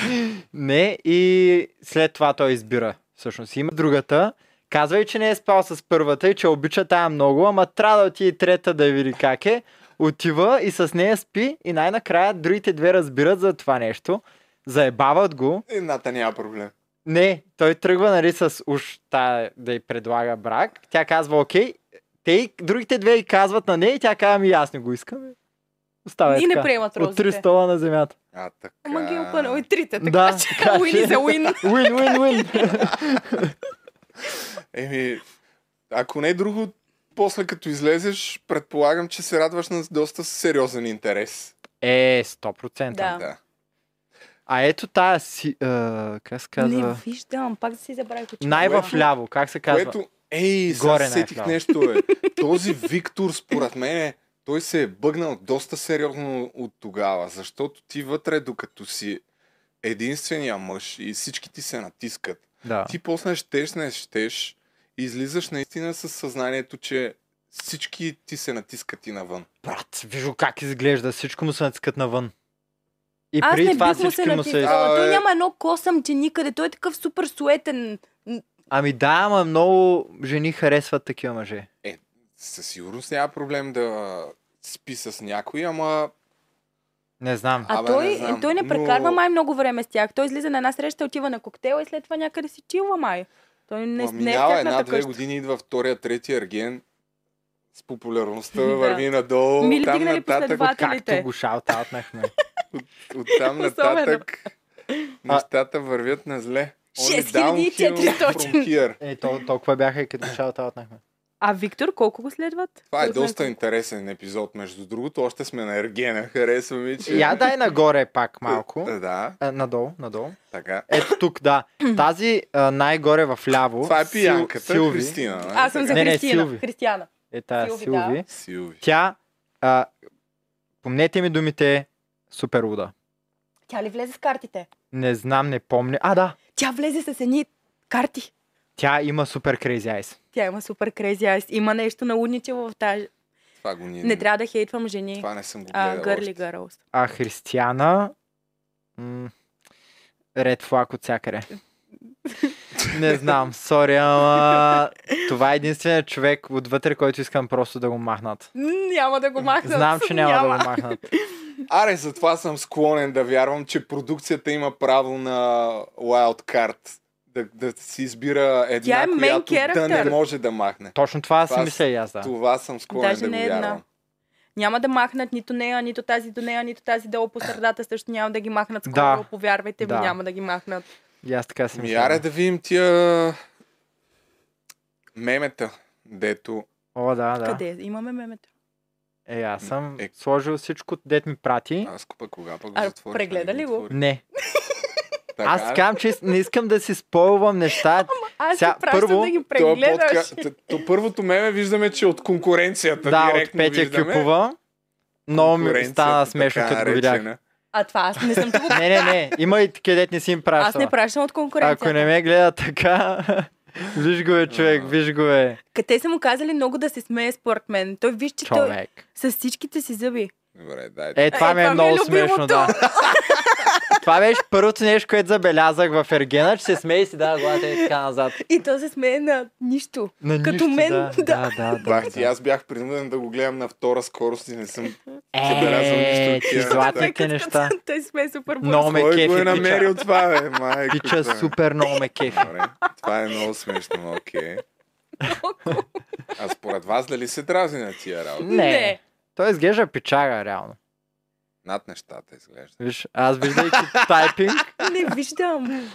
[SPEAKER 2] Не, и след това той избира. Всъщност има другата. Казва и, че не е спал с първата и че обича тая много, ама трябва да отиде и трета да види как е. Отива и с нея спи и най-накрая другите две разбират за това нещо. Заебават го.
[SPEAKER 1] Едната няма проблем.
[SPEAKER 2] Не, той тръгва, нали, с уж тая да й предлага брак. Тя казва окей. Те и другите две и казват на нея и тя казва, ми аз не го искам. бе». Остава е
[SPEAKER 3] И не
[SPEAKER 2] така.
[SPEAKER 3] приемат
[SPEAKER 2] От три
[SPEAKER 3] розите.
[SPEAKER 2] стола на земята.
[SPEAKER 1] А, така.
[SPEAKER 3] Ама ги е опънал и трите, така
[SPEAKER 2] Да,
[SPEAKER 3] че е
[SPEAKER 2] така че.
[SPEAKER 3] уини за уин.
[SPEAKER 2] Уин, уин, уин.
[SPEAKER 1] Еми, ако не е друго, после като излезеш, предполагам, че се радваш на доста сериозен интерес.
[SPEAKER 2] Е, 100%.
[SPEAKER 3] Да.
[SPEAKER 1] Да.
[SPEAKER 2] А ето тая си... А, как се
[SPEAKER 3] Не
[SPEAKER 2] казва?
[SPEAKER 3] виждам, пак си забравих очите.
[SPEAKER 2] Най-вляво, как се казва?
[SPEAKER 1] Което, ей,
[SPEAKER 2] Горе
[SPEAKER 1] сега сетих
[SPEAKER 2] най-вляво.
[SPEAKER 1] нещо, бе. Този Виктор, според мен, е- той се е бъгнал доста сериозно от тогава, защото ти вътре, докато си единствения мъж и всички ти се натискат,
[SPEAKER 2] Да.
[SPEAKER 1] ти после щеш, не щеш, излизаш наистина с съзнанието, че всички ти се натискат и навън.
[SPEAKER 2] Брат, вижу как изглежда. Всичко му се натискат навън. И
[SPEAKER 3] Аз
[SPEAKER 2] преди
[SPEAKER 3] не
[SPEAKER 2] това
[SPEAKER 3] бих му
[SPEAKER 2] всички
[SPEAKER 3] се
[SPEAKER 2] му се...
[SPEAKER 3] натискала. Той
[SPEAKER 1] Абе.
[SPEAKER 3] няма едно косъмче никъде. Той е такъв супер суетен.
[SPEAKER 2] Ами да, ама много жени харесват такива мъже.
[SPEAKER 1] Със сигурност няма проблем да спи с някой, ама
[SPEAKER 2] Не знам.
[SPEAKER 3] А
[SPEAKER 1] Абе,
[SPEAKER 3] той,
[SPEAKER 1] не знам,
[SPEAKER 3] той не
[SPEAKER 1] но-
[SPEAKER 3] прекарва май много време с тях. Той излиза на една среща, отива на коктейла и след това някъде си чилва май. Той не,
[SPEAKER 1] Ма,
[SPEAKER 3] не е в
[SPEAKER 1] минава
[SPEAKER 3] тяхната
[SPEAKER 1] една-две
[SPEAKER 3] къща.
[SPEAKER 1] години, идва втория, третия ерген. С популярността
[SPEAKER 3] Да.
[SPEAKER 1] върви надолу.
[SPEAKER 3] Мили
[SPEAKER 1] там
[SPEAKER 3] дигнали
[SPEAKER 1] нататък,
[SPEAKER 3] последовател-
[SPEAKER 2] Както
[SPEAKER 3] приятелите.
[SPEAKER 2] го шаутаутнахме.
[SPEAKER 1] от, там
[SPEAKER 3] Особено.
[SPEAKER 1] нататък нещата вървят на зле. Only
[SPEAKER 3] 6400.
[SPEAKER 1] downhill from here.
[SPEAKER 2] Е, то, толкова бяха и като шаутаутнахме.
[SPEAKER 3] А Виктор, колко го следват?
[SPEAKER 1] Това е
[SPEAKER 3] Друг
[SPEAKER 1] доста
[SPEAKER 3] начин.
[SPEAKER 1] интересен епизод, между другото. Още сме на Ергена. Харесва ми, че... Е,
[SPEAKER 2] Я дай нагоре пак малко.
[SPEAKER 1] Да,
[SPEAKER 2] А, надолу, надолу.
[SPEAKER 1] така.
[SPEAKER 2] Ето тук, да. Тази а, най-горе в ляво.
[SPEAKER 1] Това е пиянката,
[SPEAKER 2] Силви.
[SPEAKER 1] Кристина. нали?
[SPEAKER 3] Аз съм за
[SPEAKER 2] Не, не,
[SPEAKER 3] Христина.
[SPEAKER 2] Силви.
[SPEAKER 3] Християна.
[SPEAKER 2] Е, тая
[SPEAKER 3] Силви,
[SPEAKER 2] Силви.
[SPEAKER 3] да.
[SPEAKER 2] Силви.
[SPEAKER 1] Силви.
[SPEAKER 2] Тя, а, помнете ми думите, супер луда.
[SPEAKER 3] Тя ли влезе с картите?
[SPEAKER 2] Не знам, не помня. А, да,
[SPEAKER 3] Тя влезе с едни карти.
[SPEAKER 2] тя има супер крейзи айс.
[SPEAKER 3] Тя има супер крези айс. Има нещо налудничево в тази...
[SPEAKER 1] Това го ни...
[SPEAKER 3] Не трябва да хейтвам жени.
[SPEAKER 1] Това не е съм го
[SPEAKER 3] А,
[SPEAKER 1] гледал.
[SPEAKER 3] гърли
[SPEAKER 1] още.
[SPEAKER 3] гърлс.
[SPEAKER 2] А Християна... М- ред флаг от всякъде. Не знам, сори, ама това е единственият човек отвътре, който искам просто да го махнат.
[SPEAKER 3] М, Няма да го махна.
[SPEAKER 2] Знам, че няма, да го махнат.
[SPEAKER 1] Аре, затова съм склонен да вярвам, че продукцията има право на wildcard. Да, да си избира една,
[SPEAKER 3] Тя е main
[SPEAKER 1] която да не
[SPEAKER 3] character.
[SPEAKER 1] може да махне.
[SPEAKER 2] Точно това си
[SPEAKER 1] Това
[SPEAKER 2] мисля и аз, да.
[SPEAKER 1] Това съм склонен
[SPEAKER 3] Даже
[SPEAKER 1] да
[SPEAKER 3] не е
[SPEAKER 1] го
[SPEAKER 3] една.
[SPEAKER 1] вярвам.
[SPEAKER 3] Няма да махнат нито нея, нито тази до нея, нито тази долу по средата, също няма да ги махнат. Скоро,
[SPEAKER 2] Да.
[SPEAKER 3] повярвайте ми,
[SPEAKER 2] Да.
[SPEAKER 3] няма да ги махнат.
[SPEAKER 2] И аз така си
[SPEAKER 1] Ми,
[SPEAKER 2] мисля.
[SPEAKER 1] аре да видим тия мемета, дето
[SPEAKER 2] О, да, да.
[SPEAKER 3] Къде? Имаме мемето.
[SPEAKER 2] Е, аз съм
[SPEAKER 1] Е.
[SPEAKER 2] сложил всичко, дет ми прати.
[SPEAKER 1] аз купа кога пък го
[SPEAKER 3] А,
[SPEAKER 1] затворих.
[SPEAKER 3] прегледа ли го?
[SPEAKER 2] Не.
[SPEAKER 1] Така,
[SPEAKER 2] Аз казвам, че не искам да си спойвам неща. Сега,
[SPEAKER 3] Аз Сега, пращам
[SPEAKER 2] първо,
[SPEAKER 3] да ги
[SPEAKER 1] то,
[SPEAKER 3] прегледаш.
[SPEAKER 1] то първото меме виждаме, че е от конкуренцията
[SPEAKER 2] Да, от
[SPEAKER 1] директно
[SPEAKER 2] Петя
[SPEAKER 1] виждаме.
[SPEAKER 2] Кюпова. Много ми
[SPEAKER 1] Конкуренцията,
[SPEAKER 2] стана смешно,
[SPEAKER 1] така
[SPEAKER 2] като го видях.
[SPEAKER 1] наречена.
[SPEAKER 3] А това аз не съм тук.
[SPEAKER 2] Не, не, не. Има и такива, дет не си им пращала.
[SPEAKER 3] Аз не пращам от конкуренция.
[SPEAKER 2] е. Ако не ме гледа така, виж го бе, човек, виж го бе,
[SPEAKER 3] Те са му казали много да се смее според мен. Той виж, че той
[SPEAKER 2] човек.
[SPEAKER 3] с всичките си зъби.
[SPEAKER 1] Добре, дай.
[SPEAKER 2] Е, това
[SPEAKER 3] Е,
[SPEAKER 2] ми е
[SPEAKER 3] това ми е
[SPEAKER 2] много смешно,
[SPEAKER 3] любимото.
[SPEAKER 2] да. Това беше първото нещо, което забелязах в Ергена, че се смее и си дава главата и така назад.
[SPEAKER 3] И то се смее на нищо.
[SPEAKER 2] На
[SPEAKER 3] Като
[SPEAKER 2] нищо,
[SPEAKER 3] мен,
[SPEAKER 2] да.
[SPEAKER 3] да.
[SPEAKER 2] Да, да, да.
[SPEAKER 1] Бах ти, аз бях принуден да го гледам на втора скорост и не съм забелязал нищо
[SPEAKER 2] Е,
[SPEAKER 1] от
[SPEAKER 2] ти
[SPEAKER 1] тия
[SPEAKER 3] Той
[SPEAKER 2] златните
[SPEAKER 3] като-
[SPEAKER 2] неща.
[SPEAKER 3] като- Той се смее супер бързо.
[SPEAKER 2] Много ме
[SPEAKER 1] Кой го е
[SPEAKER 2] кефи, пича.
[SPEAKER 1] намерил това, бе, майко.
[SPEAKER 2] Пича
[SPEAKER 1] това е.
[SPEAKER 2] супер много ме кефи.
[SPEAKER 1] Добре, това е много смешно, окей. А според вас дали се дразни на тия работи?
[SPEAKER 2] Не. Той изглежда пичага, реално.
[SPEAKER 1] Над нещата изглежда.
[SPEAKER 2] Виж, аз виждайки тайпинг,
[SPEAKER 3] Не, не виждам.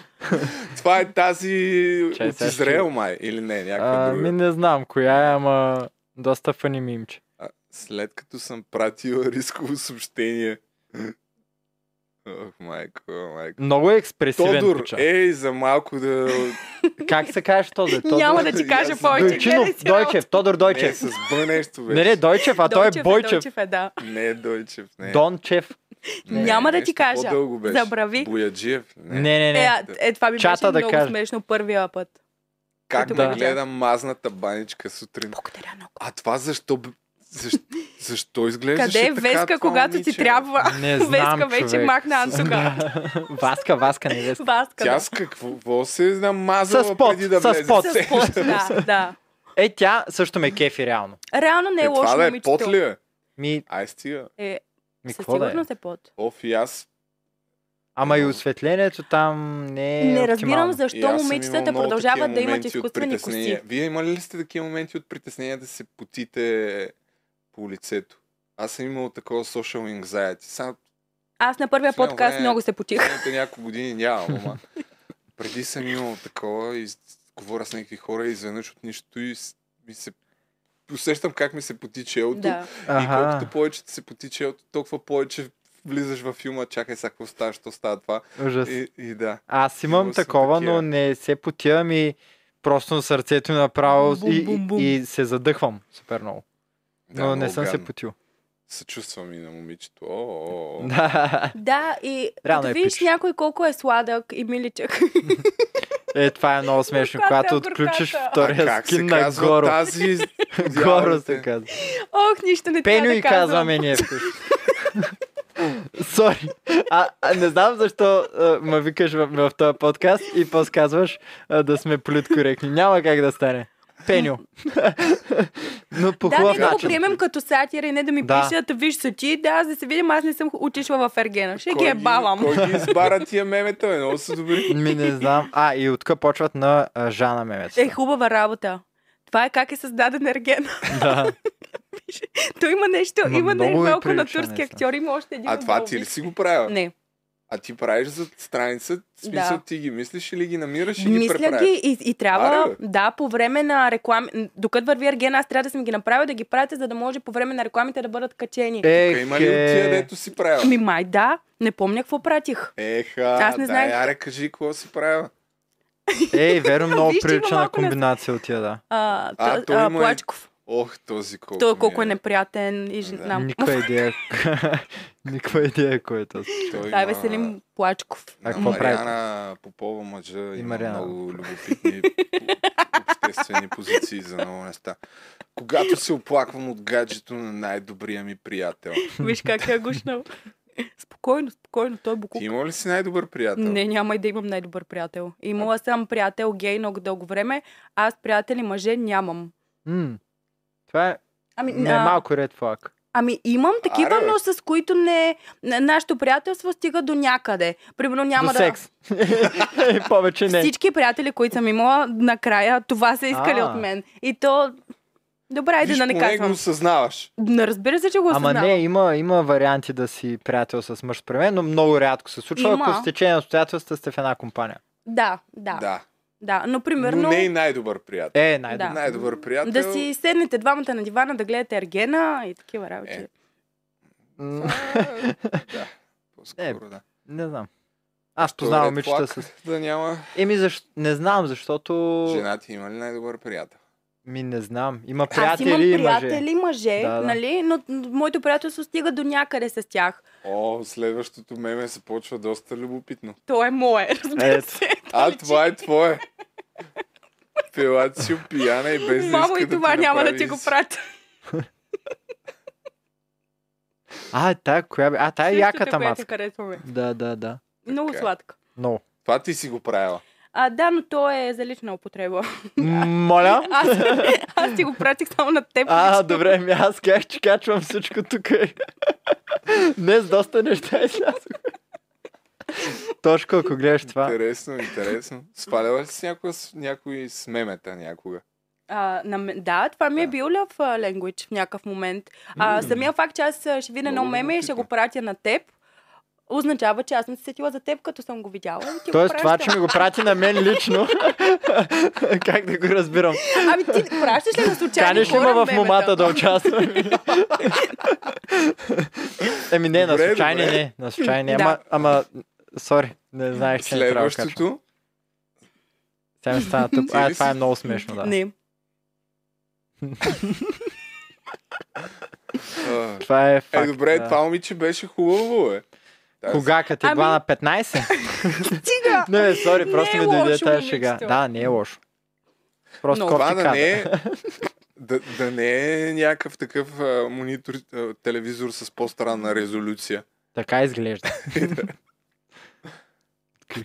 [SPEAKER 1] Това е тази
[SPEAKER 2] Чай,
[SPEAKER 1] от
[SPEAKER 2] сега ще-
[SPEAKER 1] Израел май или не, някаква
[SPEAKER 2] а, ми
[SPEAKER 1] друга.
[SPEAKER 2] не знам коя е, ама доста фани мимче.
[SPEAKER 1] А, След като съм пратил рисково съобщение. Ох, майко, майко.
[SPEAKER 2] Много е експресивен
[SPEAKER 1] Тодор,
[SPEAKER 2] пича.
[SPEAKER 1] ей, за малко да...
[SPEAKER 2] Как се казваш този? Тодор?
[SPEAKER 3] Няма да ти кажа
[SPEAKER 1] Аз-
[SPEAKER 3] повече. Гледай
[SPEAKER 2] Дойчинов,
[SPEAKER 3] е си
[SPEAKER 2] Дойчев,
[SPEAKER 3] работа.
[SPEAKER 2] Тодор
[SPEAKER 1] Не,
[SPEAKER 2] Дойчев.
[SPEAKER 1] е с Б нещо
[SPEAKER 2] Не, не,
[SPEAKER 1] беше.
[SPEAKER 2] Дойчев, а той е
[SPEAKER 3] Дойчев
[SPEAKER 2] Бойчев.
[SPEAKER 3] Дойчев е, да.
[SPEAKER 1] Не, не Дойчев, не.
[SPEAKER 2] Дончев.
[SPEAKER 1] не,
[SPEAKER 3] Няма да
[SPEAKER 1] нещо
[SPEAKER 3] ти кажа.
[SPEAKER 1] по-дълго беше.
[SPEAKER 3] Забрави.
[SPEAKER 1] Бояджиев.
[SPEAKER 2] Не, не,
[SPEAKER 3] Е,
[SPEAKER 2] не.
[SPEAKER 3] а, е, това ми
[SPEAKER 2] Чата
[SPEAKER 3] беше
[SPEAKER 2] да
[SPEAKER 3] много
[SPEAKER 2] кажа.
[SPEAKER 3] смешно първия път.
[SPEAKER 1] Как
[SPEAKER 3] Като
[SPEAKER 1] да
[SPEAKER 2] го
[SPEAKER 1] гледам мазната баничка сутрин.
[SPEAKER 3] Благодаря много.
[SPEAKER 1] А това защо... б- Защо, защо изглеждаше
[SPEAKER 3] Къде е
[SPEAKER 1] така това
[SPEAKER 3] Веска, когато
[SPEAKER 1] момиче,
[SPEAKER 3] ти
[SPEAKER 1] бе?
[SPEAKER 3] трябва?
[SPEAKER 2] Не знам,
[SPEAKER 3] Веска вече
[SPEAKER 2] човек.
[SPEAKER 3] махна Антука.
[SPEAKER 2] Васка, Васка, не веска.
[SPEAKER 3] Васка.
[SPEAKER 1] Тя
[SPEAKER 3] да.
[SPEAKER 1] с какво се е намазала
[SPEAKER 2] С пот,
[SPEAKER 1] преди да
[SPEAKER 2] с
[SPEAKER 1] влезе?
[SPEAKER 2] пот.
[SPEAKER 1] Е,
[SPEAKER 3] С плът, да, да.
[SPEAKER 2] Е, тя също ме кефи, реално.
[SPEAKER 3] Реално не е
[SPEAKER 1] това
[SPEAKER 3] лошо
[SPEAKER 1] да е
[SPEAKER 3] момичето.
[SPEAKER 1] пот ли е?
[SPEAKER 2] Ми,
[SPEAKER 1] Ай стига.
[SPEAKER 3] Е,
[SPEAKER 2] ми
[SPEAKER 3] със
[SPEAKER 2] какво да е?
[SPEAKER 3] сигурност е пот.
[SPEAKER 1] Оф и аз.
[SPEAKER 2] Ама и осветлението там не е
[SPEAKER 3] Не разбирам
[SPEAKER 2] оптимално.
[SPEAKER 1] и
[SPEAKER 3] защо
[SPEAKER 1] аз съм
[SPEAKER 3] момичетата
[SPEAKER 1] имал много такива
[SPEAKER 3] продължават да имат
[SPEAKER 1] моменти от
[SPEAKER 3] изкуствени коси.
[SPEAKER 1] притеснение. Вие имали ли сте такива моменти от притеснение да се потите по лицето? Аз съм имал такова social anxiety. Само
[SPEAKER 3] Аз на първия
[SPEAKER 1] Смело, е.
[SPEAKER 3] подкаст
[SPEAKER 1] не.
[SPEAKER 3] много се потих.
[SPEAKER 1] последните няколко години нямам, ама преди съм имал такова и с- говоря с някакви хора и изведнъж от нищото и с- ми се усещам как ми се поти челото.
[SPEAKER 3] Да.
[SPEAKER 1] И колкото повече ти се поти челото, толкова повече влизаш във филма, чакай сега какво става, що става това.
[SPEAKER 2] Ужас.
[SPEAKER 1] И, и да.
[SPEAKER 2] Аз имам
[SPEAKER 1] Имал съм
[SPEAKER 2] такова,
[SPEAKER 1] такива.
[SPEAKER 2] но не се потивам и просто на сърцето ми направо
[SPEAKER 3] Бум,
[SPEAKER 2] и,
[SPEAKER 3] бум, бум.
[SPEAKER 2] и, и се задъхвам супер много.
[SPEAKER 1] да
[SPEAKER 2] Но не
[SPEAKER 1] много
[SPEAKER 2] съм се
[SPEAKER 1] гадно.
[SPEAKER 2] потил.
[SPEAKER 1] Съчувствам и на момичето. О, о, о.
[SPEAKER 2] Да.
[SPEAKER 3] Да, и
[SPEAKER 2] Реално
[SPEAKER 3] като
[SPEAKER 2] е
[SPEAKER 3] видиш
[SPEAKER 2] пич.
[SPEAKER 3] някой колко е сладък и миличък.
[SPEAKER 2] Е, това е много смешно.
[SPEAKER 3] Горката,
[SPEAKER 2] Когато отключиш
[SPEAKER 3] горката.
[SPEAKER 1] А
[SPEAKER 2] втория
[SPEAKER 1] как се
[SPEAKER 2] скин на
[SPEAKER 1] казва
[SPEAKER 2] Горо.
[SPEAKER 1] тази?
[SPEAKER 2] Горо се
[SPEAKER 1] Дяволите.
[SPEAKER 2] казва.
[SPEAKER 3] Ох, нищо не трябва
[SPEAKER 2] Пеню и
[SPEAKER 3] да казвам.
[SPEAKER 2] казваме ние вкъщи. Сори. А, а не знам защо а, ме викаш в, в този подкаст и после казваш а, да сме политкоректни. Няма как да стане. Пеню. Но по
[SPEAKER 3] Да,
[SPEAKER 2] хубав
[SPEAKER 3] ние да го
[SPEAKER 2] начин.
[SPEAKER 3] приемем като сатира и не да ми
[SPEAKER 2] Да.
[SPEAKER 3] пишат, виж са ти, да, за да се видим, аз не съм отишла в Ергена. Ще ги
[SPEAKER 1] Кой
[SPEAKER 3] е бавам. е
[SPEAKER 1] Кой ги избара тия мемета? бе? Много са добри.
[SPEAKER 2] Ми не знам. А, и от къде почват на а, Жана Мемец.
[SPEAKER 3] Е, хубава работа. Това е как е създаден Ергена.
[SPEAKER 2] Да.
[SPEAKER 3] Той има нещо,
[SPEAKER 2] Ма
[SPEAKER 3] има
[SPEAKER 2] много е
[SPEAKER 3] нещо
[SPEAKER 2] ви
[SPEAKER 3] малко на
[SPEAKER 2] прилича,
[SPEAKER 3] турски
[SPEAKER 2] не знам.
[SPEAKER 3] актьор, има още един
[SPEAKER 1] А
[SPEAKER 3] от
[SPEAKER 1] това ти
[SPEAKER 3] Волгин.
[SPEAKER 1] ли си го правил?
[SPEAKER 3] Не.
[SPEAKER 1] А ти правиш за страница, в смисъл
[SPEAKER 3] Да.
[SPEAKER 1] ти ги мислиш или ги намираш и ги
[SPEAKER 3] Мисля
[SPEAKER 1] преправиш?
[SPEAKER 3] ги и, и трябва,
[SPEAKER 1] Аре, бе.
[SPEAKER 3] да, по време на реклами, н- докато върви Ергена, аз трябва да съм ги направя да ги пратя, за да може по време на рекламите да бъдат качени.
[SPEAKER 1] Тука Има ли от тия,
[SPEAKER 2] Е,
[SPEAKER 1] дето си правил?
[SPEAKER 3] Ми Ами май да, не помня какво пратих.
[SPEAKER 1] Еха,
[SPEAKER 3] Аз не
[SPEAKER 1] дай,
[SPEAKER 3] знаех.
[SPEAKER 1] аре, кажи какво си правил.
[SPEAKER 2] е, верно, много
[SPEAKER 3] Виж, че има
[SPEAKER 2] прилича на
[SPEAKER 3] малко не-
[SPEAKER 2] комбинация от тия, да.
[SPEAKER 3] А,
[SPEAKER 1] А,
[SPEAKER 3] а,
[SPEAKER 1] той
[SPEAKER 3] а,
[SPEAKER 1] има и-
[SPEAKER 3] Плачков.
[SPEAKER 1] Ох, този колко
[SPEAKER 3] Той колко
[SPEAKER 1] ми
[SPEAKER 3] е неприятен и
[SPEAKER 1] Да.
[SPEAKER 3] знам.
[SPEAKER 2] Никаква идея. Никаква идея, който.
[SPEAKER 1] Той
[SPEAKER 3] Той е
[SPEAKER 1] има-
[SPEAKER 3] Веселин Плачков.
[SPEAKER 2] А
[SPEAKER 1] на
[SPEAKER 2] какво прави?
[SPEAKER 1] Мариана Попова мъжа има
[SPEAKER 2] Мариана.
[SPEAKER 1] много любопитни обществени позиции за много неща. Когато се оплаквам от гаджето на най-добрия ми приятел.
[SPEAKER 3] Виж как е гушнал. Спокойно, спокойно, той е букук.
[SPEAKER 1] Ти имал ли си най-добър приятел?
[SPEAKER 3] Не, няма и да имам най-добър приятел. Имала съм приятел гей много дълго време, аз приятели мъже нямам.
[SPEAKER 2] М. Това е,
[SPEAKER 3] Ами,
[SPEAKER 2] не, е
[SPEAKER 3] а,
[SPEAKER 2] малко red flag.
[SPEAKER 3] ами имам такива,
[SPEAKER 1] Аре, бе.
[SPEAKER 3] но с които не... на- Нашето приятелство стига до някъде. Примерно няма
[SPEAKER 2] До
[SPEAKER 3] да...
[SPEAKER 2] секс. И повече не.
[SPEAKER 3] Всички приятели, които съм имала, накрая това са искали
[SPEAKER 2] А.
[SPEAKER 3] от мен. И то... Добре, айде
[SPEAKER 1] Виж,
[SPEAKER 3] да не
[SPEAKER 1] поне го
[SPEAKER 3] казвам.
[SPEAKER 1] осъзнаваш.
[SPEAKER 3] Не, разбира се, че го
[SPEAKER 2] Ама
[SPEAKER 3] осъзнавам.
[SPEAKER 2] не, има, има варианти да си приятел с мъж при мен, но много рядко се случва,
[SPEAKER 3] Има.
[SPEAKER 2] ако с течение на обстоятелствата сте в една компания.
[SPEAKER 3] Да, да, да.
[SPEAKER 1] Да.
[SPEAKER 3] Но
[SPEAKER 1] Но,
[SPEAKER 3] примерно...
[SPEAKER 1] не и най-добър приятел.
[SPEAKER 2] Е, най
[SPEAKER 3] Да.
[SPEAKER 1] Най-добър приятел.
[SPEAKER 3] Да си седнете двамата на дивана, да гледате Ергена и такива работи.
[SPEAKER 1] Е.
[SPEAKER 2] М,
[SPEAKER 1] Да. По-скоро, да.
[SPEAKER 2] Не знам. Аз
[SPEAKER 1] Той
[SPEAKER 2] познавам
[SPEAKER 1] Red
[SPEAKER 2] момичета
[SPEAKER 1] Flag
[SPEAKER 2] с...
[SPEAKER 1] Да няма...
[SPEAKER 2] Еми, защ... не знам, защото...
[SPEAKER 1] Жена ти има ли най-добър приятел?
[SPEAKER 2] Ми не знам. Има
[SPEAKER 3] Аз имам
[SPEAKER 2] приятели и мъже.
[SPEAKER 3] приятели мъже,
[SPEAKER 2] Да, да.
[SPEAKER 3] нали? Но моето приятелство стига до някъде с тях.
[SPEAKER 1] О, следващото меме се почва доста любопитно.
[SPEAKER 3] То е мое, разбира
[SPEAKER 2] Ето.
[SPEAKER 3] се.
[SPEAKER 1] А, това е твое. Пила си пияна и без да
[SPEAKER 3] Мамо,
[SPEAKER 1] иска
[SPEAKER 3] и това
[SPEAKER 1] ти
[SPEAKER 3] няма да
[SPEAKER 1] направи
[SPEAKER 3] ти го
[SPEAKER 1] из-
[SPEAKER 3] пратя.
[SPEAKER 2] А, тая, коя бе? А, тая е
[SPEAKER 3] Същата,
[SPEAKER 2] яката
[SPEAKER 3] която
[SPEAKER 2] маска.
[SPEAKER 3] харесваме.
[SPEAKER 2] Да, да, да.
[SPEAKER 3] Много
[SPEAKER 1] Така е.
[SPEAKER 3] сладка.
[SPEAKER 2] Но.
[SPEAKER 1] Това ти си го правила.
[SPEAKER 3] А, да, но то е за лична употреба.
[SPEAKER 2] Моля?
[SPEAKER 3] Аз, аз ти го пратих само на теб.
[SPEAKER 2] А,
[SPEAKER 3] лично.
[SPEAKER 2] добре, ми аз казах, че качвам всичко тук. Днес доста неща излязох. Точка, ако гледаш това.
[SPEAKER 1] Интересно, интересно. Сваляла ли си някога с някой с мемета някога?
[SPEAKER 3] А, на, мен- да, това ми е
[SPEAKER 1] Да.
[SPEAKER 3] бил в language в някакъв момент. А, самия факт, че аз а, ще видя едно
[SPEAKER 1] Много
[SPEAKER 3] меме и ще го
[SPEAKER 1] любопитно.
[SPEAKER 3] пратя на теб, означава, че аз съм се сетила за теб, като съм го видяла. И ти
[SPEAKER 2] Тоест
[SPEAKER 3] го
[SPEAKER 2] това, че
[SPEAKER 3] пращам.
[SPEAKER 2] ми го прати на мен лично, как да го разбирам?
[SPEAKER 3] Ами ти пращаш ли на случайни
[SPEAKER 2] Канеш ли
[SPEAKER 3] хора
[SPEAKER 2] ме в
[SPEAKER 3] мемета?
[SPEAKER 2] момата да участвам? Еми не, на
[SPEAKER 1] Добре,
[SPEAKER 2] случайни
[SPEAKER 1] добре.
[SPEAKER 2] не. На случайни,
[SPEAKER 3] Да.
[SPEAKER 2] ама, ама, сори, не знаех, че не Е, трябва да качвам.
[SPEAKER 1] Следващото.
[SPEAKER 2] Тя ми стана тъп.
[SPEAKER 1] Ти
[SPEAKER 2] А,
[SPEAKER 1] ли
[SPEAKER 2] това
[SPEAKER 1] си?
[SPEAKER 2] е много смешно, да.
[SPEAKER 3] Не.
[SPEAKER 1] а,
[SPEAKER 2] Това е факт.
[SPEAKER 1] Е, добре,
[SPEAKER 2] да.
[SPEAKER 1] това момиче беше хубаво, е. Тази-
[SPEAKER 2] Кога, като е
[SPEAKER 3] Ами-
[SPEAKER 2] била на 15?
[SPEAKER 3] Стига!
[SPEAKER 2] Не, сори,
[SPEAKER 3] Не
[SPEAKER 2] просто
[SPEAKER 3] е
[SPEAKER 2] ми дойде
[SPEAKER 3] лошо,
[SPEAKER 2] тази шега.
[SPEAKER 3] момичето.
[SPEAKER 2] Да, не е лошо. Просто
[SPEAKER 3] Но-
[SPEAKER 1] Това
[SPEAKER 2] кофти
[SPEAKER 1] да не
[SPEAKER 2] кадър.
[SPEAKER 1] е... Да, да не е някакъв такъв а, монитор, а, телевизор с по-странна резолюция.
[SPEAKER 2] Така изглежда.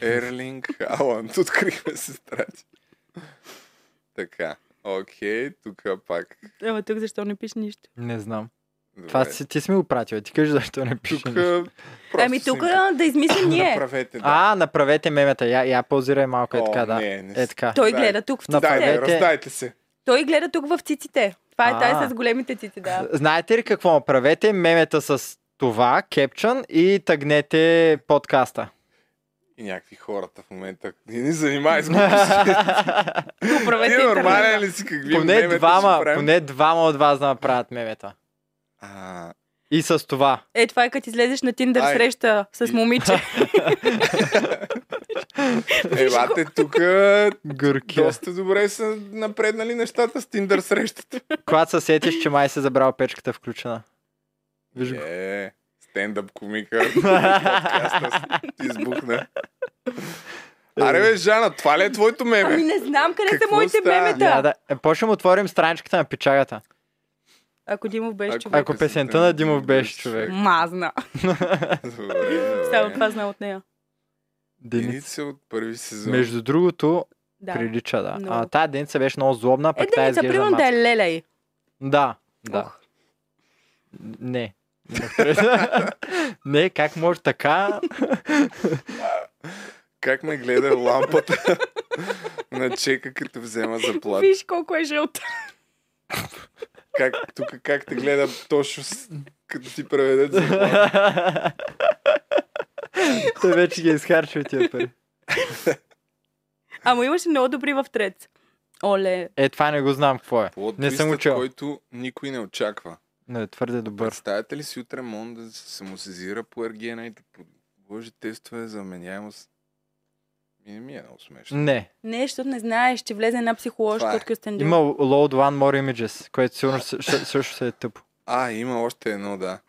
[SPEAKER 1] Ерлинг Халанд. Открихме се страти. Така. Окей, тук пак.
[SPEAKER 3] Ама тук защо не пише нищо?
[SPEAKER 2] Не знам.
[SPEAKER 1] Добре.
[SPEAKER 2] Това си, ти си ми го пратил. Ти кажи защо не пише.
[SPEAKER 1] Тук а,
[SPEAKER 2] нищо.
[SPEAKER 1] просто
[SPEAKER 3] ами тук
[SPEAKER 1] снимка.
[SPEAKER 3] да измислим ние.
[SPEAKER 1] Направете, да.
[SPEAKER 2] А, направете мемета. Я, я позирай малко е
[SPEAKER 1] О,
[SPEAKER 2] така, да.
[SPEAKER 1] Не, не.
[SPEAKER 2] Е така.
[SPEAKER 3] Той
[SPEAKER 1] Дай,
[SPEAKER 3] гледа тук в
[SPEAKER 1] Дай,
[SPEAKER 3] циците.
[SPEAKER 2] направете-
[SPEAKER 1] дай, раздайте се.
[SPEAKER 3] Той гледа тук в циците. Това е
[SPEAKER 2] А.
[SPEAKER 3] тази с големите цици, да.
[SPEAKER 2] Знаете ли какво направете? Мемета с това, кепчън и тъгнете подкаста.
[SPEAKER 1] И някакви хората в момента. Не ни занимай с глупости.
[SPEAKER 3] Управете
[SPEAKER 1] Ти нормален
[SPEAKER 3] интернета.
[SPEAKER 1] ли си? Какви
[SPEAKER 2] поне,
[SPEAKER 1] мемета ще
[SPEAKER 2] двама,
[SPEAKER 1] правим?
[SPEAKER 2] поне двама от вас да направят мемета.
[SPEAKER 1] А,
[SPEAKER 2] И с това.
[SPEAKER 3] Е, това е като излезеш на Тиндър
[SPEAKER 1] Ай.
[SPEAKER 3] среща с
[SPEAKER 1] И-
[SPEAKER 3] момиче.
[SPEAKER 1] елате тук
[SPEAKER 2] Гърки.
[SPEAKER 1] доста добре са напреднали нещата с Тиндър срещата.
[SPEAKER 2] Когато се сетиш, че май се забрал печката включена. Виж го.
[SPEAKER 1] Е, стендъп комика. Подкаста с- избухна. Аре бе, Жана, това ли е твоето
[SPEAKER 3] Ами
[SPEAKER 1] меме?
[SPEAKER 3] не знам къде са
[SPEAKER 1] Какво
[SPEAKER 3] моите
[SPEAKER 1] става?
[SPEAKER 2] Я
[SPEAKER 3] мемета.
[SPEAKER 2] да. Е, почвам отворим страничката на печагата.
[SPEAKER 3] Ако Димов беше
[SPEAKER 1] Ако-
[SPEAKER 3] човек.
[SPEAKER 2] Ако песента на Димов беше човек.
[SPEAKER 3] Мазна.
[SPEAKER 1] Добре,
[SPEAKER 3] Само
[SPEAKER 1] добре.
[SPEAKER 3] това знам от нея.
[SPEAKER 2] Деница.
[SPEAKER 1] Деница от първи сезон.
[SPEAKER 2] Между другото,
[SPEAKER 3] Да.
[SPEAKER 2] прилича, да.
[SPEAKER 3] Много.
[SPEAKER 2] А, тая Деница беше много злобна,
[SPEAKER 3] Е,
[SPEAKER 2] пък тая
[SPEAKER 3] Деница,
[SPEAKER 2] изглежда
[SPEAKER 3] примерно да е
[SPEAKER 2] маска.
[SPEAKER 3] лелей.
[SPEAKER 2] Да, да.
[SPEAKER 3] Ох.
[SPEAKER 2] Не. Не, как може така?
[SPEAKER 1] Как ме гледа лампата на чека, като взема заплата.
[SPEAKER 3] Виж колко е жълта.
[SPEAKER 1] Как, тук как те гледа точно с- като ти преведат заплата.
[SPEAKER 2] Той вече ги е изхарчил тия пари.
[SPEAKER 3] Ама имаше много добри в трец. Оле.
[SPEAKER 2] Е, това не го знам какво е.
[SPEAKER 1] Плод
[SPEAKER 2] Не съм
[SPEAKER 1] твистът,
[SPEAKER 2] учил.
[SPEAKER 1] който никой не очаква.
[SPEAKER 2] Но е твърде добър.
[SPEAKER 1] Представете ли си утре Мон да се самосезира по ергена и да подложи тестове за вменяемост? Ми не ми е много смешно.
[SPEAKER 2] Не.
[SPEAKER 3] Не, защото не знаеш, ще влезе една психоложка
[SPEAKER 1] Това е.
[SPEAKER 3] от Кюстендил.
[SPEAKER 2] Има Load One More Images, което сигурно с- ще- също се е тъпо.
[SPEAKER 1] А, има още едно, да.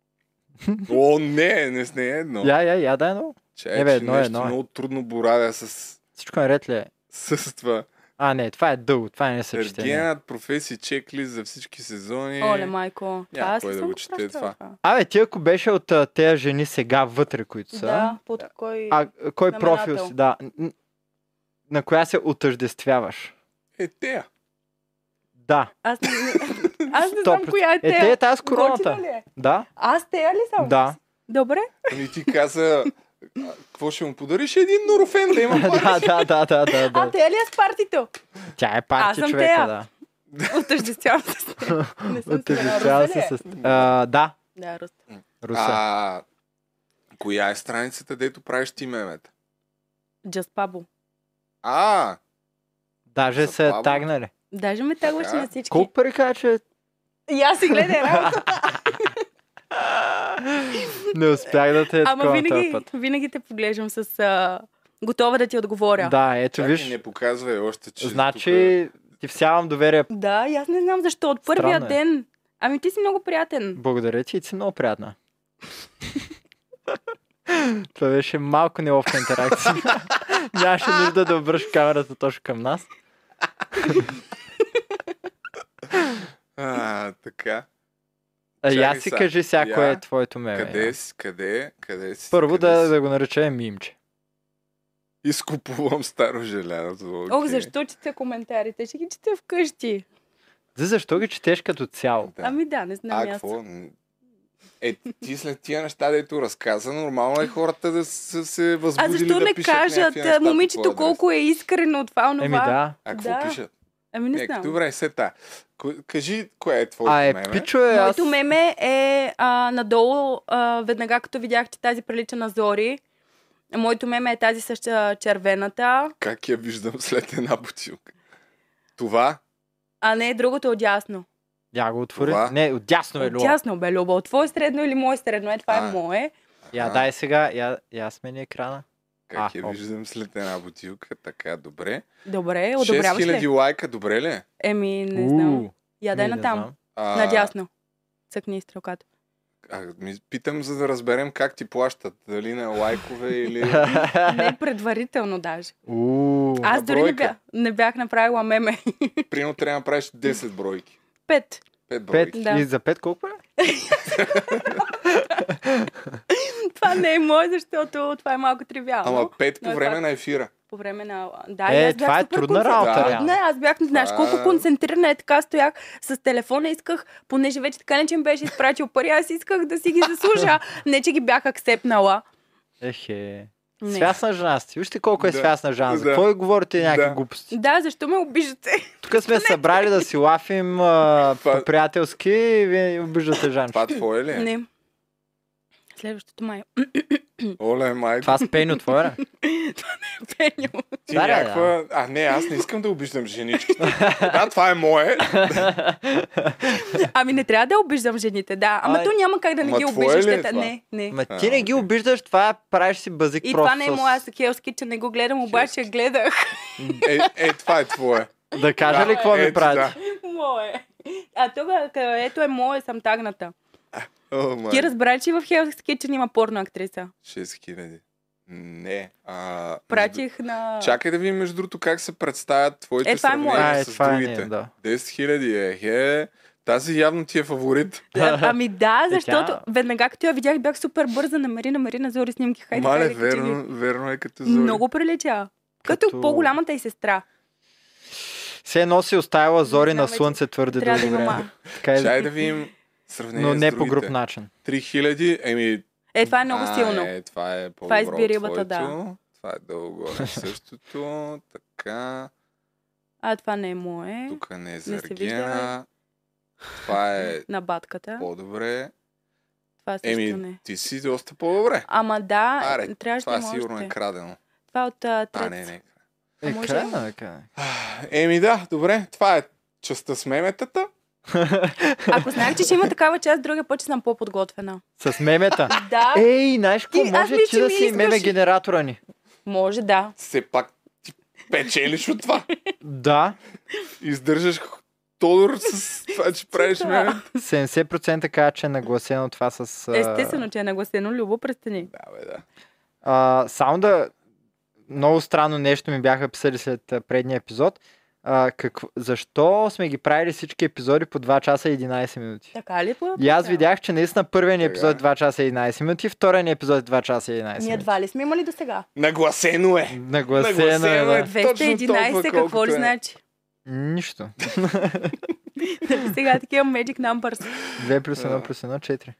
[SPEAKER 1] О, не, не с не е едно.
[SPEAKER 2] Я, я, я, дай, но
[SPEAKER 1] Чай,
[SPEAKER 2] е, бе,
[SPEAKER 1] че
[SPEAKER 2] едно е,
[SPEAKER 1] нещо
[SPEAKER 2] едно е.
[SPEAKER 1] много трудно боравя с,
[SPEAKER 2] всичко наред ли е?
[SPEAKER 1] с това.
[SPEAKER 2] А, не, това е дълго, това не се чете. не.
[SPEAKER 1] Ергенът професии чеклист за всички сезони.
[SPEAKER 3] Оле, майко. Това аз
[SPEAKER 1] кой
[SPEAKER 3] не
[SPEAKER 1] да
[SPEAKER 3] съм
[SPEAKER 1] го
[SPEAKER 3] го
[SPEAKER 1] чете
[SPEAKER 3] пращала
[SPEAKER 1] това.
[SPEAKER 2] Абе, ти ако беше от а, тези жени сега вътре, които са,
[SPEAKER 3] Да, под кой...
[SPEAKER 2] а кой
[SPEAKER 3] Знаменател.
[SPEAKER 2] профил си, да, н- на коя се отъждествяваш?
[SPEAKER 1] Е, те.
[SPEAKER 2] Да,
[SPEAKER 3] Аз не, не- аз не знам
[SPEAKER 2] Сто
[SPEAKER 3] коя е
[SPEAKER 2] е,
[SPEAKER 3] тея.
[SPEAKER 2] те е тази с
[SPEAKER 3] Готина
[SPEAKER 2] короната.
[SPEAKER 3] ли е?
[SPEAKER 2] Да,
[SPEAKER 3] Аз тея ли съм?
[SPEAKER 2] да.
[SPEAKER 3] Добре.
[SPEAKER 1] Ами ти каза, а, какво ще му подариш? Един норофен да има пак.
[SPEAKER 2] да, да, да, да, да,
[SPEAKER 3] А
[SPEAKER 2] да.
[SPEAKER 3] тея ли е с партито?
[SPEAKER 2] Тя е парти
[SPEAKER 3] съм
[SPEAKER 2] човека,
[SPEAKER 3] тея.
[SPEAKER 2] да.
[SPEAKER 3] Отъждествявам се с нея. Не съм сигурна.
[SPEAKER 2] Отъждествява
[SPEAKER 3] Русе
[SPEAKER 2] се
[SPEAKER 3] ли е?
[SPEAKER 2] с... А, Да,
[SPEAKER 3] Да, Русе.
[SPEAKER 2] Руса.
[SPEAKER 1] А, коя е страницата, дето правиш ти мемета?
[SPEAKER 3] Just Pablo.
[SPEAKER 1] А,
[SPEAKER 2] Даже
[SPEAKER 1] за
[SPEAKER 2] се е
[SPEAKER 1] Павло.
[SPEAKER 2] тагнали.
[SPEAKER 3] Даже ме тагваше
[SPEAKER 1] Така.
[SPEAKER 3] на всички.
[SPEAKER 2] Колко пари кажа, че
[SPEAKER 3] И аз си гледай работа.
[SPEAKER 2] не успях да те е
[SPEAKER 3] Ама
[SPEAKER 2] такова този
[SPEAKER 3] винаги,
[SPEAKER 2] път?
[SPEAKER 3] винаги те поглеждам с... А... Готова да ти отговоря.
[SPEAKER 2] Да, ето
[SPEAKER 1] чакай,
[SPEAKER 2] виж.
[SPEAKER 1] не показвай още, че е-
[SPEAKER 2] Значи ти всявам доверие.
[SPEAKER 3] Да, и аз не знам защо. От
[SPEAKER 2] Странно
[SPEAKER 3] първия
[SPEAKER 2] е.
[SPEAKER 3] ден. Ами ти си много приятен.
[SPEAKER 2] Благодаря ти и си много приятна. Това беше малко неловка интеракция. Нямаше нужда да обръщаш камерата точно към нас.
[SPEAKER 1] тук- А, така.
[SPEAKER 2] А, и
[SPEAKER 1] Чакай
[SPEAKER 2] аз си
[SPEAKER 1] сега.
[SPEAKER 2] кажи сега,
[SPEAKER 1] Я-
[SPEAKER 2] кое е твоето меме.
[SPEAKER 1] Къде си, къде, къде си?
[SPEAKER 2] Първо
[SPEAKER 1] къде
[SPEAKER 2] да,
[SPEAKER 1] си?
[SPEAKER 2] да го наречем мимче.
[SPEAKER 1] Изкупувам старо желязо. Okay.
[SPEAKER 3] Ох, защо чета коментарите? Ще ги чета вкъщи.
[SPEAKER 2] За защо ги четеш като цяло?
[SPEAKER 1] Да.
[SPEAKER 3] Ами да, не знам
[SPEAKER 1] а,
[SPEAKER 3] и аз.
[SPEAKER 1] какво? Е, ти след тия неща, дето разказа, нормално е хората да са се
[SPEAKER 3] А
[SPEAKER 1] възбудили
[SPEAKER 3] защо
[SPEAKER 1] да
[SPEAKER 3] не
[SPEAKER 1] пишат някакви
[SPEAKER 3] кажат
[SPEAKER 1] неща по твой
[SPEAKER 3] момичето
[SPEAKER 1] адрес?
[SPEAKER 3] колко е искрено от това, онова?
[SPEAKER 2] Еми да.
[SPEAKER 1] А какво
[SPEAKER 3] Да.
[SPEAKER 1] пишат?
[SPEAKER 3] Ами не
[SPEAKER 1] Нека,
[SPEAKER 3] знам.
[SPEAKER 1] Добре, е, сета. Ко- Кажи, кое е твоето
[SPEAKER 2] А е,
[SPEAKER 1] меме?
[SPEAKER 2] пичове, аз...
[SPEAKER 3] Моето меме е а, надолу, а, веднага като видяхте тази прилича на Зори. Моето меме е тази с а, червената,
[SPEAKER 1] Как я виждам след една бутилка? Това?
[SPEAKER 3] а не е другото отясно.
[SPEAKER 2] Я го отвори.
[SPEAKER 1] Това.
[SPEAKER 2] Не, отдясно е Лило.
[SPEAKER 3] Отясно, бе, Любо. Твое средно или мое средно? Е, това
[SPEAKER 1] А.
[SPEAKER 3] е мое.
[SPEAKER 2] Я
[SPEAKER 1] А.
[SPEAKER 2] дай сега, я, я смени екрана.
[SPEAKER 1] Как
[SPEAKER 2] А,
[SPEAKER 1] я
[SPEAKER 2] оп.
[SPEAKER 1] виждам след една бутилка? Така, добре.
[SPEAKER 3] Добре, одобряваш ли?
[SPEAKER 1] 6000 лайка, добре ли?
[SPEAKER 3] Еми, не
[SPEAKER 2] Уу,
[SPEAKER 3] знам. Я дай
[SPEAKER 2] не, не
[SPEAKER 3] натам.
[SPEAKER 2] знам.
[SPEAKER 1] А,
[SPEAKER 3] Надясно. Цъкни стрелката.
[SPEAKER 1] А, ми питам, за да разберем как ти плащат. Дали на лайкове или...
[SPEAKER 3] Не предварително даже.
[SPEAKER 2] Уу,
[SPEAKER 3] Аз дори не
[SPEAKER 1] бройка.
[SPEAKER 3] бях, не бях направила меме.
[SPEAKER 1] Прино трябва да правиш 10 бройки.
[SPEAKER 3] Пет.
[SPEAKER 1] 5 бройки.
[SPEAKER 2] пет,
[SPEAKER 1] Пет.
[SPEAKER 3] Да.
[SPEAKER 2] и за пет колко е?
[SPEAKER 3] Това не е мое, защото това е малко тривиално.
[SPEAKER 1] Ама 5
[SPEAKER 3] но
[SPEAKER 1] по
[SPEAKER 3] е
[SPEAKER 1] време
[SPEAKER 3] факт.
[SPEAKER 1] на ефира.
[SPEAKER 3] По време на... Да, и
[SPEAKER 2] е,
[SPEAKER 3] аз бях
[SPEAKER 2] това е
[SPEAKER 3] супер
[SPEAKER 2] трудна
[SPEAKER 3] концентрирана.
[SPEAKER 2] работа,
[SPEAKER 1] Да.
[SPEAKER 2] реално.
[SPEAKER 3] Не, аз бях, не знаеш
[SPEAKER 1] Това е-
[SPEAKER 3] колко концентрирана е така, стоях с телефона, исках, понеже вече така не че ми беше изпратил пари, аз исках да си ги заслужа. Не, че ги бях акцепнала.
[SPEAKER 2] Ехе.
[SPEAKER 3] Не.
[SPEAKER 2] Свясна жена сте. Вижте колко е
[SPEAKER 1] Да.
[SPEAKER 2] свясна жена. За
[SPEAKER 1] Да.
[SPEAKER 2] какво говорите някакви
[SPEAKER 1] Да.
[SPEAKER 2] глупости?
[SPEAKER 3] Да, защо ме обиждате?
[SPEAKER 2] Тук сме събрали да си лафим а,
[SPEAKER 1] Това-
[SPEAKER 2] по-приятелски и вие обиждате Жанчо.
[SPEAKER 1] Това твое ли е?
[SPEAKER 3] Не. Следващото май. е
[SPEAKER 1] Оле, майко.
[SPEAKER 2] Това с пеню твое ли?
[SPEAKER 3] Пеню.
[SPEAKER 1] Ти
[SPEAKER 2] Да, да,
[SPEAKER 1] някаква... А, не, аз не искам да обиждам женичките. да, това е мое.
[SPEAKER 3] Ами не трябва да обиждам жените, да. Ама
[SPEAKER 2] Ай.
[SPEAKER 3] то няма как да не
[SPEAKER 1] Ама
[SPEAKER 3] ги
[SPEAKER 1] твое
[SPEAKER 3] обиждаш.
[SPEAKER 1] ли е
[SPEAKER 3] те-
[SPEAKER 1] това?
[SPEAKER 3] Не, не.
[SPEAKER 2] Ма ти
[SPEAKER 1] А,
[SPEAKER 2] не ги обиждаш, това е, правиш си базик
[SPEAKER 3] И
[SPEAKER 2] просто
[SPEAKER 3] това не е
[SPEAKER 2] с-
[SPEAKER 3] моя аз хелски, че не го гледам, обаче гледах.
[SPEAKER 1] Е, е, това е твое. е
[SPEAKER 2] Да кажа ли какво ми
[SPEAKER 1] ето,
[SPEAKER 2] правиш?
[SPEAKER 3] Мое. А тук, ето е мое, съм тагната.
[SPEAKER 1] О, май.
[SPEAKER 3] Ти разбра, че в Hell's Kitchen има порно актриса.
[SPEAKER 1] 6000. Не. А, между-
[SPEAKER 3] Пратих на...
[SPEAKER 1] Чакай да видим между другото как се представят твоите
[SPEAKER 3] Е, това е мое.
[SPEAKER 1] сравнения
[SPEAKER 2] А, е,
[SPEAKER 1] с
[SPEAKER 2] това е
[SPEAKER 1] другите.
[SPEAKER 2] ние, да.
[SPEAKER 1] 10 000 е. Хе, тази явно ти е фаворит.
[SPEAKER 3] А, ами да,
[SPEAKER 2] Е,
[SPEAKER 3] защото
[SPEAKER 2] тя-
[SPEAKER 3] веднага като я видях, бях супер бърза. Намери, намери на зори снимки. Хайде,
[SPEAKER 1] Мале,
[SPEAKER 3] хайде, качи ги.
[SPEAKER 1] верно, верно е като Зори.
[SPEAKER 3] Много прилича. Като,
[SPEAKER 2] Като-
[SPEAKER 3] по-голямата и сестра.
[SPEAKER 2] Се едно си оставила зори
[SPEAKER 3] знам
[SPEAKER 2] на
[SPEAKER 3] вече.
[SPEAKER 2] слънце твърде
[SPEAKER 3] Трябва да
[SPEAKER 2] дълго
[SPEAKER 3] имам.
[SPEAKER 2] време.
[SPEAKER 3] а.
[SPEAKER 2] Така е,
[SPEAKER 1] Чай да видим сравнение
[SPEAKER 2] но не
[SPEAKER 1] с
[SPEAKER 2] по груб
[SPEAKER 1] другите.
[SPEAKER 2] начин.
[SPEAKER 1] 3000, еми...
[SPEAKER 3] Е, това е много
[SPEAKER 1] а,
[SPEAKER 3] силно.
[SPEAKER 1] Е, това е по-добро
[SPEAKER 3] е
[SPEAKER 1] от
[SPEAKER 3] избирибата, да.
[SPEAKER 1] твоето. Това е дълго. Същото, така...
[SPEAKER 3] А, това не е мое.
[SPEAKER 1] Тук не е
[SPEAKER 3] се вижда,
[SPEAKER 1] Заргена. Това е
[SPEAKER 3] На батката.
[SPEAKER 1] по-добре.
[SPEAKER 3] Това също
[SPEAKER 1] Еми,
[SPEAKER 3] не.
[SPEAKER 1] ти си доста по-добре.
[SPEAKER 3] Ама да,
[SPEAKER 1] Аре,
[SPEAKER 3] трябваше да
[SPEAKER 1] това
[SPEAKER 3] има
[SPEAKER 1] сигурно
[SPEAKER 3] още.
[SPEAKER 1] е крадено.
[SPEAKER 3] Това е от а,
[SPEAKER 1] А,
[SPEAKER 3] трец.
[SPEAKER 1] не, не.
[SPEAKER 2] Е,
[SPEAKER 3] може-
[SPEAKER 2] крайна, да кажа.
[SPEAKER 1] Еми да, добре, това е частта с меметата.
[SPEAKER 3] Ако знаех, че ще има такава част, другия път ще съм по-подготвена.
[SPEAKER 2] С мемета.
[SPEAKER 3] Да,
[SPEAKER 2] Ей, знаеш какво,
[SPEAKER 3] Ти- аз
[SPEAKER 2] може
[SPEAKER 3] мисля,
[SPEAKER 2] ти
[SPEAKER 3] че
[SPEAKER 2] да
[SPEAKER 3] ми
[SPEAKER 2] си
[SPEAKER 3] искаш.
[SPEAKER 2] меме генератора ни.
[SPEAKER 3] може да.
[SPEAKER 1] Все пак ти печелиш от това.
[SPEAKER 2] Да,
[SPEAKER 1] Издържаш х- Тодор с това, че правиш
[SPEAKER 3] това.
[SPEAKER 1] меме.
[SPEAKER 2] 70% казва, че е нагласено това с... а,
[SPEAKER 3] Естествено, че е нагласено. Любо, престани.
[SPEAKER 1] Да, бе, да.
[SPEAKER 2] А, само да... Много странно нещо ми бяха писали след а, предния епизод. а, какво, защо сме ги правили всички епизоди по 2 часа и 11 минути?
[SPEAKER 3] Така ли? по-
[SPEAKER 2] И аз
[SPEAKER 3] така?
[SPEAKER 2] видях, че наистина първият ни
[SPEAKER 1] Така
[SPEAKER 2] епизод
[SPEAKER 1] е.
[SPEAKER 2] е 2 часа и 11 минути, вторият ни епизод е 2 часа и 11
[SPEAKER 3] Ние
[SPEAKER 2] минути.
[SPEAKER 3] едва ли сме имали до сега.
[SPEAKER 1] Нагласено е.
[SPEAKER 2] Нагласено е,
[SPEAKER 1] Нагласено е.
[SPEAKER 2] да.
[SPEAKER 1] Точно толкова,
[SPEAKER 3] 211 какво ли
[SPEAKER 1] колкото е.
[SPEAKER 3] значи?
[SPEAKER 2] Нищо.
[SPEAKER 3] Нали сега такива magic numbers.
[SPEAKER 2] 2 плюс 1
[SPEAKER 1] Да.
[SPEAKER 2] плюс 1, 4.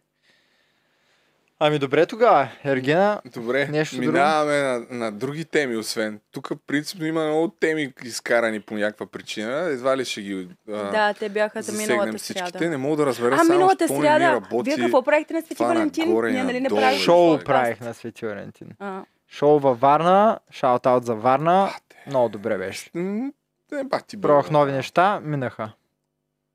[SPEAKER 2] Ами добре тогава, Ергена.
[SPEAKER 1] Добре,
[SPEAKER 2] Нещо друго?
[SPEAKER 1] минаваме на, на други теми, освен. Тук принципно има много теми изкарани по някаква причина. Едва ли ще ги а,
[SPEAKER 3] Да, те бяха за
[SPEAKER 1] засегнем
[SPEAKER 3] миналата
[SPEAKER 1] всичките.
[SPEAKER 3] сряда.
[SPEAKER 1] Не мога да разбера
[SPEAKER 3] А,
[SPEAKER 1] само
[SPEAKER 3] миналата
[SPEAKER 1] с какво не ми
[SPEAKER 3] сряда.
[SPEAKER 1] работи.
[SPEAKER 3] Вие какво правихте на Свети
[SPEAKER 1] това
[SPEAKER 3] Валентин?
[SPEAKER 1] нагоре и
[SPEAKER 3] Ние нали не
[SPEAKER 1] надолу.
[SPEAKER 3] правихме
[SPEAKER 2] Шоу
[SPEAKER 3] подкаст?
[SPEAKER 2] правих на Свети Валентин.
[SPEAKER 3] А,
[SPEAKER 2] Шоу във Варна, шаутаут за Варна. Много добре беше.
[SPEAKER 1] М, Не бах ти
[SPEAKER 2] Пробвах
[SPEAKER 1] бъде.
[SPEAKER 2] нови неща, минаха.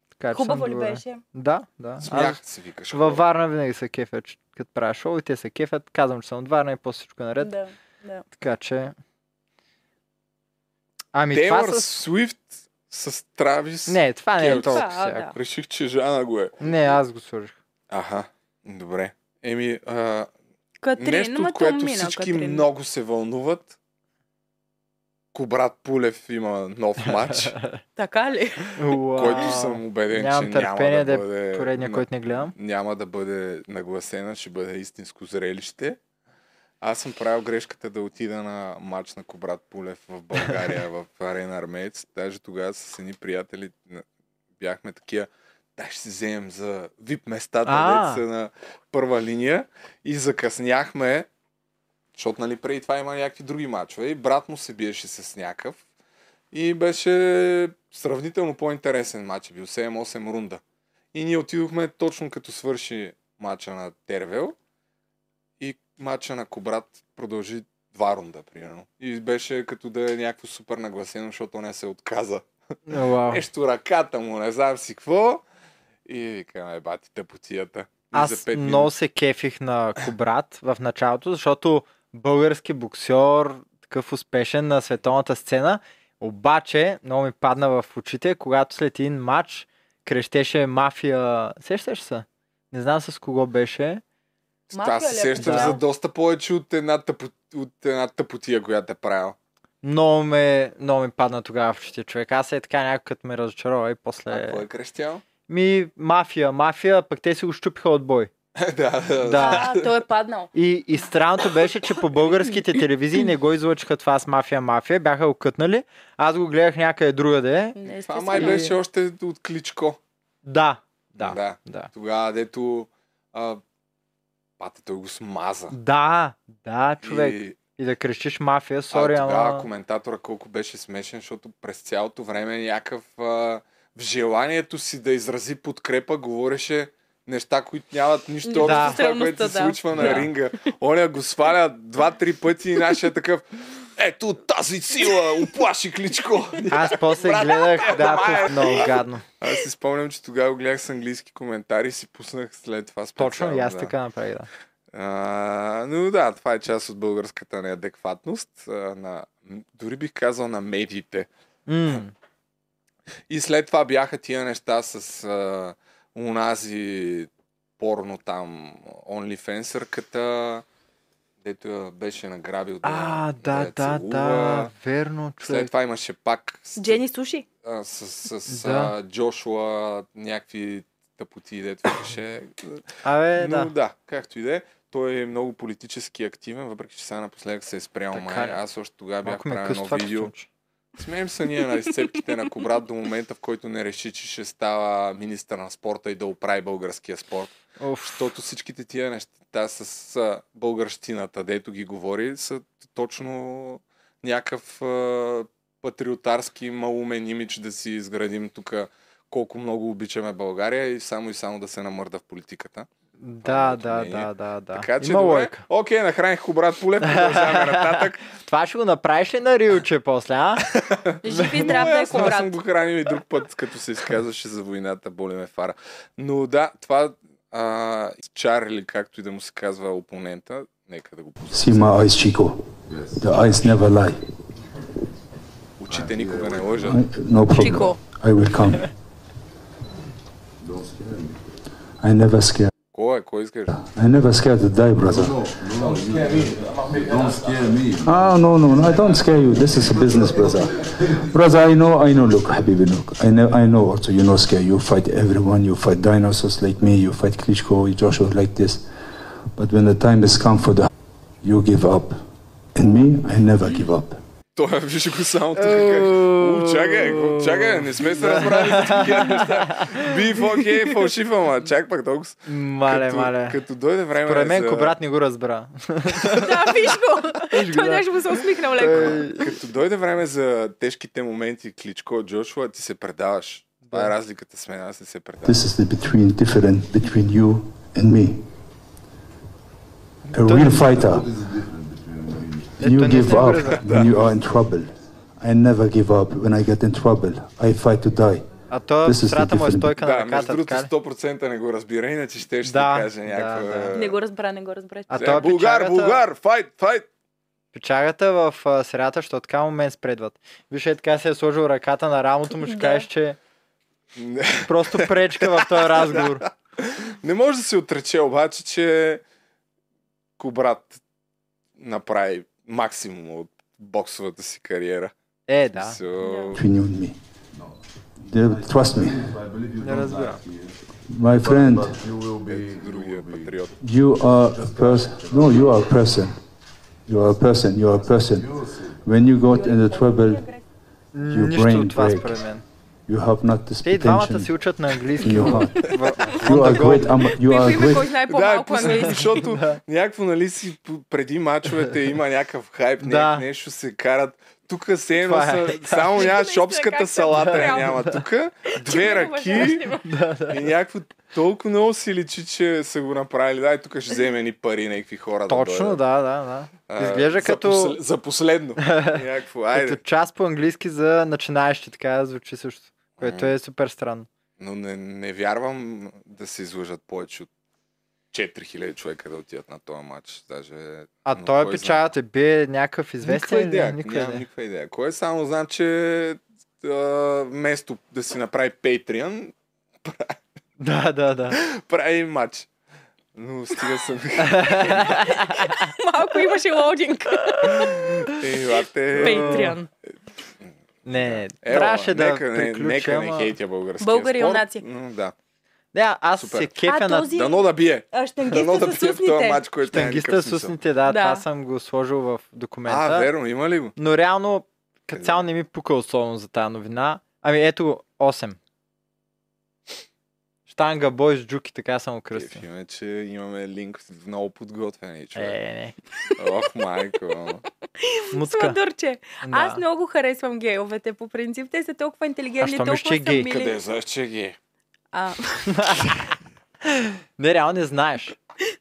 [SPEAKER 2] Така, че
[SPEAKER 3] Хубаво
[SPEAKER 2] съм
[SPEAKER 3] ли
[SPEAKER 2] доволен.
[SPEAKER 3] беше?
[SPEAKER 2] Да, да.
[SPEAKER 1] Смях
[SPEAKER 2] Аз
[SPEAKER 1] се викаш.
[SPEAKER 2] във Варна винаги се кефят, че- като правя шоу и те се кефят. Казвам, че съм от Варна и после всичко е наред.
[SPEAKER 3] Да.
[SPEAKER 2] Така че... Ами
[SPEAKER 1] Тейлър
[SPEAKER 2] това с...
[SPEAKER 1] Свифт с Травис.
[SPEAKER 2] Не, това не е
[SPEAKER 1] Келт.
[SPEAKER 2] толкова
[SPEAKER 3] Това, да.
[SPEAKER 2] сега.
[SPEAKER 1] Реших, че Жана го е.
[SPEAKER 2] Не, аз го сложих.
[SPEAKER 1] Аха, добре. Еми, а,
[SPEAKER 3] Катрин,
[SPEAKER 1] нещо,
[SPEAKER 3] ма
[SPEAKER 1] от
[SPEAKER 3] то
[SPEAKER 1] което
[SPEAKER 3] мина,
[SPEAKER 1] всички
[SPEAKER 3] Катрин.
[SPEAKER 1] много се вълнуват. Кобрат Пулев има нов матч,
[SPEAKER 3] Така ли?
[SPEAKER 2] Уау.
[SPEAKER 1] който съм убеден,
[SPEAKER 2] Нямам
[SPEAKER 1] че няма
[SPEAKER 2] търпение
[SPEAKER 1] да,
[SPEAKER 2] да е
[SPEAKER 1] бъде...
[SPEAKER 2] Поредния,
[SPEAKER 1] на-
[SPEAKER 2] който не гледам.
[SPEAKER 1] Няма да бъде нагласена, ще бъде истинско зрелище. Аз съм правил грешката да отида на матч на Кобрат Пулев в България, в Арена Армеец. Даже тогава с едни приятели на- бяхме такива, да ще си вземем за вип местата,
[SPEAKER 2] А.
[SPEAKER 1] деца на първа линия. И закъсняхме, защото нали преди това има някакви други матчове. И брат му се биеше с някакъв. И беше сравнително по-интересен матч. е Бил 7-8 рунда. И ние отидохме точно като свърши матча на Тервел. И матча на Кобрат продължи два рунда, примерно. И беше като да е някакво супер нагласено, защото не се отказа.
[SPEAKER 2] Уау.
[SPEAKER 1] Нещо ръката му, не знам си какво. И викаме, бати, тъпотията. И
[SPEAKER 2] Аз
[SPEAKER 1] пет
[SPEAKER 2] много се кефих на Кобрат в началото, защото български боксер, такъв успешен на световната сцена, обаче много ми падна в очите, когато след един матч крещеше мафия... Сещаш се? Не знам с кого беше.
[SPEAKER 3] Мафия
[SPEAKER 1] Аз се
[SPEAKER 3] ли е
[SPEAKER 1] сещам
[SPEAKER 2] Да.
[SPEAKER 1] за доста повече от една, тъпо, от една тъпотия, която е правил.
[SPEAKER 2] Много ме, много ми падна тогава в очите човек. Аз е така някой като ме разочарова и после...
[SPEAKER 1] А какво е крещял?
[SPEAKER 2] Ми, мафия, мафия, пък те си го щупиха от бой.
[SPEAKER 1] да, да, да.
[SPEAKER 2] Да.
[SPEAKER 3] А, той е паднал.
[SPEAKER 2] И, и странното беше, че по българските телевизии не го излъчиха това с мафия мафия, бяха го кътнали. Аз го гледах някъде другаде.
[SPEAKER 3] Не,
[SPEAKER 1] Това
[SPEAKER 3] естествено.
[SPEAKER 1] май
[SPEAKER 2] И-
[SPEAKER 1] беше още от Кличко.
[SPEAKER 2] Да, да, да.
[SPEAKER 1] да.
[SPEAKER 2] Да,
[SPEAKER 1] Тогава, дето а, пате, той го смаза.
[SPEAKER 2] да, да човек. И,
[SPEAKER 1] И,
[SPEAKER 2] да крещиш мафия,
[SPEAKER 1] Sorry,
[SPEAKER 2] сори,
[SPEAKER 1] а, тогава
[SPEAKER 2] ама...
[SPEAKER 1] коментатора колко беше смешен, защото през цялото време някакъв а, в желанието си да изрази подкрепа говореше неща, които нямат нищо
[SPEAKER 3] Да.
[SPEAKER 1] общо с това,
[SPEAKER 3] Реалността,
[SPEAKER 1] което се
[SPEAKER 3] да.
[SPEAKER 1] случва на
[SPEAKER 2] Да.
[SPEAKER 1] ринга. Оля го сваля два-три пъти и нашия е такъв ето от тази сила уплаши Кличко.
[SPEAKER 2] Аз после гледах, да, тук много гадно.
[SPEAKER 1] Аз си спомням, че тогава го гледах с английски коментари и си пуснах след това
[SPEAKER 2] Точно,
[SPEAKER 1] специално.
[SPEAKER 2] и аз
[SPEAKER 1] да.
[SPEAKER 2] така направих, да.
[SPEAKER 1] А, но да, това е част от българската неадекватност. А, на, м, дори бих казал на медиите.
[SPEAKER 2] М,
[SPEAKER 1] И след това бяха тия неща с а, унази порно там, OnlyFancerката, дето я беше награбил да,
[SPEAKER 2] А,
[SPEAKER 1] да,
[SPEAKER 2] да,
[SPEAKER 1] я
[SPEAKER 2] да,
[SPEAKER 1] целува.
[SPEAKER 2] да, верно,
[SPEAKER 1] Е, След
[SPEAKER 2] човек.
[SPEAKER 1] това имаше пак с,
[SPEAKER 3] Джени Суши.
[SPEAKER 1] а, с, с,
[SPEAKER 2] Да.
[SPEAKER 1] да. Джошуа, някакви тъпоти, дето беше.
[SPEAKER 2] Абе,
[SPEAKER 1] Но
[SPEAKER 2] Е, да.
[SPEAKER 1] да, както и да е. Той е много политически активен, въпреки че сега напоследък се е спрял
[SPEAKER 2] Така
[SPEAKER 1] май.
[SPEAKER 2] ли?
[SPEAKER 1] Аз още тогава бях
[SPEAKER 2] Малко ме
[SPEAKER 1] правил
[SPEAKER 2] къс
[SPEAKER 1] едно
[SPEAKER 2] това, че се
[SPEAKER 1] видео.
[SPEAKER 2] случи.
[SPEAKER 1] Смеем се ние на изцепките на Кобрат до момента, в който не реши, че ще става министър на спорта и да оправи българския спорт.
[SPEAKER 2] Оф,
[SPEAKER 1] Защото всичките тия неща с а, българщината, дето ги говори, са точно някакъв а, патриотарски малумен имидж да си изградим тук колко много обичаме България и само и само да се намърда в политиката.
[SPEAKER 2] Да,
[SPEAKER 1] моето
[SPEAKER 2] да,
[SPEAKER 1] мнение.
[SPEAKER 2] да, да, да.
[SPEAKER 1] Така че,
[SPEAKER 2] Има
[SPEAKER 1] добре,
[SPEAKER 2] лойка.
[SPEAKER 1] окей, нахраних Кобрат Полев, продължаваме нататък.
[SPEAKER 2] Това ще го направиш ли на Рилче после, а?
[SPEAKER 3] Жив и
[SPEAKER 1] Но
[SPEAKER 3] здрав да е
[SPEAKER 1] ясно, Аз съм
[SPEAKER 3] кобрат.
[SPEAKER 1] го хранил и друг път, като се изказваше за войната, боли ме фара. Но да, това а, Чарли, както и да му се казва опонента, нека да го пусна.
[SPEAKER 9] See my eyes, Chico. The eyes never lie.
[SPEAKER 1] Очите никога не лъжат.
[SPEAKER 9] I- no problem.
[SPEAKER 3] Chico.
[SPEAKER 9] I will come. I never scare.
[SPEAKER 1] Кой е? Какво искаш?
[SPEAKER 9] I never scared to die, brother.
[SPEAKER 10] Don't scare me. Don't scare me.
[SPEAKER 9] Ah, no, no, no, I don't scare you. This is a business, brother. Brother, I know, I know, look, Habibi, look. I know, I know also, you know, scare. You fight everyone, you fight dinosaurs like me, you fight Klitschko, Joshua like this. But when the time is come for the you give up. And me, I never give up.
[SPEAKER 1] Той, виж го само тук.
[SPEAKER 2] Е.
[SPEAKER 1] как- У, Чакай, какво- чакай, не сме се разбрали за такива неща. Биф, окей, фалшив, ама чак пак толкова. с-
[SPEAKER 2] Мале,
[SPEAKER 1] като-
[SPEAKER 2] мале.
[SPEAKER 1] Като дойде време
[SPEAKER 2] Поред мен
[SPEAKER 1] Е, за-
[SPEAKER 2] Кобрат не го разбра.
[SPEAKER 3] Да, виж го! Той даже му се усмихна леко.
[SPEAKER 1] Като дойде време за тежките моменти, Кличко, Джошуа, ти се предаваш. Това е разликата с мен, аз не се предавам.
[SPEAKER 9] This is the between different between you and me. A real fighter. You
[SPEAKER 2] Anthony
[SPEAKER 9] give up
[SPEAKER 2] Edwards.
[SPEAKER 9] when you are in trouble. I never give up when I get in trouble. I fight to die.
[SPEAKER 2] А то
[SPEAKER 9] This is
[SPEAKER 2] страта му е
[SPEAKER 9] different.
[SPEAKER 2] стойка на
[SPEAKER 1] Да, между
[SPEAKER 2] ръката,
[SPEAKER 1] другото
[SPEAKER 2] така ли?
[SPEAKER 1] 100% не го разбира, иначе ще ще
[SPEAKER 2] Да,
[SPEAKER 1] ти каже
[SPEAKER 2] да,
[SPEAKER 1] някаква...
[SPEAKER 2] да.
[SPEAKER 3] Не го разбра, не го разбра.
[SPEAKER 2] А
[SPEAKER 1] Е,
[SPEAKER 2] то
[SPEAKER 1] Булгар, Булгар, файт, файт!
[SPEAKER 2] Печагата в а, средата, защото така момент спредват. Виж, е така се е сложил ръката на рамото му, ще
[SPEAKER 3] Да.
[SPEAKER 2] кажеш, че
[SPEAKER 1] Не,
[SPEAKER 2] просто пречка в този разговор.
[SPEAKER 1] Не може да се отрече обаче, че Кобрат направи максимум от боксовата си кариера.
[SPEAKER 2] Е, да.
[SPEAKER 1] So,
[SPEAKER 9] Between you and me. Yeah, Trust me.
[SPEAKER 2] Не разбирам.
[SPEAKER 9] My friend,
[SPEAKER 1] другия патриот.
[SPEAKER 9] you are a person. No, you are a person. You are a person. You are a person. When you got in the trouble, Your
[SPEAKER 2] Нищо
[SPEAKER 9] brain
[SPEAKER 2] от това
[SPEAKER 9] break.
[SPEAKER 2] според мен.
[SPEAKER 9] you have not this
[SPEAKER 2] Те и двамата
[SPEAKER 9] potential
[SPEAKER 2] си учат на английски.
[SPEAKER 9] in your heart.
[SPEAKER 2] В-
[SPEAKER 9] You
[SPEAKER 2] on
[SPEAKER 9] are
[SPEAKER 2] the go.
[SPEAKER 9] great. ama- You are
[SPEAKER 3] Пипо
[SPEAKER 9] a
[SPEAKER 3] име,
[SPEAKER 9] great
[SPEAKER 3] кой знае
[SPEAKER 1] Да, е
[SPEAKER 3] по-малко
[SPEAKER 1] пуснато,
[SPEAKER 3] английски.
[SPEAKER 1] защото някакво, нали си, п- преди мачовете има някакъв хайп,
[SPEAKER 2] Да.
[SPEAKER 1] да. нещо се карат. Тук се едно
[SPEAKER 2] Това е,
[SPEAKER 1] са,
[SPEAKER 2] да.
[SPEAKER 1] само няма
[SPEAKER 3] Наистина,
[SPEAKER 1] шопската
[SPEAKER 3] как се
[SPEAKER 1] салата я
[SPEAKER 3] обожавам.
[SPEAKER 1] няма тук. Две
[SPEAKER 3] Ти ме
[SPEAKER 1] ръки
[SPEAKER 3] уважаваш ли ме?
[SPEAKER 1] и някакво толкова много си личи, че са го направили. Дай, тук ще вземе ни пари някакви хора
[SPEAKER 2] Точно,
[SPEAKER 1] да дойдат.
[SPEAKER 2] да, да, да.
[SPEAKER 1] А,
[SPEAKER 2] Изглежда
[SPEAKER 1] за
[SPEAKER 2] като,
[SPEAKER 1] посл- За последно. Някакво, айде.
[SPEAKER 2] като част по английски за начинаещи, така звучи също. Което е супер странно.
[SPEAKER 1] Но не, не вярвам да се излъжат повече от 4000 човека да отидат на този матч. Даже,
[SPEAKER 2] А
[SPEAKER 1] но
[SPEAKER 2] той
[SPEAKER 1] кой знае.
[SPEAKER 2] печалът е бе някакъв известен.
[SPEAKER 1] Никаква
[SPEAKER 2] ли?
[SPEAKER 1] идея.
[SPEAKER 2] Никой
[SPEAKER 1] Нямам
[SPEAKER 2] не.
[SPEAKER 1] никаква идея. Кой е само знам, че а, вместо да си направи Patreon,
[SPEAKER 2] Да, да, да.
[SPEAKER 1] прави матч. Но стига съм.
[SPEAKER 3] Малко имаше лоудинг.
[SPEAKER 1] Ей, лате.
[SPEAKER 3] Patreon.
[SPEAKER 2] Не, не.
[SPEAKER 1] Ело,
[SPEAKER 2] Трябваше да
[SPEAKER 1] Е, нека, не,
[SPEAKER 2] приключим.
[SPEAKER 1] нека не
[SPEAKER 2] ама-
[SPEAKER 1] хейтя българския
[SPEAKER 3] Българи
[SPEAKER 1] спорт.
[SPEAKER 3] юнаци.
[SPEAKER 1] М, Да.
[SPEAKER 2] Да, аз
[SPEAKER 1] Супер.
[SPEAKER 2] се кефя
[SPEAKER 3] А,
[SPEAKER 2] на
[SPEAKER 3] този-
[SPEAKER 1] Дано да бие.
[SPEAKER 3] А,
[SPEAKER 1] Дано да
[SPEAKER 3] Щангиста с
[SPEAKER 1] бие в този
[SPEAKER 3] устните.
[SPEAKER 1] матч, който няма
[SPEAKER 2] Штангиста
[SPEAKER 1] никакъв
[SPEAKER 2] с
[SPEAKER 1] смисъл.
[SPEAKER 2] устните, да,
[SPEAKER 3] Да.
[SPEAKER 2] това съм го сложил в документа.
[SPEAKER 1] А, верно, Е, има ли го?
[SPEAKER 2] Но реално, като цяло не ми пука особено за тази новина. Ами ето го, 8. Штанга бой с джуки, така съм го
[SPEAKER 1] Кръстен.
[SPEAKER 2] кръстил.
[SPEAKER 1] Иначе че имаме линк с много подготвени
[SPEAKER 2] Е,
[SPEAKER 1] човек.
[SPEAKER 2] не, не.
[SPEAKER 1] Ох, майко.
[SPEAKER 2] Муцка.
[SPEAKER 3] Сладурче.
[SPEAKER 2] Да.
[SPEAKER 3] Аз много харесвам гейовете, по принцип. Те са толкова
[SPEAKER 2] А
[SPEAKER 3] интелигентни,
[SPEAKER 2] що
[SPEAKER 3] толкова
[SPEAKER 2] мислиш, че е
[SPEAKER 3] са
[SPEAKER 2] гей?
[SPEAKER 3] мили.
[SPEAKER 1] Къде знаеш, че ги е?
[SPEAKER 3] А,
[SPEAKER 2] Не, реално не знаеш.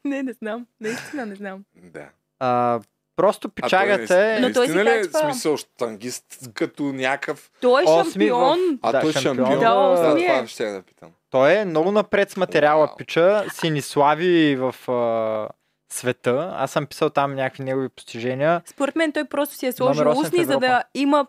[SPEAKER 3] не, не знам. Наистина не знам.
[SPEAKER 1] Да.
[SPEAKER 2] А, просто
[SPEAKER 1] А той
[SPEAKER 2] печагата
[SPEAKER 1] наистина-
[SPEAKER 2] е...
[SPEAKER 3] Но той си
[SPEAKER 1] наистина ли е
[SPEAKER 3] качва-
[SPEAKER 1] смисъл штангист като някакъв
[SPEAKER 3] Той е
[SPEAKER 2] Осми в-
[SPEAKER 3] шампион.
[SPEAKER 1] А той е шампион.
[SPEAKER 3] Да,
[SPEAKER 1] Да,
[SPEAKER 3] осмия.
[SPEAKER 1] това ще я да питам.
[SPEAKER 2] Той е много напред с материала,
[SPEAKER 1] Вау.
[SPEAKER 2] пича. Синислави в а, света. Аз съм писал там някакви негови постижения.
[SPEAKER 3] Според мен той просто си е
[SPEAKER 2] Номер
[SPEAKER 3] сложил
[SPEAKER 2] осем в
[SPEAKER 3] устни, за да
[SPEAKER 2] Европа.
[SPEAKER 3] има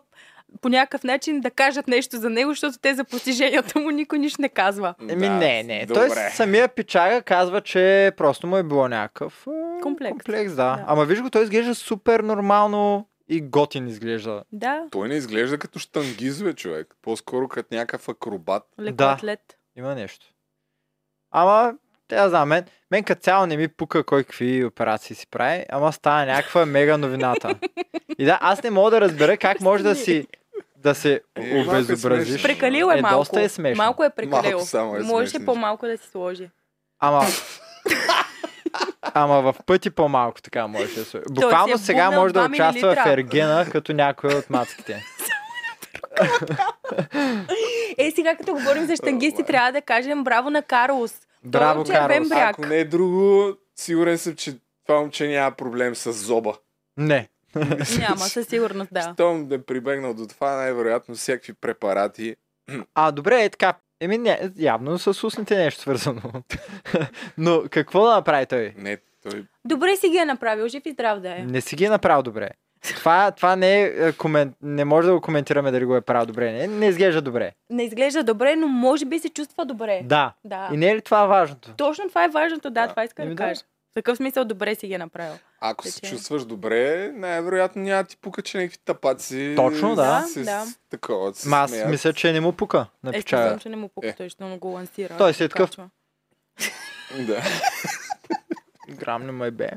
[SPEAKER 3] по някакъв начин да кажат нещо за него, защото те за постиженията му никой нищо не казва.
[SPEAKER 2] Еми,
[SPEAKER 1] Да,
[SPEAKER 2] не, не.
[SPEAKER 1] Добре.
[SPEAKER 2] Той самия пичага казва, че просто му е било някакъв а,
[SPEAKER 3] Комплекс.
[SPEAKER 2] комплекс да.
[SPEAKER 3] Да.
[SPEAKER 2] Ама виж го, той изглежда супер нормално и готин изглежда.
[SPEAKER 3] Да,
[SPEAKER 1] Той не изглежда като штангизове човек. По-скоро като някакъв акробат.
[SPEAKER 3] леко
[SPEAKER 2] Да.
[SPEAKER 3] атлет.
[SPEAKER 2] Има нещо. Ама, те да знам, мен, мен като цяло не ми пука кой какви операции си прави, ама става някаква мега новината. И да, аз не мога да разбера как може да си да се
[SPEAKER 1] Е, малко е
[SPEAKER 2] обезобразиш.
[SPEAKER 1] смешно.
[SPEAKER 3] Прекалил е,
[SPEAKER 2] Е,
[SPEAKER 3] малко.
[SPEAKER 2] доста е смешно.
[SPEAKER 3] Малко е прекалил.
[SPEAKER 1] Малко само е
[SPEAKER 3] Можеше
[SPEAKER 1] смешно.
[SPEAKER 3] по-малко да си сложи.
[SPEAKER 2] Ама... Ама в пъти по-малко така може да се... Буквално
[SPEAKER 3] е
[SPEAKER 2] сега
[SPEAKER 3] бубнал
[SPEAKER 2] може да
[SPEAKER 3] два
[SPEAKER 2] участва в
[SPEAKER 3] милилитра.
[SPEAKER 2] Ергена като някой от мацките.
[SPEAKER 3] Е, сега като говорим за штангисти, трябва да кажем браво на Карлос.
[SPEAKER 2] Браво,
[SPEAKER 3] Той е червен
[SPEAKER 2] Карлос.
[SPEAKER 3] бряг.
[SPEAKER 1] Ако не е друго, сигурен съм, че това момче няма проблем с зоба.
[SPEAKER 2] Не.
[SPEAKER 3] Няма, със сигурност да.
[SPEAKER 1] Щом да е прибегнал до това, най-вероятно всякакви препарати.
[SPEAKER 2] А, добре, е така. Еми, не, явно с устните нещо свързано. Но какво да направи той?
[SPEAKER 1] Не, той
[SPEAKER 3] Добре си ги е направил, жив и здрав да е.
[SPEAKER 2] Не си ги е направил добре. Това, това не е, е комен... не може да го коментираме дали го е правил добре. Не, не изглежда добре.
[SPEAKER 3] Не изглежда добре, но може би се чувства добре.
[SPEAKER 2] Да.
[SPEAKER 3] Да.
[SPEAKER 2] И не е ли това важното?
[SPEAKER 3] Точно това е важното, да, това иска
[SPEAKER 2] Еми да.
[SPEAKER 3] да кажа. В такъв смисъл добре си ги е направил.
[SPEAKER 1] Ако се
[SPEAKER 3] Тече.
[SPEAKER 1] чувстваш добре, най-вероятно няма да ти пука, че някакви тапаци.
[SPEAKER 2] Точно, да.
[SPEAKER 1] С,
[SPEAKER 3] Да.
[SPEAKER 1] с, такова, с
[SPEAKER 2] Ма аз мисля, че не му пука на
[SPEAKER 3] Е,
[SPEAKER 2] печага.
[SPEAKER 3] казвам, че не му
[SPEAKER 1] Е.
[SPEAKER 3] пука, той ще го лансира.
[SPEAKER 2] Той си е такъв.
[SPEAKER 3] Качва.
[SPEAKER 1] Да.
[SPEAKER 2] Грам не ме бе.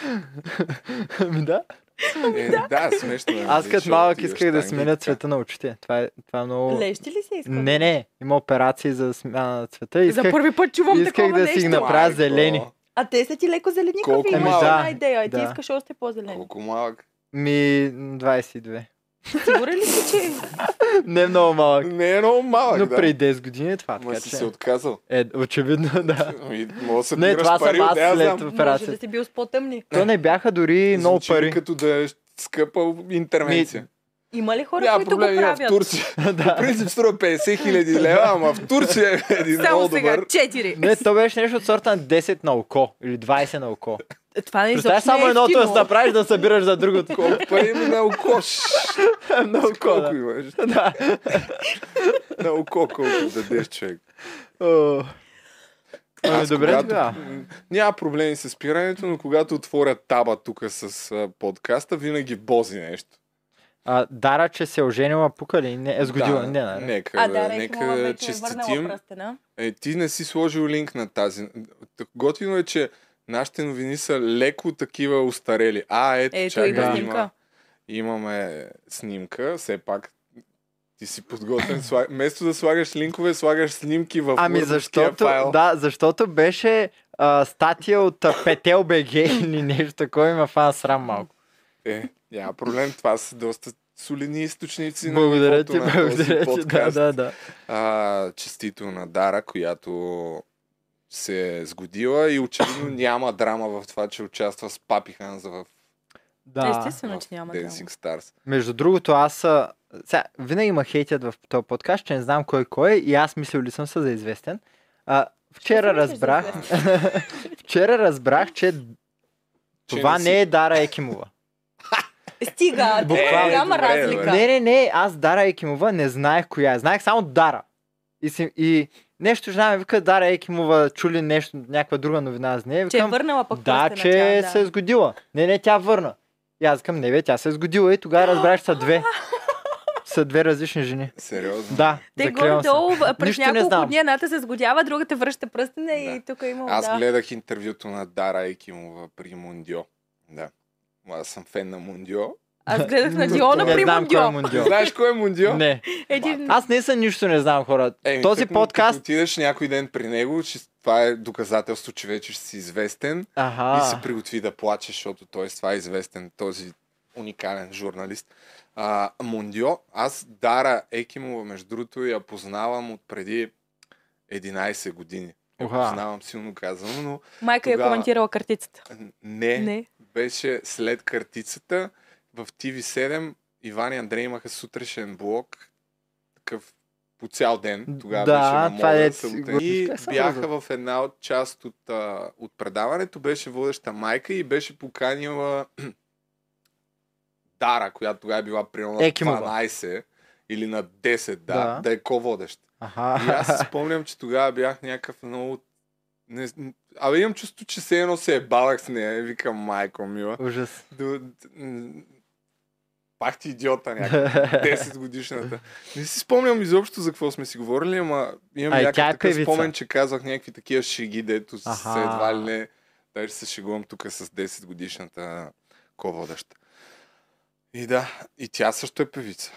[SPEAKER 2] Ами да.
[SPEAKER 1] Е, да, смешно е.
[SPEAKER 2] Аз като
[SPEAKER 1] защото
[SPEAKER 2] малък
[SPEAKER 1] отиваш
[SPEAKER 2] исках да
[SPEAKER 1] там и
[SPEAKER 2] сменя
[SPEAKER 1] така.
[SPEAKER 2] цвета на очите. Това е, това е много...
[SPEAKER 3] Лещи ли се иска?
[SPEAKER 2] Не, не. Има операции за смяна на цвета. Исках,
[SPEAKER 3] За първи път чувам
[SPEAKER 2] исках
[SPEAKER 3] такова
[SPEAKER 2] да си ги
[SPEAKER 3] нещо.
[SPEAKER 2] направя
[SPEAKER 1] Майко,
[SPEAKER 2] зелени.
[SPEAKER 3] А те са ти леко зеленикави,
[SPEAKER 1] Колко
[SPEAKER 3] имаш
[SPEAKER 1] малко.
[SPEAKER 3] една
[SPEAKER 2] Да,
[SPEAKER 3] идея. И ти
[SPEAKER 2] да.
[SPEAKER 3] искаш още по-зелени.
[SPEAKER 1] Колко малък.
[SPEAKER 2] Ми 22.
[SPEAKER 3] Сигурен ли си, че...
[SPEAKER 2] Не е много малък.
[SPEAKER 1] Не е много малък,
[SPEAKER 2] Но
[SPEAKER 1] да.
[SPEAKER 2] преди 10 години е това.
[SPEAKER 1] Ма
[SPEAKER 2] Така,
[SPEAKER 1] си се
[SPEAKER 2] че...
[SPEAKER 1] отказал.
[SPEAKER 2] Е, очевидно, да.
[SPEAKER 1] Ами, мога да се
[SPEAKER 2] Не, това съм
[SPEAKER 1] пари,
[SPEAKER 2] аз
[SPEAKER 1] откъде аз знам.
[SPEAKER 2] след
[SPEAKER 3] Може да
[SPEAKER 2] операцията.
[SPEAKER 3] си бил с по-тъмни.
[SPEAKER 2] То не бяха дори много
[SPEAKER 1] Е. Звучи ми
[SPEAKER 2] пари.
[SPEAKER 1] като да е скъпа интервенция.
[SPEAKER 3] Има ли хора,
[SPEAKER 1] Няма
[SPEAKER 3] които
[SPEAKER 1] проблем,
[SPEAKER 3] го
[SPEAKER 1] има в
[SPEAKER 3] правят?
[SPEAKER 1] Турция. По
[SPEAKER 2] да.
[SPEAKER 1] принцип струва 50 хиляди лева, ама в Турция е един
[SPEAKER 3] Само
[SPEAKER 1] много
[SPEAKER 3] сега,
[SPEAKER 1] добър.
[SPEAKER 3] четири.
[SPEAKER 2] Не, то беше нещо от сорта на 10 на око или 20 на око.
[SPEAKER 3] Е, Това не
[SPEAKER 2] Представяш
[SPEAKER 3] изобщо не
[SPEAKER 2] само
[SPEAKER 3] е
[SPEAKER 2] едното да
[SPEAKER 3] ефтино.
[SPEAKER 2] се направиш да събираш за другото.
[SPEAKER 1] Колко пари има на окош?
[SPEAKER 2] на око,
[SPEAKER 1] Колко
[SPEAKER 2] да.
[SPEAKER 1] имаш?
[SPEAKER 2] да.
[SPEAKER 1] На око колко дадеш човек.
[SPEAKER 2] О. Ами
[SPEAKER 1] Аз
[SPEAKER 2] добре
[SPEAKER 1] когато-
[SPEAKER 2] тогава.
[SPEAKER 1] м, Няма проблеми с спирането, но когато отворя таба тук с а, подкаста, винаги бози нещо.
[SPEAKER 2] А, Дара, че се е оженила, пука ли? Не, е сгодила. не, не, не.
[SPEAKER 1] Нека,
[SPEAKER 3] А, да,
[SPEAKER 1] Е, нека честитим. Е, ти не си сложил линк на тази. Так, Готино е, че нашите новини са леко такива устарели. А, ето,
[SPEAKER 3] Ето,
[SPEAKER 1] чакай,
[SPEAKER 3] има
[SPEAKER 1] има-
[SPEAKER 3] снимка.
[SPEAKER 1] имаме снимка, все пак ти си подготвен. слаг- Вместо да слагаш линкове, слагаш снимки в
[SPEAKER 2] Ами
[SPEAKER 1] Word-овския
[SPEAKER 2] защото,
[SPEAKER 1] файл.
[SPEAKER 2] да, защото беше а, статия от а, Петел БГ или нещо такова, има фан срам малко.
[SPEAKER 1] Е, няма проблем, това са доста солидни източници
[SPEAKER 2] Благодаря
[SPEAKER 1] на
[SPEAKER 2] ти,
[SPEAKER 1] нивото на този
[SPEAKER 2] благодаря ти. Да,
[SPEAKER 1] подкаст.
[SPEAKER 2] да, да.
[SPEAKER 1] А, честито на Дара, която се е сгодила и очевидно няма драма в това, че участва с Папи Ханза в,
[SPEAKER 2] да.
[SPEAKER 3] Е, Естествено,
[SPEAKER 1] в
[SPEAKER 3] че Значи няма драма.
[SPEAKER 1] Dancing Stars.
[SPEAKER 2] Между другото, аз а, сега, винаги ма хейтят в този подкаст, че не знам кой кой е и аз мислил ли съм се за известен. А, вчера
[SPEAKER 3] мислиш за
[SPEAKER 2] разбрах, вчера разбрах, че това
[SPEAKER 1] не
[SPEAKER 2] не е Дара Екимова. Е,
[SPEAKER 3] Стига,
[SPEAKER 1] Буквално.
[SPEAKER 3] голяма
[SPEAKER 1] Добре, бе.
[SPEAKER 3] разлика.
[SPEAKER 1] Да.
[SPEAKER 2] Не, не, не, аз Дара Екимова не знаех коя е. Знаех само Дара. И, си, и нещо жена ми вика, Дара Екимова чули нещо, някаква друга новина за нея.
[SPEAKER 3] Че е
[SPEAKER 2] Викам,
[SPEAKER 3] върнала пък
[SPEAKER 2] да,
[SPEAKER 3] пръстена
[SPEAKER 2] че
[SPEAKER 3] тя, да.
[SPEAKER 2] се е сгодила. Не, не, тя върна. И аз към не бе, тя се е сгодила и тогава разбрах, че са две. са две различни жени.
[SPEAKER 1] Сериозно.
[SPEAKER 2] Да,
[SPEAKER 3] Те
[SPEAKER 2] закривам се.
[SPEAKER 3] горе-долу а, през
[SPEAKER 2] Нищо не
[SPEAKER 3] няколко
[SPEAKER 2] знам.
[SPEAKER 3] дни едната се сгодява, другата връща пръстена и
[SPEAKER 1] Да.
[SPEAKER 3] тук има...
[SPEAKER 1] Аз
[SPEAKER 3] да.
[SPEAKER 1] гледах интервюто на Дара Екимова при Мундио. Да. Аз съм фен на Мундио.
[SPEAKER 3] Аз гледах на Диона
[SPEAKER 2] не
[SPEAKER 3] при
[SPEAKER 2] знам кой е
[SPEAKER 3] Мондио.
[SPEAKER 2] Мундио.
[SPEAKER 1] Знаеш кой е Мундио?
[SPEAKER 2] Не.
[SPEAKER 3] Един...
[SPEAKER 2] Аз не съм нищо не знам, хора.
[SPEAKER 1] Еми,
[SPEAKER 2] Този
[SPEAKER 1] тъкмо, като
[SPEAKER 2] подкаст...
[SPEAKER 1] отидеш някой ден при него, че това е доказателство, че вече ще си известен и се
[SPEAKER 2] Аха.
[SPEAKER 1] приготви да плачеш, защото той с това е известен, този уникален журналист. А, Мундио, аз Дара Екимова, между другото, я познавам от преди 11 години. Я
[SPEAKER 2] Оха.
[SPEAKER 1] познавам, силно казвам, но
[SPEAKER 3] Майка я
[SPEAKER 1] тогава- Е.
[SPEAKER 3] коментирала картицата.
[SPEAKER 1] не,
[SPEAKER 3] Не.
[SPEAKER 1] беше след картицата в TV7. Иван и Андрей имаха сутрешен блок, такъв по цял ден. Тогава
[SPEAKER 2] Да,
[SPEAKER 1] беше на
[SPEAKER 2] това
[SPEAKER 1] мода,
[SPEAKER 2] е-
[SPEAKER 1] събота.
[SPEAKER 2] го-
[SPEAKER 1] И
[SPEAKER 2] как се
[SPEAKER 1] бяха в една от част от, а, от предаването. Беше водеща майка и беше поканила Дара, която тогава е била примерно на
[SPEAKER 2] Екимова.
[SPEAKER 1] 12 или на 10, да,
[SPEAKER 2] Да.
[SPEAKER 1] да, да е ко-водещ. И
[SPEAKER 2] Аха.
[SPEAKER 1] аз си спомням, че тогава бях някакъв много... Не... Абе имам чувство, че все едно се е балах с нея. И Викам, майко мила.
[SPEAKER 2] Ужас.
[SPEAKER 1] До... д- м, Пак ти идиота някакъв. 10 годишната. Не си спомням изобщо за какво сме си говорили, ама имам
[SPEAKER 2] А, и тя е
[SPEAKER 1] някакъв такъв
[SPEAKER 2] певица.
[SPEAKER 1] спомен, че казах някакви такива шеги, дето се
[SPEAKER 2] Аха.
[SPEAKER 1] едва ли не... Даже се шегувам тук с 10 годишната ководаща. И да, и тя също е певица.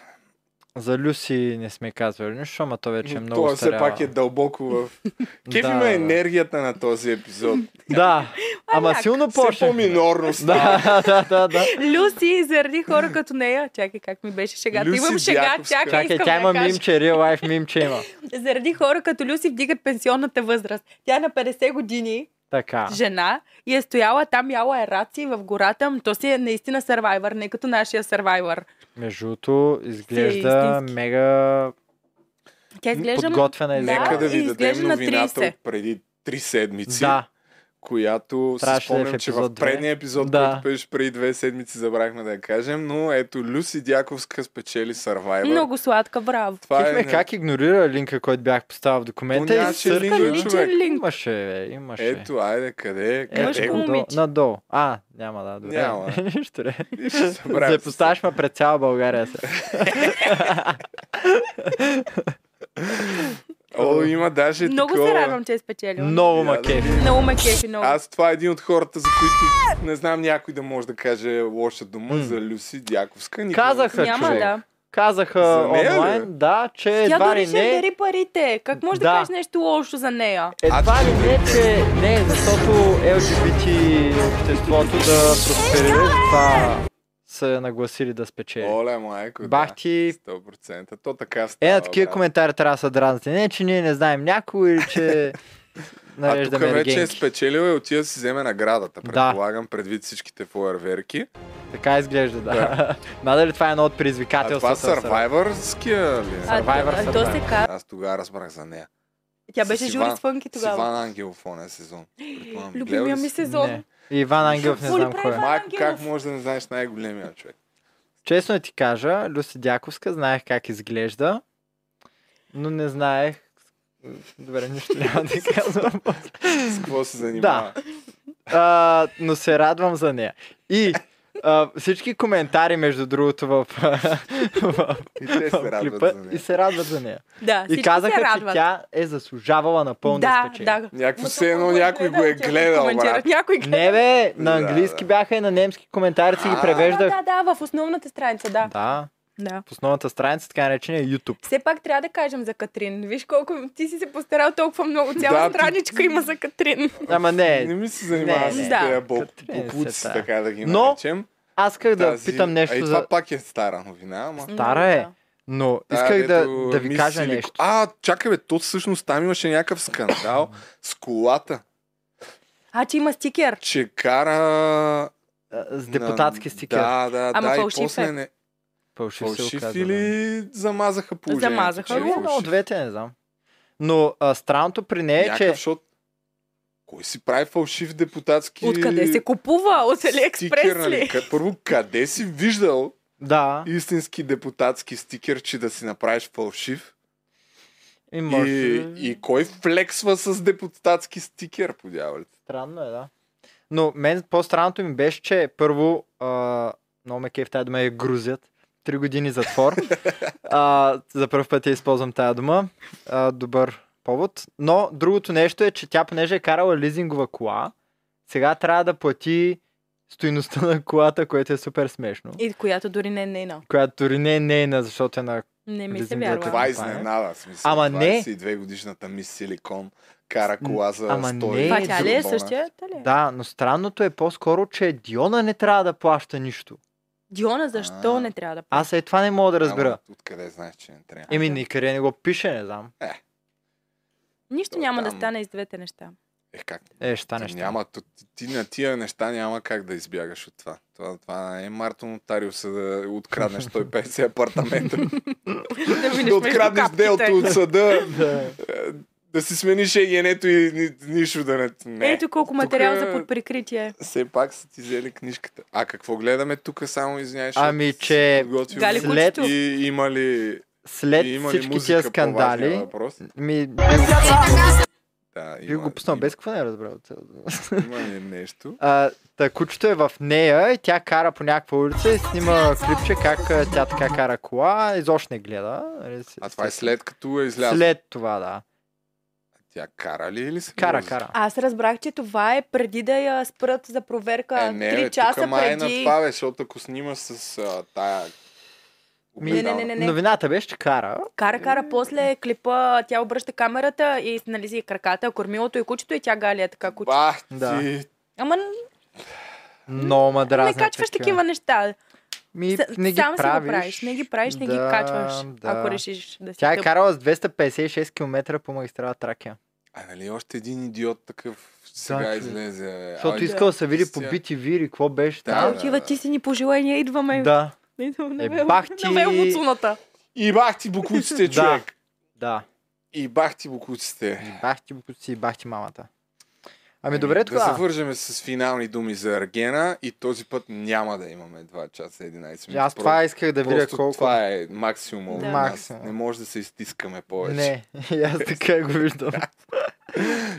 [SPEAKER 2] За Люси не сме казвали нищо, ама то вече е
[SPEAKER 1] Но
[SPEAKER 2] много
[SPEAKER 1] Това все
[SPEAKER 2] остаряла.
[SPEAKER 1] пак е дълбоко в... Кефи
[SPEAKER 2] Да,
[SPEAKER 1] ме е
[SPEAKER 2] да.
[SPEAKER 1] енергията на този епизод.
[SPEAKER 2] Да, ама
[SPEAKER 3] Аляк.
[SPEAKER 2] силно
[SPEAKER 1] Все
[SPEAKER 2] почнахме.
[SPEAKER 1] по-минорно става.
[SPEAKER 2] Да, да, да, да.
[SPEAKER 3] Люси, заради хора като нея. Чакай, как ми беше шегата.
[SPEAKER 1] Люси
[SPEAKER 3] Имам шега,
[SPEAKER 1] Дяковска.
[SPEAKER 3] чакай,
[SPEAKER 2] Чакай,
[SPEAKER 3] искам
[SPEAKER 2] тя има
[SPEAKER 3] да кажа.
[SPEAKER 2] мимче, real life мимче има.
[SPEAKER 3] Заради хора като Люси вдигат пенсионната възраст. Тя е на 50 години,
[SPEAKER 2] Така.
[SPEAKER 3] жена, и е стояла там, яла е раци в гората. М, То си е наистина сървайвър, не като нашия сървайвър.
[SPEAKER 2] Между другото, изглежда
[SPEAKER 3] истински.
[SPEAKER 2] мега
[SPEAKER 3] Тя изглежда...
[SPEAKER 2] подготвена е и
[SPEAKER 3] Да,
[SPEAKER 1] Нека да
[SPEAKER 3] и
[SPEAKER 1] ви дадем
[SPEAKER 3] изглежда на
[SPEAKER 1] новината
[SPEAKER 3] 30.
[SPEAKER 1] от преди три седмици.
[SPEAKER 2] Да,
[SPEAKER 1] която си
[SPEAKER 2] Трябваше да е
[SPEAKER 1] спомням,
[SPEAKER 2] в
[SPEAKER 1] че в
[SPEAKER 2] епизод две.
[SPEAKER 1] предния епизод,
[SPEAKER 2] Да.
[SPEAKER 1] който беше преди две седмици, забравихме да я кажем, но ето Люси Дяковска спечели Survivor.
[SPEAKER 3] Много сладка, браво.
[SPEAKER 1] Това е,
[SPEAKER 2] Чухме
[SPEAKER 1] не-
[SPEAKER 2] как игнорира линка, който бях поставил в документа.
[SPEAKER 1] То
[SPEAKER 2] и
[SPEAKER 1] нямаше
[SPEAKER 2] сърка-
[SPEAKER 1] линк, бе,
[SPEAKER 2] Линк,
[SPEAKER 1] човек.
[SPEAKER 2] Имаше, бе, имаше.
[SPEAKER 1] Ето, айде, къде е?
[SPEAKER 2] Е,
[SPEAKER 1] Къде
[SPEAKER 3] Мъжко
[SPEAKER 1] го?
[SPEAKER 2] надолу-
[SPEAKER 3] момиче.
[SPEAKER 2] Надолу. А, няма да, добре.
[SPEAKER 1] Няма.
[SPEAKER 2] Нищо, бе.
[SPEAKER 1] И ще се
[SPEAKER 2] Се
[SPEAKER 1] правим с-
[SPEAKER 2] поставяш ме пред цяла България се.
[SPEAKER 1] О, има даже
[SPEAKER 3] Много
[SPEAKER 1] такова.
[SPEAKER 3] се радвам, че е спечелила.
[SPEAKER 2] Много
[SPEAKER 1] Я да
[SPEAKER 2] ма кефи.
[SPEAKER 3] Много ме кефи, много.
[SPEAKER 1] Аз това е един от хората, за които не знам някой да може да каже лоша дума
[SPEAKER 2] М.
[SPEAKER 1] за Люси Дяковска. Никога
[SPEAKER 2] Казаха,
[SPEAKER 1] не-
[SPEAKER 3] Няма
[SPEAKER 2] човек.
[SPEAKER 3] да.
[SPEAKER 2] Казаха
[SPEAKER 1] За нея ли?
[SPEAKER 2] онлайн, да, че
[SPEAKER 3] Тя
[SPEAKER 2] едва ли
[SPEAKER 3] дори ще
[SPEAKER 2] не...
[SPEAKER 3] дари парите. Как може да.
[SPEAKER 2] Да.
[SPEAKER 3] кажеш нещо лошо за нея?
[SPEAKER 2] Едва ли не, че не, защото LGBT обществото да просперира, това
[SPEAKER 3] е!
[SPEAKER 2] са нагласили да спечели.
[SPEAKER 1] Оле, майко,
[SPEAKER 2] Бах
[SPEAKER 1] да.
[SPEAKER 2] ти
[SPEAKER 1] 100%. То така става.
[SPEAKER 2] Е, на такива
[SPEAKER 1] брат.
[SPEAKER 2] коментари трябва да са дразните. Не, че ние не знаем някой или че
[SPEAKER 1] А тук
[SPEAKER 2] нареждаме
[SPEAKER 1] вече е
[SPEAKER 2] ергенки.
[SPEAKER 1] спечелил и отива да си вземе наградата.
[SPEAKER 2] Да.
[SPEAKER 1] Предполагам, предвид всичките фойерверки.
[SPEAKER 2] Така изглежда, да. Надали това е едно
[SPEAKER 1] А
[SPEAKER 2] от
[SPEAKER 1] това
[SPEAKER 2] предизвикателствата. на Survivor.
[SPEAKER 1] сървайвърския ли? е?
[SPEAKER 3] А,
[SPEAKER 2] Survivor
[SPEAKER 3] а,
[SPEAKER 2] са
[SPEAKER 3] то
[SPEAKER 2] два.
[SPEAKER 3] се казва.
[SPEAKER 1] Аз тогава разбрах за нея.
[SPEAKER 3] Тя
[SPEAKER 1] С
[SPEAKER 3] беше
[SPEAKER 1] Иван-
[SPEAKER 3] жури с фънки
[SPEAKER 1] С
[SPEAKER 3] тогава.
[SPEAKER 1] Иван Ангелов, он е сезон. Предполагам, гледал ли
[SPEAKER 3] Любимия ми
[SPEAKER 1] си?
[SPEAKER 3] сезон.
[SPEAKER 2] Не. И Иван Ангелов не
[SPEAKER 3] Какво ли
[SPEAKER 2] знам
[SPEAKER 3] прави
[SPEAKER 2] кой е.
[SPEAKER 3] Иван
[SPEAKER 1] Майко, как
[SPEAKER 3] Ангелов?
[SPEAKER 1] може да не знаеш най-големия човек?
[SPEAKER 2] Честно ти кажа, Люси Дяковска, знаех как изглежда, но не знаех... Добре, нищо няма да казвам.
[SPEAKER 1] С какво се занимава?
[SPEAKER 2] А, но се радвам за нея. И а, всички коментари, между другото, в, в,
[SPEAKER 1] И те
[SPEAKER 2] в
[SPEAKER 1] се радват
[SPEAKER 2] клипа
[SPEAKER 1] за
[SPEAKER 2] и
[SPEAKER 1] нея.
[SPEAKER 2] се радват за нея.
[SPEAKER 3] Да,
[SPEAKER 2] И
[SPEAKER 3] всички
[SPEAKER 2] казаха,
[SPEAKER 3] се
[SPEAKER 2] че
[SPEAKER 3] радват.
[SPEAKER 2] тя е заслужавала напълно да
[SPEAKER 3] да,
[SPEAKER 2] спечели.
[SPEAKER 3] да.
[SPEAKER 1] Някакво
[SPEAKER 3] Ма
[SPEAKER 1] все едно
[SPEAKER 3] толкова
[SPEAKER 1] някой го е
[SPEAKER 3] че
[SPEAKER 1] гледал, брат.
[SPEAKER 3] коментират. Някой гледа.
[SPEAKER 2] Не бе, на
[SPEAKER 1] Да,
[SPEAKER 2] английски
[SPEAKER 1] да.
[SPEAKER 2] бяха и на немски коментари си ги
[SPEAKER 1] А.
[SPEAKER 3] да,
[SPEAKER 2] превеждах.
[SPEAKER 3] да, да, в основната страница, да.
[SPEAKER 2] Да,
[SPEAKER 3] да.
[SPEAKER 2] в основната страница, така наречения YouTube.
[SPEAKER 3] Все пак трябва да кажем за Катрин. Виж колко ти си се постарал толкова много.
[SPEAKER 1] Да,
[SPEAKER 3] Цяла
[SPEAKER 1] ти-
[SPEAKER 3] страничка има за Катрин.
[SPEAKER 2] Ама
[SPEAKER 1] Не
[SPEAKER 2] не,
[SPEAKER 1] ми се занимава
[SPEAKER 2] Не,
[SPEAKER 1] с
[SPEAKER 3] не.
[SPEAKER 1] тези
[SPEAKER 3] Да.
[SPEAKER 1] боб-
[SPEAKER 2] Катрин се
[SPEAKER 1] боклуци,
[SPEAKER 2] тая.
[SPEAKER 1] така да ги
[SPEAKER 2] Но,
[SPEAKER 1] наречем.
[SPEAKER 2] аз исках да
[SPEAKER 1] Тази-
[SPEAKER 2] питам
[SPEAKER 1] а и
[SPEAKER 2] нещо
[SPEAKER 1] това
[SPEAKER 2] за...
[SPEAKER 1] пак е стара новина, ама...
[SPEAKER 2] Стара е, но
[SPEAKER 1] Тая,
[SPEAKER 2] исках да,
[SPEAKER 1] дето
[SPEAKER 2] да ви
[SPEAKER 1] Мис
[SPEAKER 2] кажа
[SPEAKER 1] Силико-
[SPEAKER 2] нещо.
[SPEAKER 1] А, чакай бе, то всъщност там имаше някакъв скандал с колата,
[SPEAKER 3] А, че има стикер.
[SPEAKER 1] че кара...
[SPEAKER 2] А, С
[SPEAKER 1] на-
[SPEAKER 2] депутатски стикер. Да.
[SPEAKER 1] Да, да,
[SPEAKER 3] Ама
[SPEAKER 1] да, и
[SPEAKER 3] фалшив е.
[SPEAKER 1] после не...
[SPEAKER 2] Фалшив, се
[SPEAKER 1] Фалшив
[SPEAKER 2] оказа. да.
[SPEAKER 1] или замазаха положението?
[SPEAKER 3] Замазаха
[SPEAKER 1] че
[SPEAKER 2] Ами,
[SPEAKER 1] е
[SPEAKER 3] го.
[SPEAKER 2] едно от
[SPEAKER 1] фалшив?
[SPEAKER 2] двете, не знам. Но а, странното при нея е, че
[SPEAKER 1] Някакъв, защото... Кой си прави фалшив депутатски...
[SPEAKER 3] Откъде се купува? От
[SPEAKER 1] стикер,
[SPEAKER 3] Алиекспрес
[SPEAKER 1] нали?
[SPEAKER 3] ли?
[SPEAKER 1] Къ- Първо, къде си виждал
[SPEAKER 2] да,
[SPEAKER 1] истински депутатски стикер, че да си направиш фалшив?
[SPEAKER 2] и
[SPEAKER 1] И,
[SPEAKER 2] може...
[SPEAKER 1] и кой флексва с депутатски стикер, по дяволите?
[SPEAKER 2] Странно е, да. Но мен по-странното ми беше, че първо, а, много ме кеф тази дума е грузят. Три години затвор. а, за първ път я използвам тази дума. А, добър повод. Но другото нещо е, че тя понеже е карала лизингова кола, сега трябва да плати стоиността на колата, което е супер смешно.
[SPEAKER 3] И която дори не е нейна.
[SPEAKER 2] Която дори не е нейна, защото е на...
[SPEAKER 3] Не ми се
[SPEAKER 2] Лизинг за
[SPEAKER 1] Това
[SPEAKER 3] вярва.
[SPEAKER 1] е
[SPEAKER 2] Това е.
[SPEAKER 1] изненада, в смисъл.
[SPEAKER 2] Ама не.
[SPEAKER 1] 22 годишната мис Силикон кара кола за
[SPEAKER 2] Ама
[SPEAKER 1] 100
[SPEAKER 2] не.
[SPEAKER 1] и
[SPEAKER 3] Това тя ли е
[SPEAKER 1] долара.
[SPEAKER 3] същията ли? е?
[SPEAKER 2] Да, но странното е по-скоро, че Диона не трябва да плаща нищо.
[SPEAKER 3] Диона, защо
[SPEAKER 1] А.
[SPEAKER 3] не трябва да
[SPEAKER 2] Аз е това не мога да разбера.
[SPEAKER 1] Ама Откъде знаеш, че не трябва?
[SPEAKER 2] Еми, никъде не го пише, не знам.
[SPEAKER 3] Нищо
[SPEAKER 1] То
[SPEAKER 3] няма да
[SPEAKER 1] там.
[SPEAKER 3] стане и с двете неща.
[SPEAKER 1] Е, как?
[SPEAKER 2] Е, ще стане.
[SPEAKER 1] Ти
[SPEAKER 2] ще стане.
[SPEAKER 1] няма, ти, ти на тия неща няма как да избягаш от това. Това, това не е Марто Нотариуса да откраднеш 150 апартамента.
[SPEAKER 3] да
[SPEAKER 1] да откраднеш делото от съда,
[SPEAKER 2] Да.
[SPEAKER 1] е, да си смениш егенето и ни- нищо да не... не.
[SPEAKER 3] Ето колко материал
[SPEAKER 1] Тук е-
[SPEAKER 3] за подприкритие.
[SPEAKER 1] Все пак са ти взели книжката. А какво гледаме тук, само извиняеш?
[SPEAKER 2] Ами, че
[SPEAKER 3] Гали
[SPEAKER 2] след,
[SPEAKER 3] Кучето.
[SPEAKER 1] И има ли,
[SPEAKER 2] след
[SPEAKER 1] и има ли
[SPEAKER 2] всички
[SPEAKER 1] музика
[SPEAKER 2] тия
[SPEAKER 1] скандали?
[SPEAKER 2] скандали,
[SPEAKER 1] въпрос?
[SPEAKER 2] ми,
[SPEAKER 1] Да, има,
[SPEAKER 2] би го пуснал без какво не е разбрал.
[SPEAKER 1] има, има ли нещо?
[SPEAKER 2] А, та кучето е в нея и тя кара по някаква улица и снима клипче как а, тя така кара кола, изобщо не гледа. нали, с-
[SPEAKER 1] А това е след като е излязла.
[SPEAKER 2] След това, да.
[SPEAKER 1] Тя кара ли е или се
[SPEAKER 2] Кара,
[SPEAKER 1] вози?
[SPEAKER 2] кара.
[SPEAKER 3] Аз разбрах, че това е преди да я спрат за проверка
[SPEAKER 1] Е, не,
[SPEAKER 3] 3
[SPEAKER 1] бе,
[SPEAKER 3] часа
[SPEAKER 1] тук май е на
[SPEAKER 3] преди.
[SPEAKER 1] това, бе, защото ако снимаш с а, тая...
[SPEAKER 2] Ми,
[SPEAKER 3] Не, не, не, не, не.
[SPEAKER 2] Новината беше, че кара.
[SPEAKER 3] Кара, кара, после клипа, тя обръща камерата и нали си краката, кормилото и кучето и тя галия така куче.
[SPEAKER 1] Бах ти,
[SPEAKER 2] Да.
[SPEAKER 3] Ама
[SPEAKER 2] Много ма
[SPEAKER 3] не
[SPEAKER 2] дразни.
[SPEAKER 3] Ами, качваш такива неща.
[SPEAKER 2] Ми,
[SPEAKER 3] С-
[SPEAKER 2] не ги
[SPEAKER 3] Сам си
[SPEAKER 2] правиш.
[SPEAKER 3] го правиш, не ги правиш, не ги
[SPEAKER 2] Да,
[SPEAKER 3] качваш,
[SPEAKER 2] да.
[SPEAKER 3] ако решиш да си
[SPEAKER 2] Тя е
[SPEAKER 3] тъп.
[SPEAKER 2] карала с 256 км по магистрала Тракия.
[SPEAKER 1] А нали още един идиот такъв сега
[SPEAKER 2] човек.
[SPEAKER 1] излезе? бе.
[SPEAKER 2] Защото
[SPEAKER 1] Ай,
[SPEAKER 2] искал да се види по
[SPEAKER 1] Християн.
[SPEAKER 2] бити вири, какво беше
[SPEAKER 1] Е, Да,
[SPEAKER 3] А,
[SPEAKER 2] там.
[SPEAKER 1] бе.
[SPEAKER 3] отива, ти си ни пожелания, идваме.
[SPEAKER 2] Да,
[SPEAKER 3] Идвам на
[SPEAKER 2] Е,
[SPEAKER 3] Вел-
[SPEAKER 2] бах ти!
[SPEAKER 3] На Вел Муцуната.
[SPEAKER 1] И бах ти бокуците,
[SPEAKER 2] Да.
[SPEAKER 1] човек.
[SPEAKER 2] да.
[SPEAKER 1] И бах ти
[SPEAKER 2] И
[SPEAKER 1] бокуците.
[SPEAKER 2] бах ти, букуци, и бах ти мамата. Ами добре
[SPEAKER 1] да
[SPEAKER 2] тогава.
[SPEAKER 1] завържеме с финални думи за Аргена и този път няма да имаме 2 часа и 11 минути.
[SPEAKER 2] Аз това исках да видя
[SPEAKER 1] Просто
[SPEAKER 2] колко.
[SPEAKER 1] това е максимум.
[SPEAKER 3] Да.
[SPEAKER 1] от нас.
[SPEAKER 2] Максимум.
[SPEAKER 1] Не може да се изтискаме повече.
[SPEAKER 2] Не, и аз така го виждам.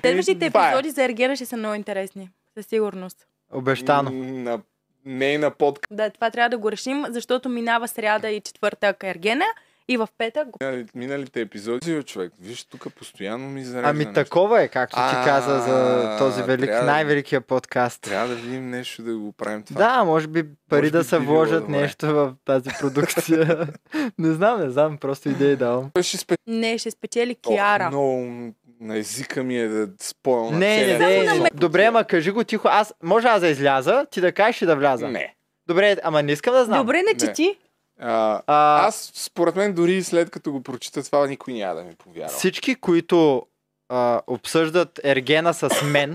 [SPEAKER 3] Следващите
[SPEAKER 1] Това е.
[SPEAKER 3] епизоди за Ергена ще са много интересни. Със сигурност.
[SPEAKER 2] Обещано.
[SPEAKER 1] М, На нейна подкаст.
[SPEAKER 3] Да, това трябва да го решим, защото минава сряда и четвъртък Ергена и в петък го...
[SPEAKER 1] Миналите епизоди, бе, човек, виж, тук постоянно ми зарежда.
[SPEAKER 2] Ами
[SPEAKER 1] нещо.
[SPEAKER 2] такова е, както ти
[SPEAKER 1] А,
[SPEAKER 2] каза за този велик,
[SPEAKER 1] трябва да-
[SPEAKER 2] най-великия подкаст.
[SPEAKER 1] Трябва да видим нещо да го правим това.
[SPEAKER 2] Да, може би пари
[SPEAKER 1] Може
[SPEAKER 2] да
[SPEAKER 1] би
[SPEAKER 2] се
[SPEAKER 1] би било
[SPEAKER 2] вложат
[SPEAKER 1] добре.
[SPEAKER 2] нещо в тази продукция. не знам, не знам, просто идеи давам.
[SPEAKER 1] Той ще спечели.
[SPEAKER 3] Не, ще спечели Киара.
[SPEAKER 1] Много м- на езика ми е да спойл на
[SPEAKER 2] Не, не,
[SPEAKER 1] целия
[SPEAKER 2] не,
[SPEAKER 1] сезон.
[SPEAKER 2] не. Добре, ма кажи го тихо. Аз може аз да изляза, ти да кажеш и да вляза.
[SPEAKER 1] Не.
[SPEAKER 2] Добре, ама не искам да знам.
[SPEAKER 3] Добре, не
[SPEAKER 1] Не.
[SPEAKER 3] чети.
[SPEAKER 1] А,
[SPEAKER 2] А,
[SPEAKER 1] аз, според мен, дори и след като го прочита това, никой няма да ми повярва.
[SPEAKER 2] Всички, които а, обсъждат Ергена с мен,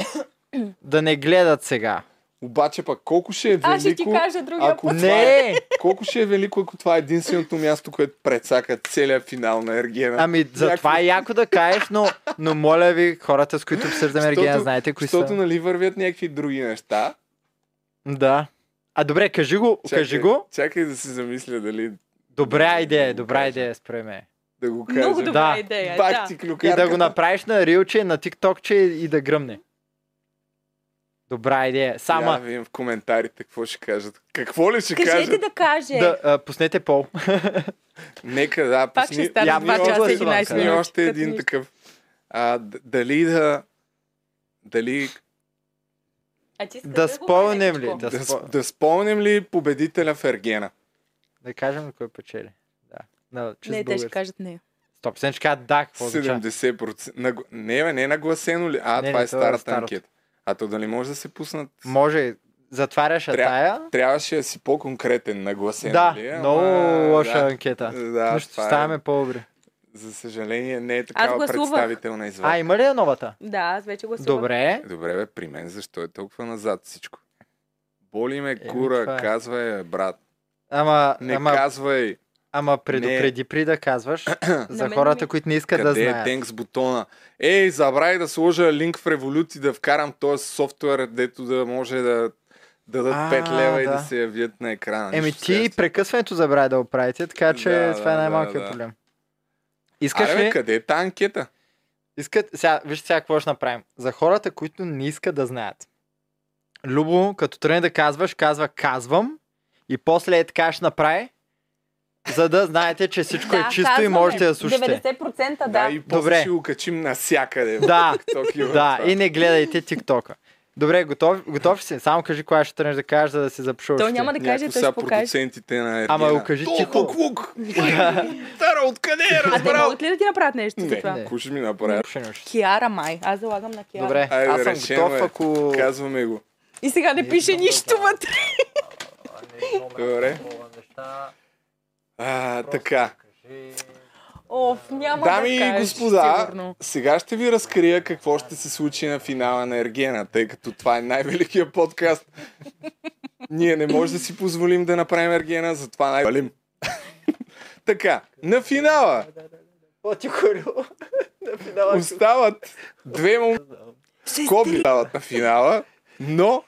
[SPEAKER 2] да не гледат сега.
[SPEAKER 1] Обаче пък колко ще е велико,
[SPEAKER 3] Аз ще ти кажа другия
[SPEAKER 1] ако
[SPEAKER 3] път.
[SPEAKER 1] това е,
[SPEAKER 2] Не!
[SPEAKER 1] колко ще е велико, ако това е единственото място, което прецака целият финал на Ергена.
[SPEAKER 2] Ами, за
[SPEAKER 1] Някакво-
[SPEAKER 2] това е яко да кажеш, но, но моля ви, хората, с които обсъждаме Ергена,
[SPEAKER 1] Защото-
[SPEAKER 2] знаете кои
[SPEAKER 1] Защото
[SPEAKER 2] са.
[SPEAKER 1] нали вървят някакви други неща.
[SPEAKER 2] Да. А добре, кажи го,
[SPEAKER 1] Чакай,
[SPEAKER 2] кажи го.
[SPEAKER 1] Чакай да се замисля дали
[SPEAKER 2] Добра
[SPEAKER 1] Да
[SPEAKER 2] идея, е,
[SPEAKER 1] го
[SPEAKER 2] добра
[SPEAKER 1] кажа.
[SPEAKER 2] идея, според мен.
[SPEAKER 1] да го кажа.
[SPEAKER 3] Много добра
[SPEAKER 2] Да.
[SPEAKER 3] идея. е, Да.
[SPEAKER 1] Бах ти
[SPEAKER 2] И
[SPEAKER 1] клюкарката.
[SPEAKER 2] да го направиш на рилче, на тиктокче и да гръмне. Добра идея.
[SPEAKER 1] Я
[SPEAKER 2] Сама
[SPEAKER 1] да видим в коментарите какво ще кажат. Какво ли ще
[SPEAKER 3] Кажете
[SPEAKER 1] кажат?
[SPEAKER 3] да каже.
[SPEAKER 2] да а, пуснете пол.
[SPEAKER 1] Нека да.
[SPEAKER 3] Пак ще стане
[SPEAKER 2] Я
[SPEAKER 3] 2
[SPEAKER 2] много
[SPEAKER 3] часа и
[SPEAKER 2] гласувам,
[SPEAKER 3] 11
[SPEAKER 2] да.
[SPEAKER 1] И
[SPEAKER 3] минути.
[SPEAKER 1] още
[SPEAKER 3] като
[SPEAKER 1] един
[SPEAKER 3] нищо.
[SPEAKER 1] такъв. А, д- дали да... Дали
[SPEAKER 3] А ти искаш
[SPEAKER 2] да
[SPEAKER 3] го
[SPEAKER 2] спомнем
[SPEAKER 3] кажеш,
[SPEAKER 2] ли?
[SPEAKER 3] Ко?
[SPEAKER 2] Да,
[SPEAKER 1] да,
[SPEAKER 2] спо...
[SPEAKER 1] сп- да спомним ли победителя в Ергена?
[SPEAKER 2] да кажем ли кой печели. Да. На чист
[SPEAKER 3] Не, те ще
[SPEAKER 2] български.
[SPEAKER 3] кажат не.
[SPEAKER 2] Стоп, сега ще кажат да, какво означава?
[SPEAKER 1] 70%. Наг... Не, бе, не е нагласено ли? А, това
[SPEAKER 2] Не, не,
[SPEAKER 1] е
[SPEAKER 2] това е
[SPEAKER 1] старата
[SPEAKER 2] старото.
[SPEAKER 1] анкета. А то дали може да се пуснат?
[SPEAKER 2] Може, затваряш я
[SPEAKER 1] Тря-
[SPEAKER 2] тая.
[SPEAKER 1] Трябваше да си по-конкретен нагласен.
[SPEAKER 2] Да,
[SPEAKER 1] ли? нали е, Ама,
[SPEAKER 2] много лоша
[SPEAKER 1] да.
[SPEAKER 2] анкета.
[SPEAKER 1] Да,
[SPEAKER 2] но ще
[SPEAKER 1] това е-
[SPEAKER 2] ставаме по-добри.
[SPEAKER 1] За съжаление, не е
[SPEAKER 3] Аз
[SPEAKER 1] такава
[SPEAKER 3] гласувах.
[SPEAKER 1] представителна извадка.
[SPEAKER 2] А, има ли я новата?
[SPEAKER 3] Да, аз вече гласувах.
[SPEAKER 2] Добре.
[SPEAKER 1] Добре, бе, при мен защо е толкова назад всичко? Боли ме
[SPEAKER 2] Еми,
[SPEAKER 1] кура,
[SPEAKER 2] това е.
[SPEAKER 1] казвай, бе, брат.
[SPEAKER 2] Ама,
[SPEAKER 1] Не
[SPEAKER 2] ама,
[SPEAKER 1] казвай
[SPEAKER 2] ама предупреди при да казваш за
[SPEAKER 3] ми-
[SPEAKER 2] хората, които не искат да
[SPEAKER 1] къде е
[SPEAKER 2] знаят.
[SPEAKER 1] тенкс бутона. Ей, забравих да сложа линк в Revolut и да вкарам този софтуер, дето да може да дадат
[SPEAKER 2] А,
[SPEAKER 1] 5 лева и
[SPEAKER 2] да.
[SPEAKER 1] да се явят на екрана.
[SPEAKER 2] Еми
[SPEAKER 1] Нищо
[SPEAKER 2] ти
[SPEAKER 1] следствие.
[SPEAKER 2] прекъсването забрави да го правите, така че
[SPEAKER 1] Да,
[SPEAKER 2] това е
[SPEAKER 1] да,
[SPEAKER 2] най-малкият
[SPEAKER 1] да, да.
[SPEAKER 2] проблем. Искаш
[SPEAKER 1] Аре, бе,
[SPEAKER 2] ли?
[SPEAKER 1] къде е та анкета?
[SPEAKER 2] Искат, сега, вижте сега какво ще направим. За хората, които не искат да знаят. Любо, като тръгне да казваш, казва казвам и после е така ще направи, за да знаете, че всичко е
[SPEAKER 3] Да,
[SPEAKER 2] чисто и
[SPEAKER 3] казваме.
[SPEAKER 2] можете да слушате.
[SPEAKER 3] 90%
[SPEAKER 1] Да,
[SPEAKER 3] да.
[SPEAKER 1] и после
[SPEAKER 2] Добре.
[SPEAKER 1] ще го качим навсякъде. бе.
[SPEAKER 2] Да,
[SPEAKER 1] Токио,
[SPEAKER 2] да,
[SPEAKER 1] това.
[SPEAKER 2] и не гледайте тиктока. Добре, готов, готов ли си? Само кажи коя ще тръгнеш да кажеш, за да си запишуваш.
[SPEAKER 3] Той няма да каже,
[SPEAKER 1] Някакво
[SPEAKER 3] той
[SPEAKER 1] са
[SPEAKER 3] ще покаже.
[SPEAKER 1] продуцентите на Ергена.
[SPEAKER 2] Ама го кажи тихо.
[SPEAKER 1] Толкова клук! Тара, откъде е
[SPEAKER 3] А те
[SPEAKER 1] разбрал?
[SPEAKER 3] могат ли да ти направят нещо за
[SPEAKER 1] Не,
[SPEAKER 3] е това?
[SPEAKER 2] Не.
[SPEAKER 1] какво ще ми направят?
[SPEAKER 2] Ще не учиш.
[SPEAKER 3] Киара май. Аз залагам на Киара.
[SPEAKER 2] Добре,
[SPEAKER 1] Айде,
[SPEAKER 2] аз съм
[SPEAKER 1] решено
[SPEAKER 2] готов,
[SPEAKER 1] е.
[SPEAKER 2] ако...
[SPEAKER 1] Казваме го.
[SPEAKER 3] И сега не пише нищо вътре.
[SPEAKER 1] Добре. А, така.
[SPEAKER 3] Оф, няма
[SPEAKER 1] Дами
[SPEAKER 3] да
[SPEAKER 1] и
[SPEAKER 3] кажеш,
[SPEAKER 1] господа,
[SPEAKER 3] сигурно.
[SPEAKER 1] сега ще ви разкрия какво ще се случи на финала на Ергена, тъй като това е най-великият подкаст. Ние не може да си позволим да направим Ергена, затова най валим така, на финала
[SPEAKER 2] По-тихо, Любо. На финала.
[SPEAKER 1] остават две момента, скоби дават на финала, но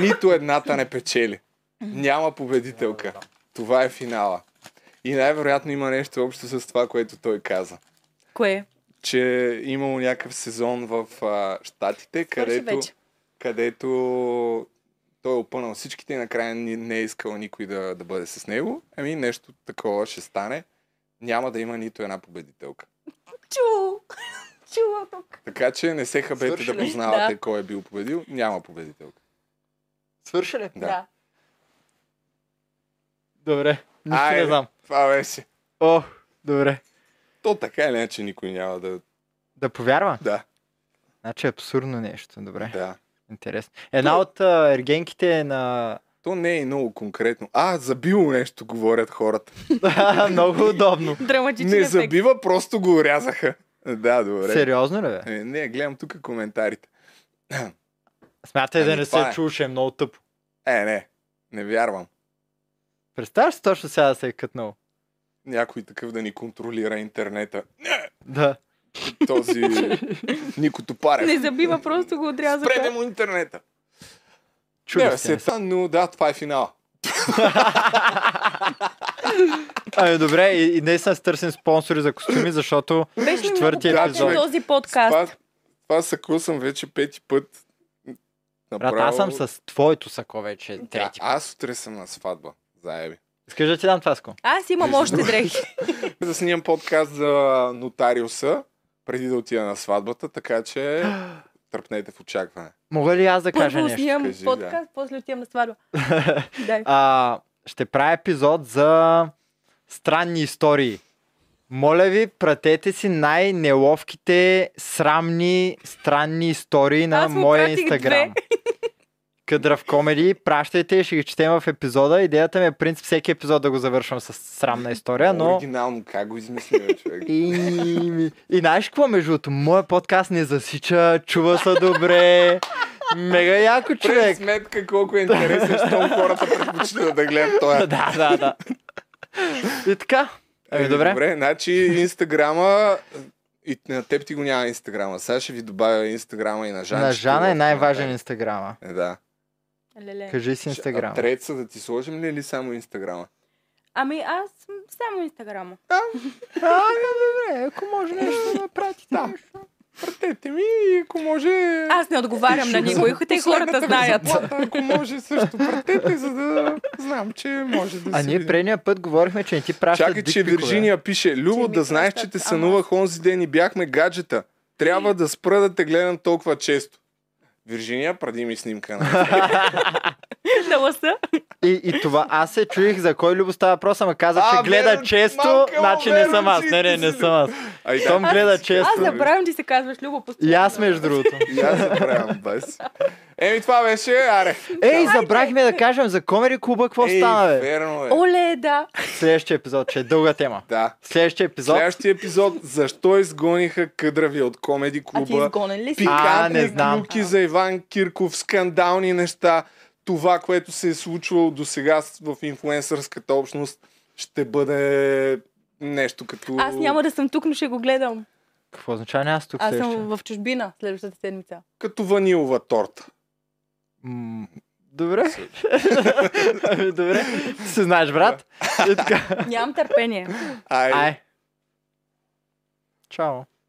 [SPEAKER 1] нито едната не печели. Няма победителка. Това е финала. И най-вероятно има нещо общо с това, което той каза.
[SPEAKER 3] Кое?
[SPEAKER 1] че е имало някакъв сезон в а, Штатите, където,
[SPEAKER 3] вече.
[SPEAKER 1] където той е опънал всичките и накрая ни- не е искал никой да, да бъде с него. Ами нещо такова ще стане. Няма да има нито една победителка.
[SPEAKER 3] Чу! Чува тук.
[SPEAKER 1] Така че не се хабете
[SPEAKER 2] Свърши
[SPEAKER 1] да
[SPEAKER 2] ли?
[SPEAKER 1] познавате
[SPEAKER 3] Да.
[SPEAKER 1] кой е бил победил. Няма победителка.
[SPEAKER 2] Свърши ли?
[SPEAKER 1] Да.
[SPEAKER 3] Да.
[SPEAKER 2] Добре, нищо не
[SPEAKER 1] Айде.
[SPEAKER 2] знам.
[SPEAKER 1] Това беше.
[SPEAKER 2] О, добре.
[SPEAKER 1] То така или иначе никой няма да...
[SPEAKER 2] Да повярвам?
[SPEAKER 1] Да,
[SPEAKER 2] Значи е абсурдно нещо, добре.
[SPEAKER 1] да.
[SPEAKER 2] Интересно. Една от а, ергенките е на...
[SPEAKER 1] То не е и много конкретно. А, забило нещо, говорят хората.
[SPEAKER 2] Много удобно.
[SPEAKER 3] Драматичен
[SPEAKER 1] Не
[SPEAKER 3] ефект.
[SPEAKER 1] забива, просто го рязаха. Да, добре.
[SPEAKER 2] Сериозно ли бе?
[SPEAKER 1] Е, Не, гледам тук коментарите.
[SPEAKER 2] Смятай да
[SPEAKER 1] Ами
[SPEAKER 2] не
[SPEAKER 1] това
[SPEAKER 2] се
[SPEAKER 1] е.
[SPEAKER 2] чуше, е много тъпо.
[SPEAKER 1] Е, не, не вярвам.
[SPEAKER 2] Представяш си точно сега да се е кътнал.
[SPEAKER 1] Някой такъв да ни контролира интернета.
[SPEAKER 2] Да.
[SPEAKER 1] този Нико Топарев.
[SPEAKER 3] Не забива, просто го отрязаха.
[SPEAKER 1] Спрете му интернета.
[SPEAKER 2] Чудо
[SPEAKER 1] не,
[SPEAKER 2] си, не
[SPEAKER 1] се та, но да, това е финал.
[SPEAKER 2] Ами добре, и, и днес аз търсим спонсори за костюми, защото
[SPEAKER 3] Беше ми много
[SPEAKER 2] Четвъртия
[SPEAKER 3] приятен
[SPEAKER 2] епизод.
[SPEAKER 3] този подкаст.
[SPEAKER 1] Това, това сако съм вече пети път.
[SPEAKER 2] брат, аз съм с твоето сако вече
[SPEAKER 1] Да,
[SPEAKER 2] трети.
[SPEAKER 1] аз сутре съм на сватба. Заеби.
[SPEAKER 2] Искаш да ти дам това сако?
[SPEAKER 3] Аз имам още дрехи.
[SPEAKER 1] Да снимам подкаст за нотариуса, преди да отида на сватбата, така че тръпнете в очакване.
[SPEAKER 2] Мога ли аз да кажа
[SPEAKER 3] Първо
[SPEAKER 2] нещо?
[SPEAKER 3] снимам
[SPEAKER 1] кажи, да.
[SPEAKER 3] подкаст, после отивам на сватба. Дай.
[SPEAKER 2] А, ще правя епизод за странни истории. Моля ви, пратете си най-неловките, срамни, странни истории на
[SPEAKER 3] Аз му
[SPEAKER 2] моя
[SPEAKER 3] пратих
[SPEAKER 2] инстаграм. Кадрав комеди, пращайте, и ще ги четем в епизода. Идеята ми е принцип всеки епизод да го завършвам с срамна история, но...
[SPEAKER 1] Оригинално, как го измислил бе, човек?
[SPEAKER 2] И, ми- и знаеш какво, между другото, моят подкаст не засича, чува се добре. Мега яко
[SPEAKER 1] Прави
[SPEAKER 2] човек.
[SPEAKER 1] сметка колко е интересен, щом хората предпочитат да гледат това.
[SPEAKER 2] Да, да, да. И така. Еми, добре.
[SPEAKER 1] добре. Значи инстаграма, и на теб ти го няма инстаграма. Сега ще ви добавя инстаграма и на Жан.
[SPEAKER 2] На Жана е най-важен инстаграма.
[SPEAKER 1] Е, Да.
[SPEAKER 3] Леле.
[SPEAKER 2] Кажи си инстаграм.
[SPEAKER 1] А Треца да ти сложим ли или само инстаграма?
[SPEAKER 3] Ами аз съм само инстаграма.
[SPEAKER 2] А, добре, ако може нещо да пратите. Да.
[SPEAKER 1] Пратете ми и ако може...
[SPEAKER 3] Аз не отговарям на никой, те хората знаят.
[SPEAKER 1] Ако може също, пратете, за да знам, че може да
[SPEAKER 2] А ние предния път говорихме, че не ти пращат
[SPEAKER 1] Чакай, че
[SPEAKER 2] дикпикове.
[SPEAKER 1] Вирджиния пише, Любо,
[SPEAKER 3] ми
[SPEAKER 1] да знаеш, че
[SPEAKER 3] пращат,
[SPEAKER 1] те
[SPEAKER 3] ама-
[SPEAKER 1] сънувах онзи ден и бяхме гаджета. Трябва да спра да те гледам толкова често. Вирджиния, пради ми снимка на
[SPEAKER 3] На лъса.
[SPEAKER 2] И, и това, аз се чуих за кой любо става въпрос, ама каза,
[SPEAKER 1] А,
[SPEAKER 2] че гледа
[SPEAKER 1] верно,
[SPEAKER 2] често,
[SPEAKER 1] малка,
[SPEAKER 2] значи не
[SPEAKER 1] верно,
[SPEAKER 2] съм аз.
[SPEAKER 1] че
[SPEAKER 2] Не, не,
[SPEAKER 1] ти
[SPEAKER 2] не
[SPEAKER 1] си-
[SPEAKER 2] съм аз.
[SPEAKER 1] Ай, да.
[SPEAKER 2] Том гледа често.
[SPEAKER 3] Аз забравям, че се казваш Любо постоянно.
[SPEAKER 2] И аз, между другото.
[SPEAKER 1] И аз забравям, бас. Еми, това беше, аре.
[SPEAKER 2] Ей, забрахме да кажем за Комери клуба, какво
[SPEAKER 1] Ей,
[SPEAKER 2] стана, бе?
[SPEAKER 1] верно е.
[SPEAKER 3] Оле, да.
[SPEAKER 2] Следващия епизод, че е дълга тема.
[SPEAKER 1] Да.
[SPEAKER 2] Следващия епизод.
[SPEAKER 1] Следващия епизод, защо изгониха кадрави от комеди
[SPEAKER 3] А ти
[SPEAKER 1] клуба?
[SPEAKER 3] изгонен ли си?
[SPEAKER 2] А, не
[SPEAKER 1] Пикантни
[SPEAKER 2] знам.
[SPEAKER 1] клюки за Иван Кирков, скандални неща. Това, което се е случвало до сега в инфлуенсърската общност, ще бъде нещо като...
[SPEAKER 3] Аз няма да съм тук, но ще го гледам.
[SPEAKER 2] Какво означава не аз тук
[SPEAKER 3] Аз
[SPEAKER 2] следващия?
[SPEAKER 3] съм в чужбина следващата седмица.
[SPEAKER 1] Като ванилова торта.
[SPEAKER 2] М, Добре. Ами, Добре. Ти се знаеш, брат. И така.
[SPEAKER 3] Нямам търпение.
[SPEAKER 1] Ай.
[SPEAKER 2] Ай. Чао.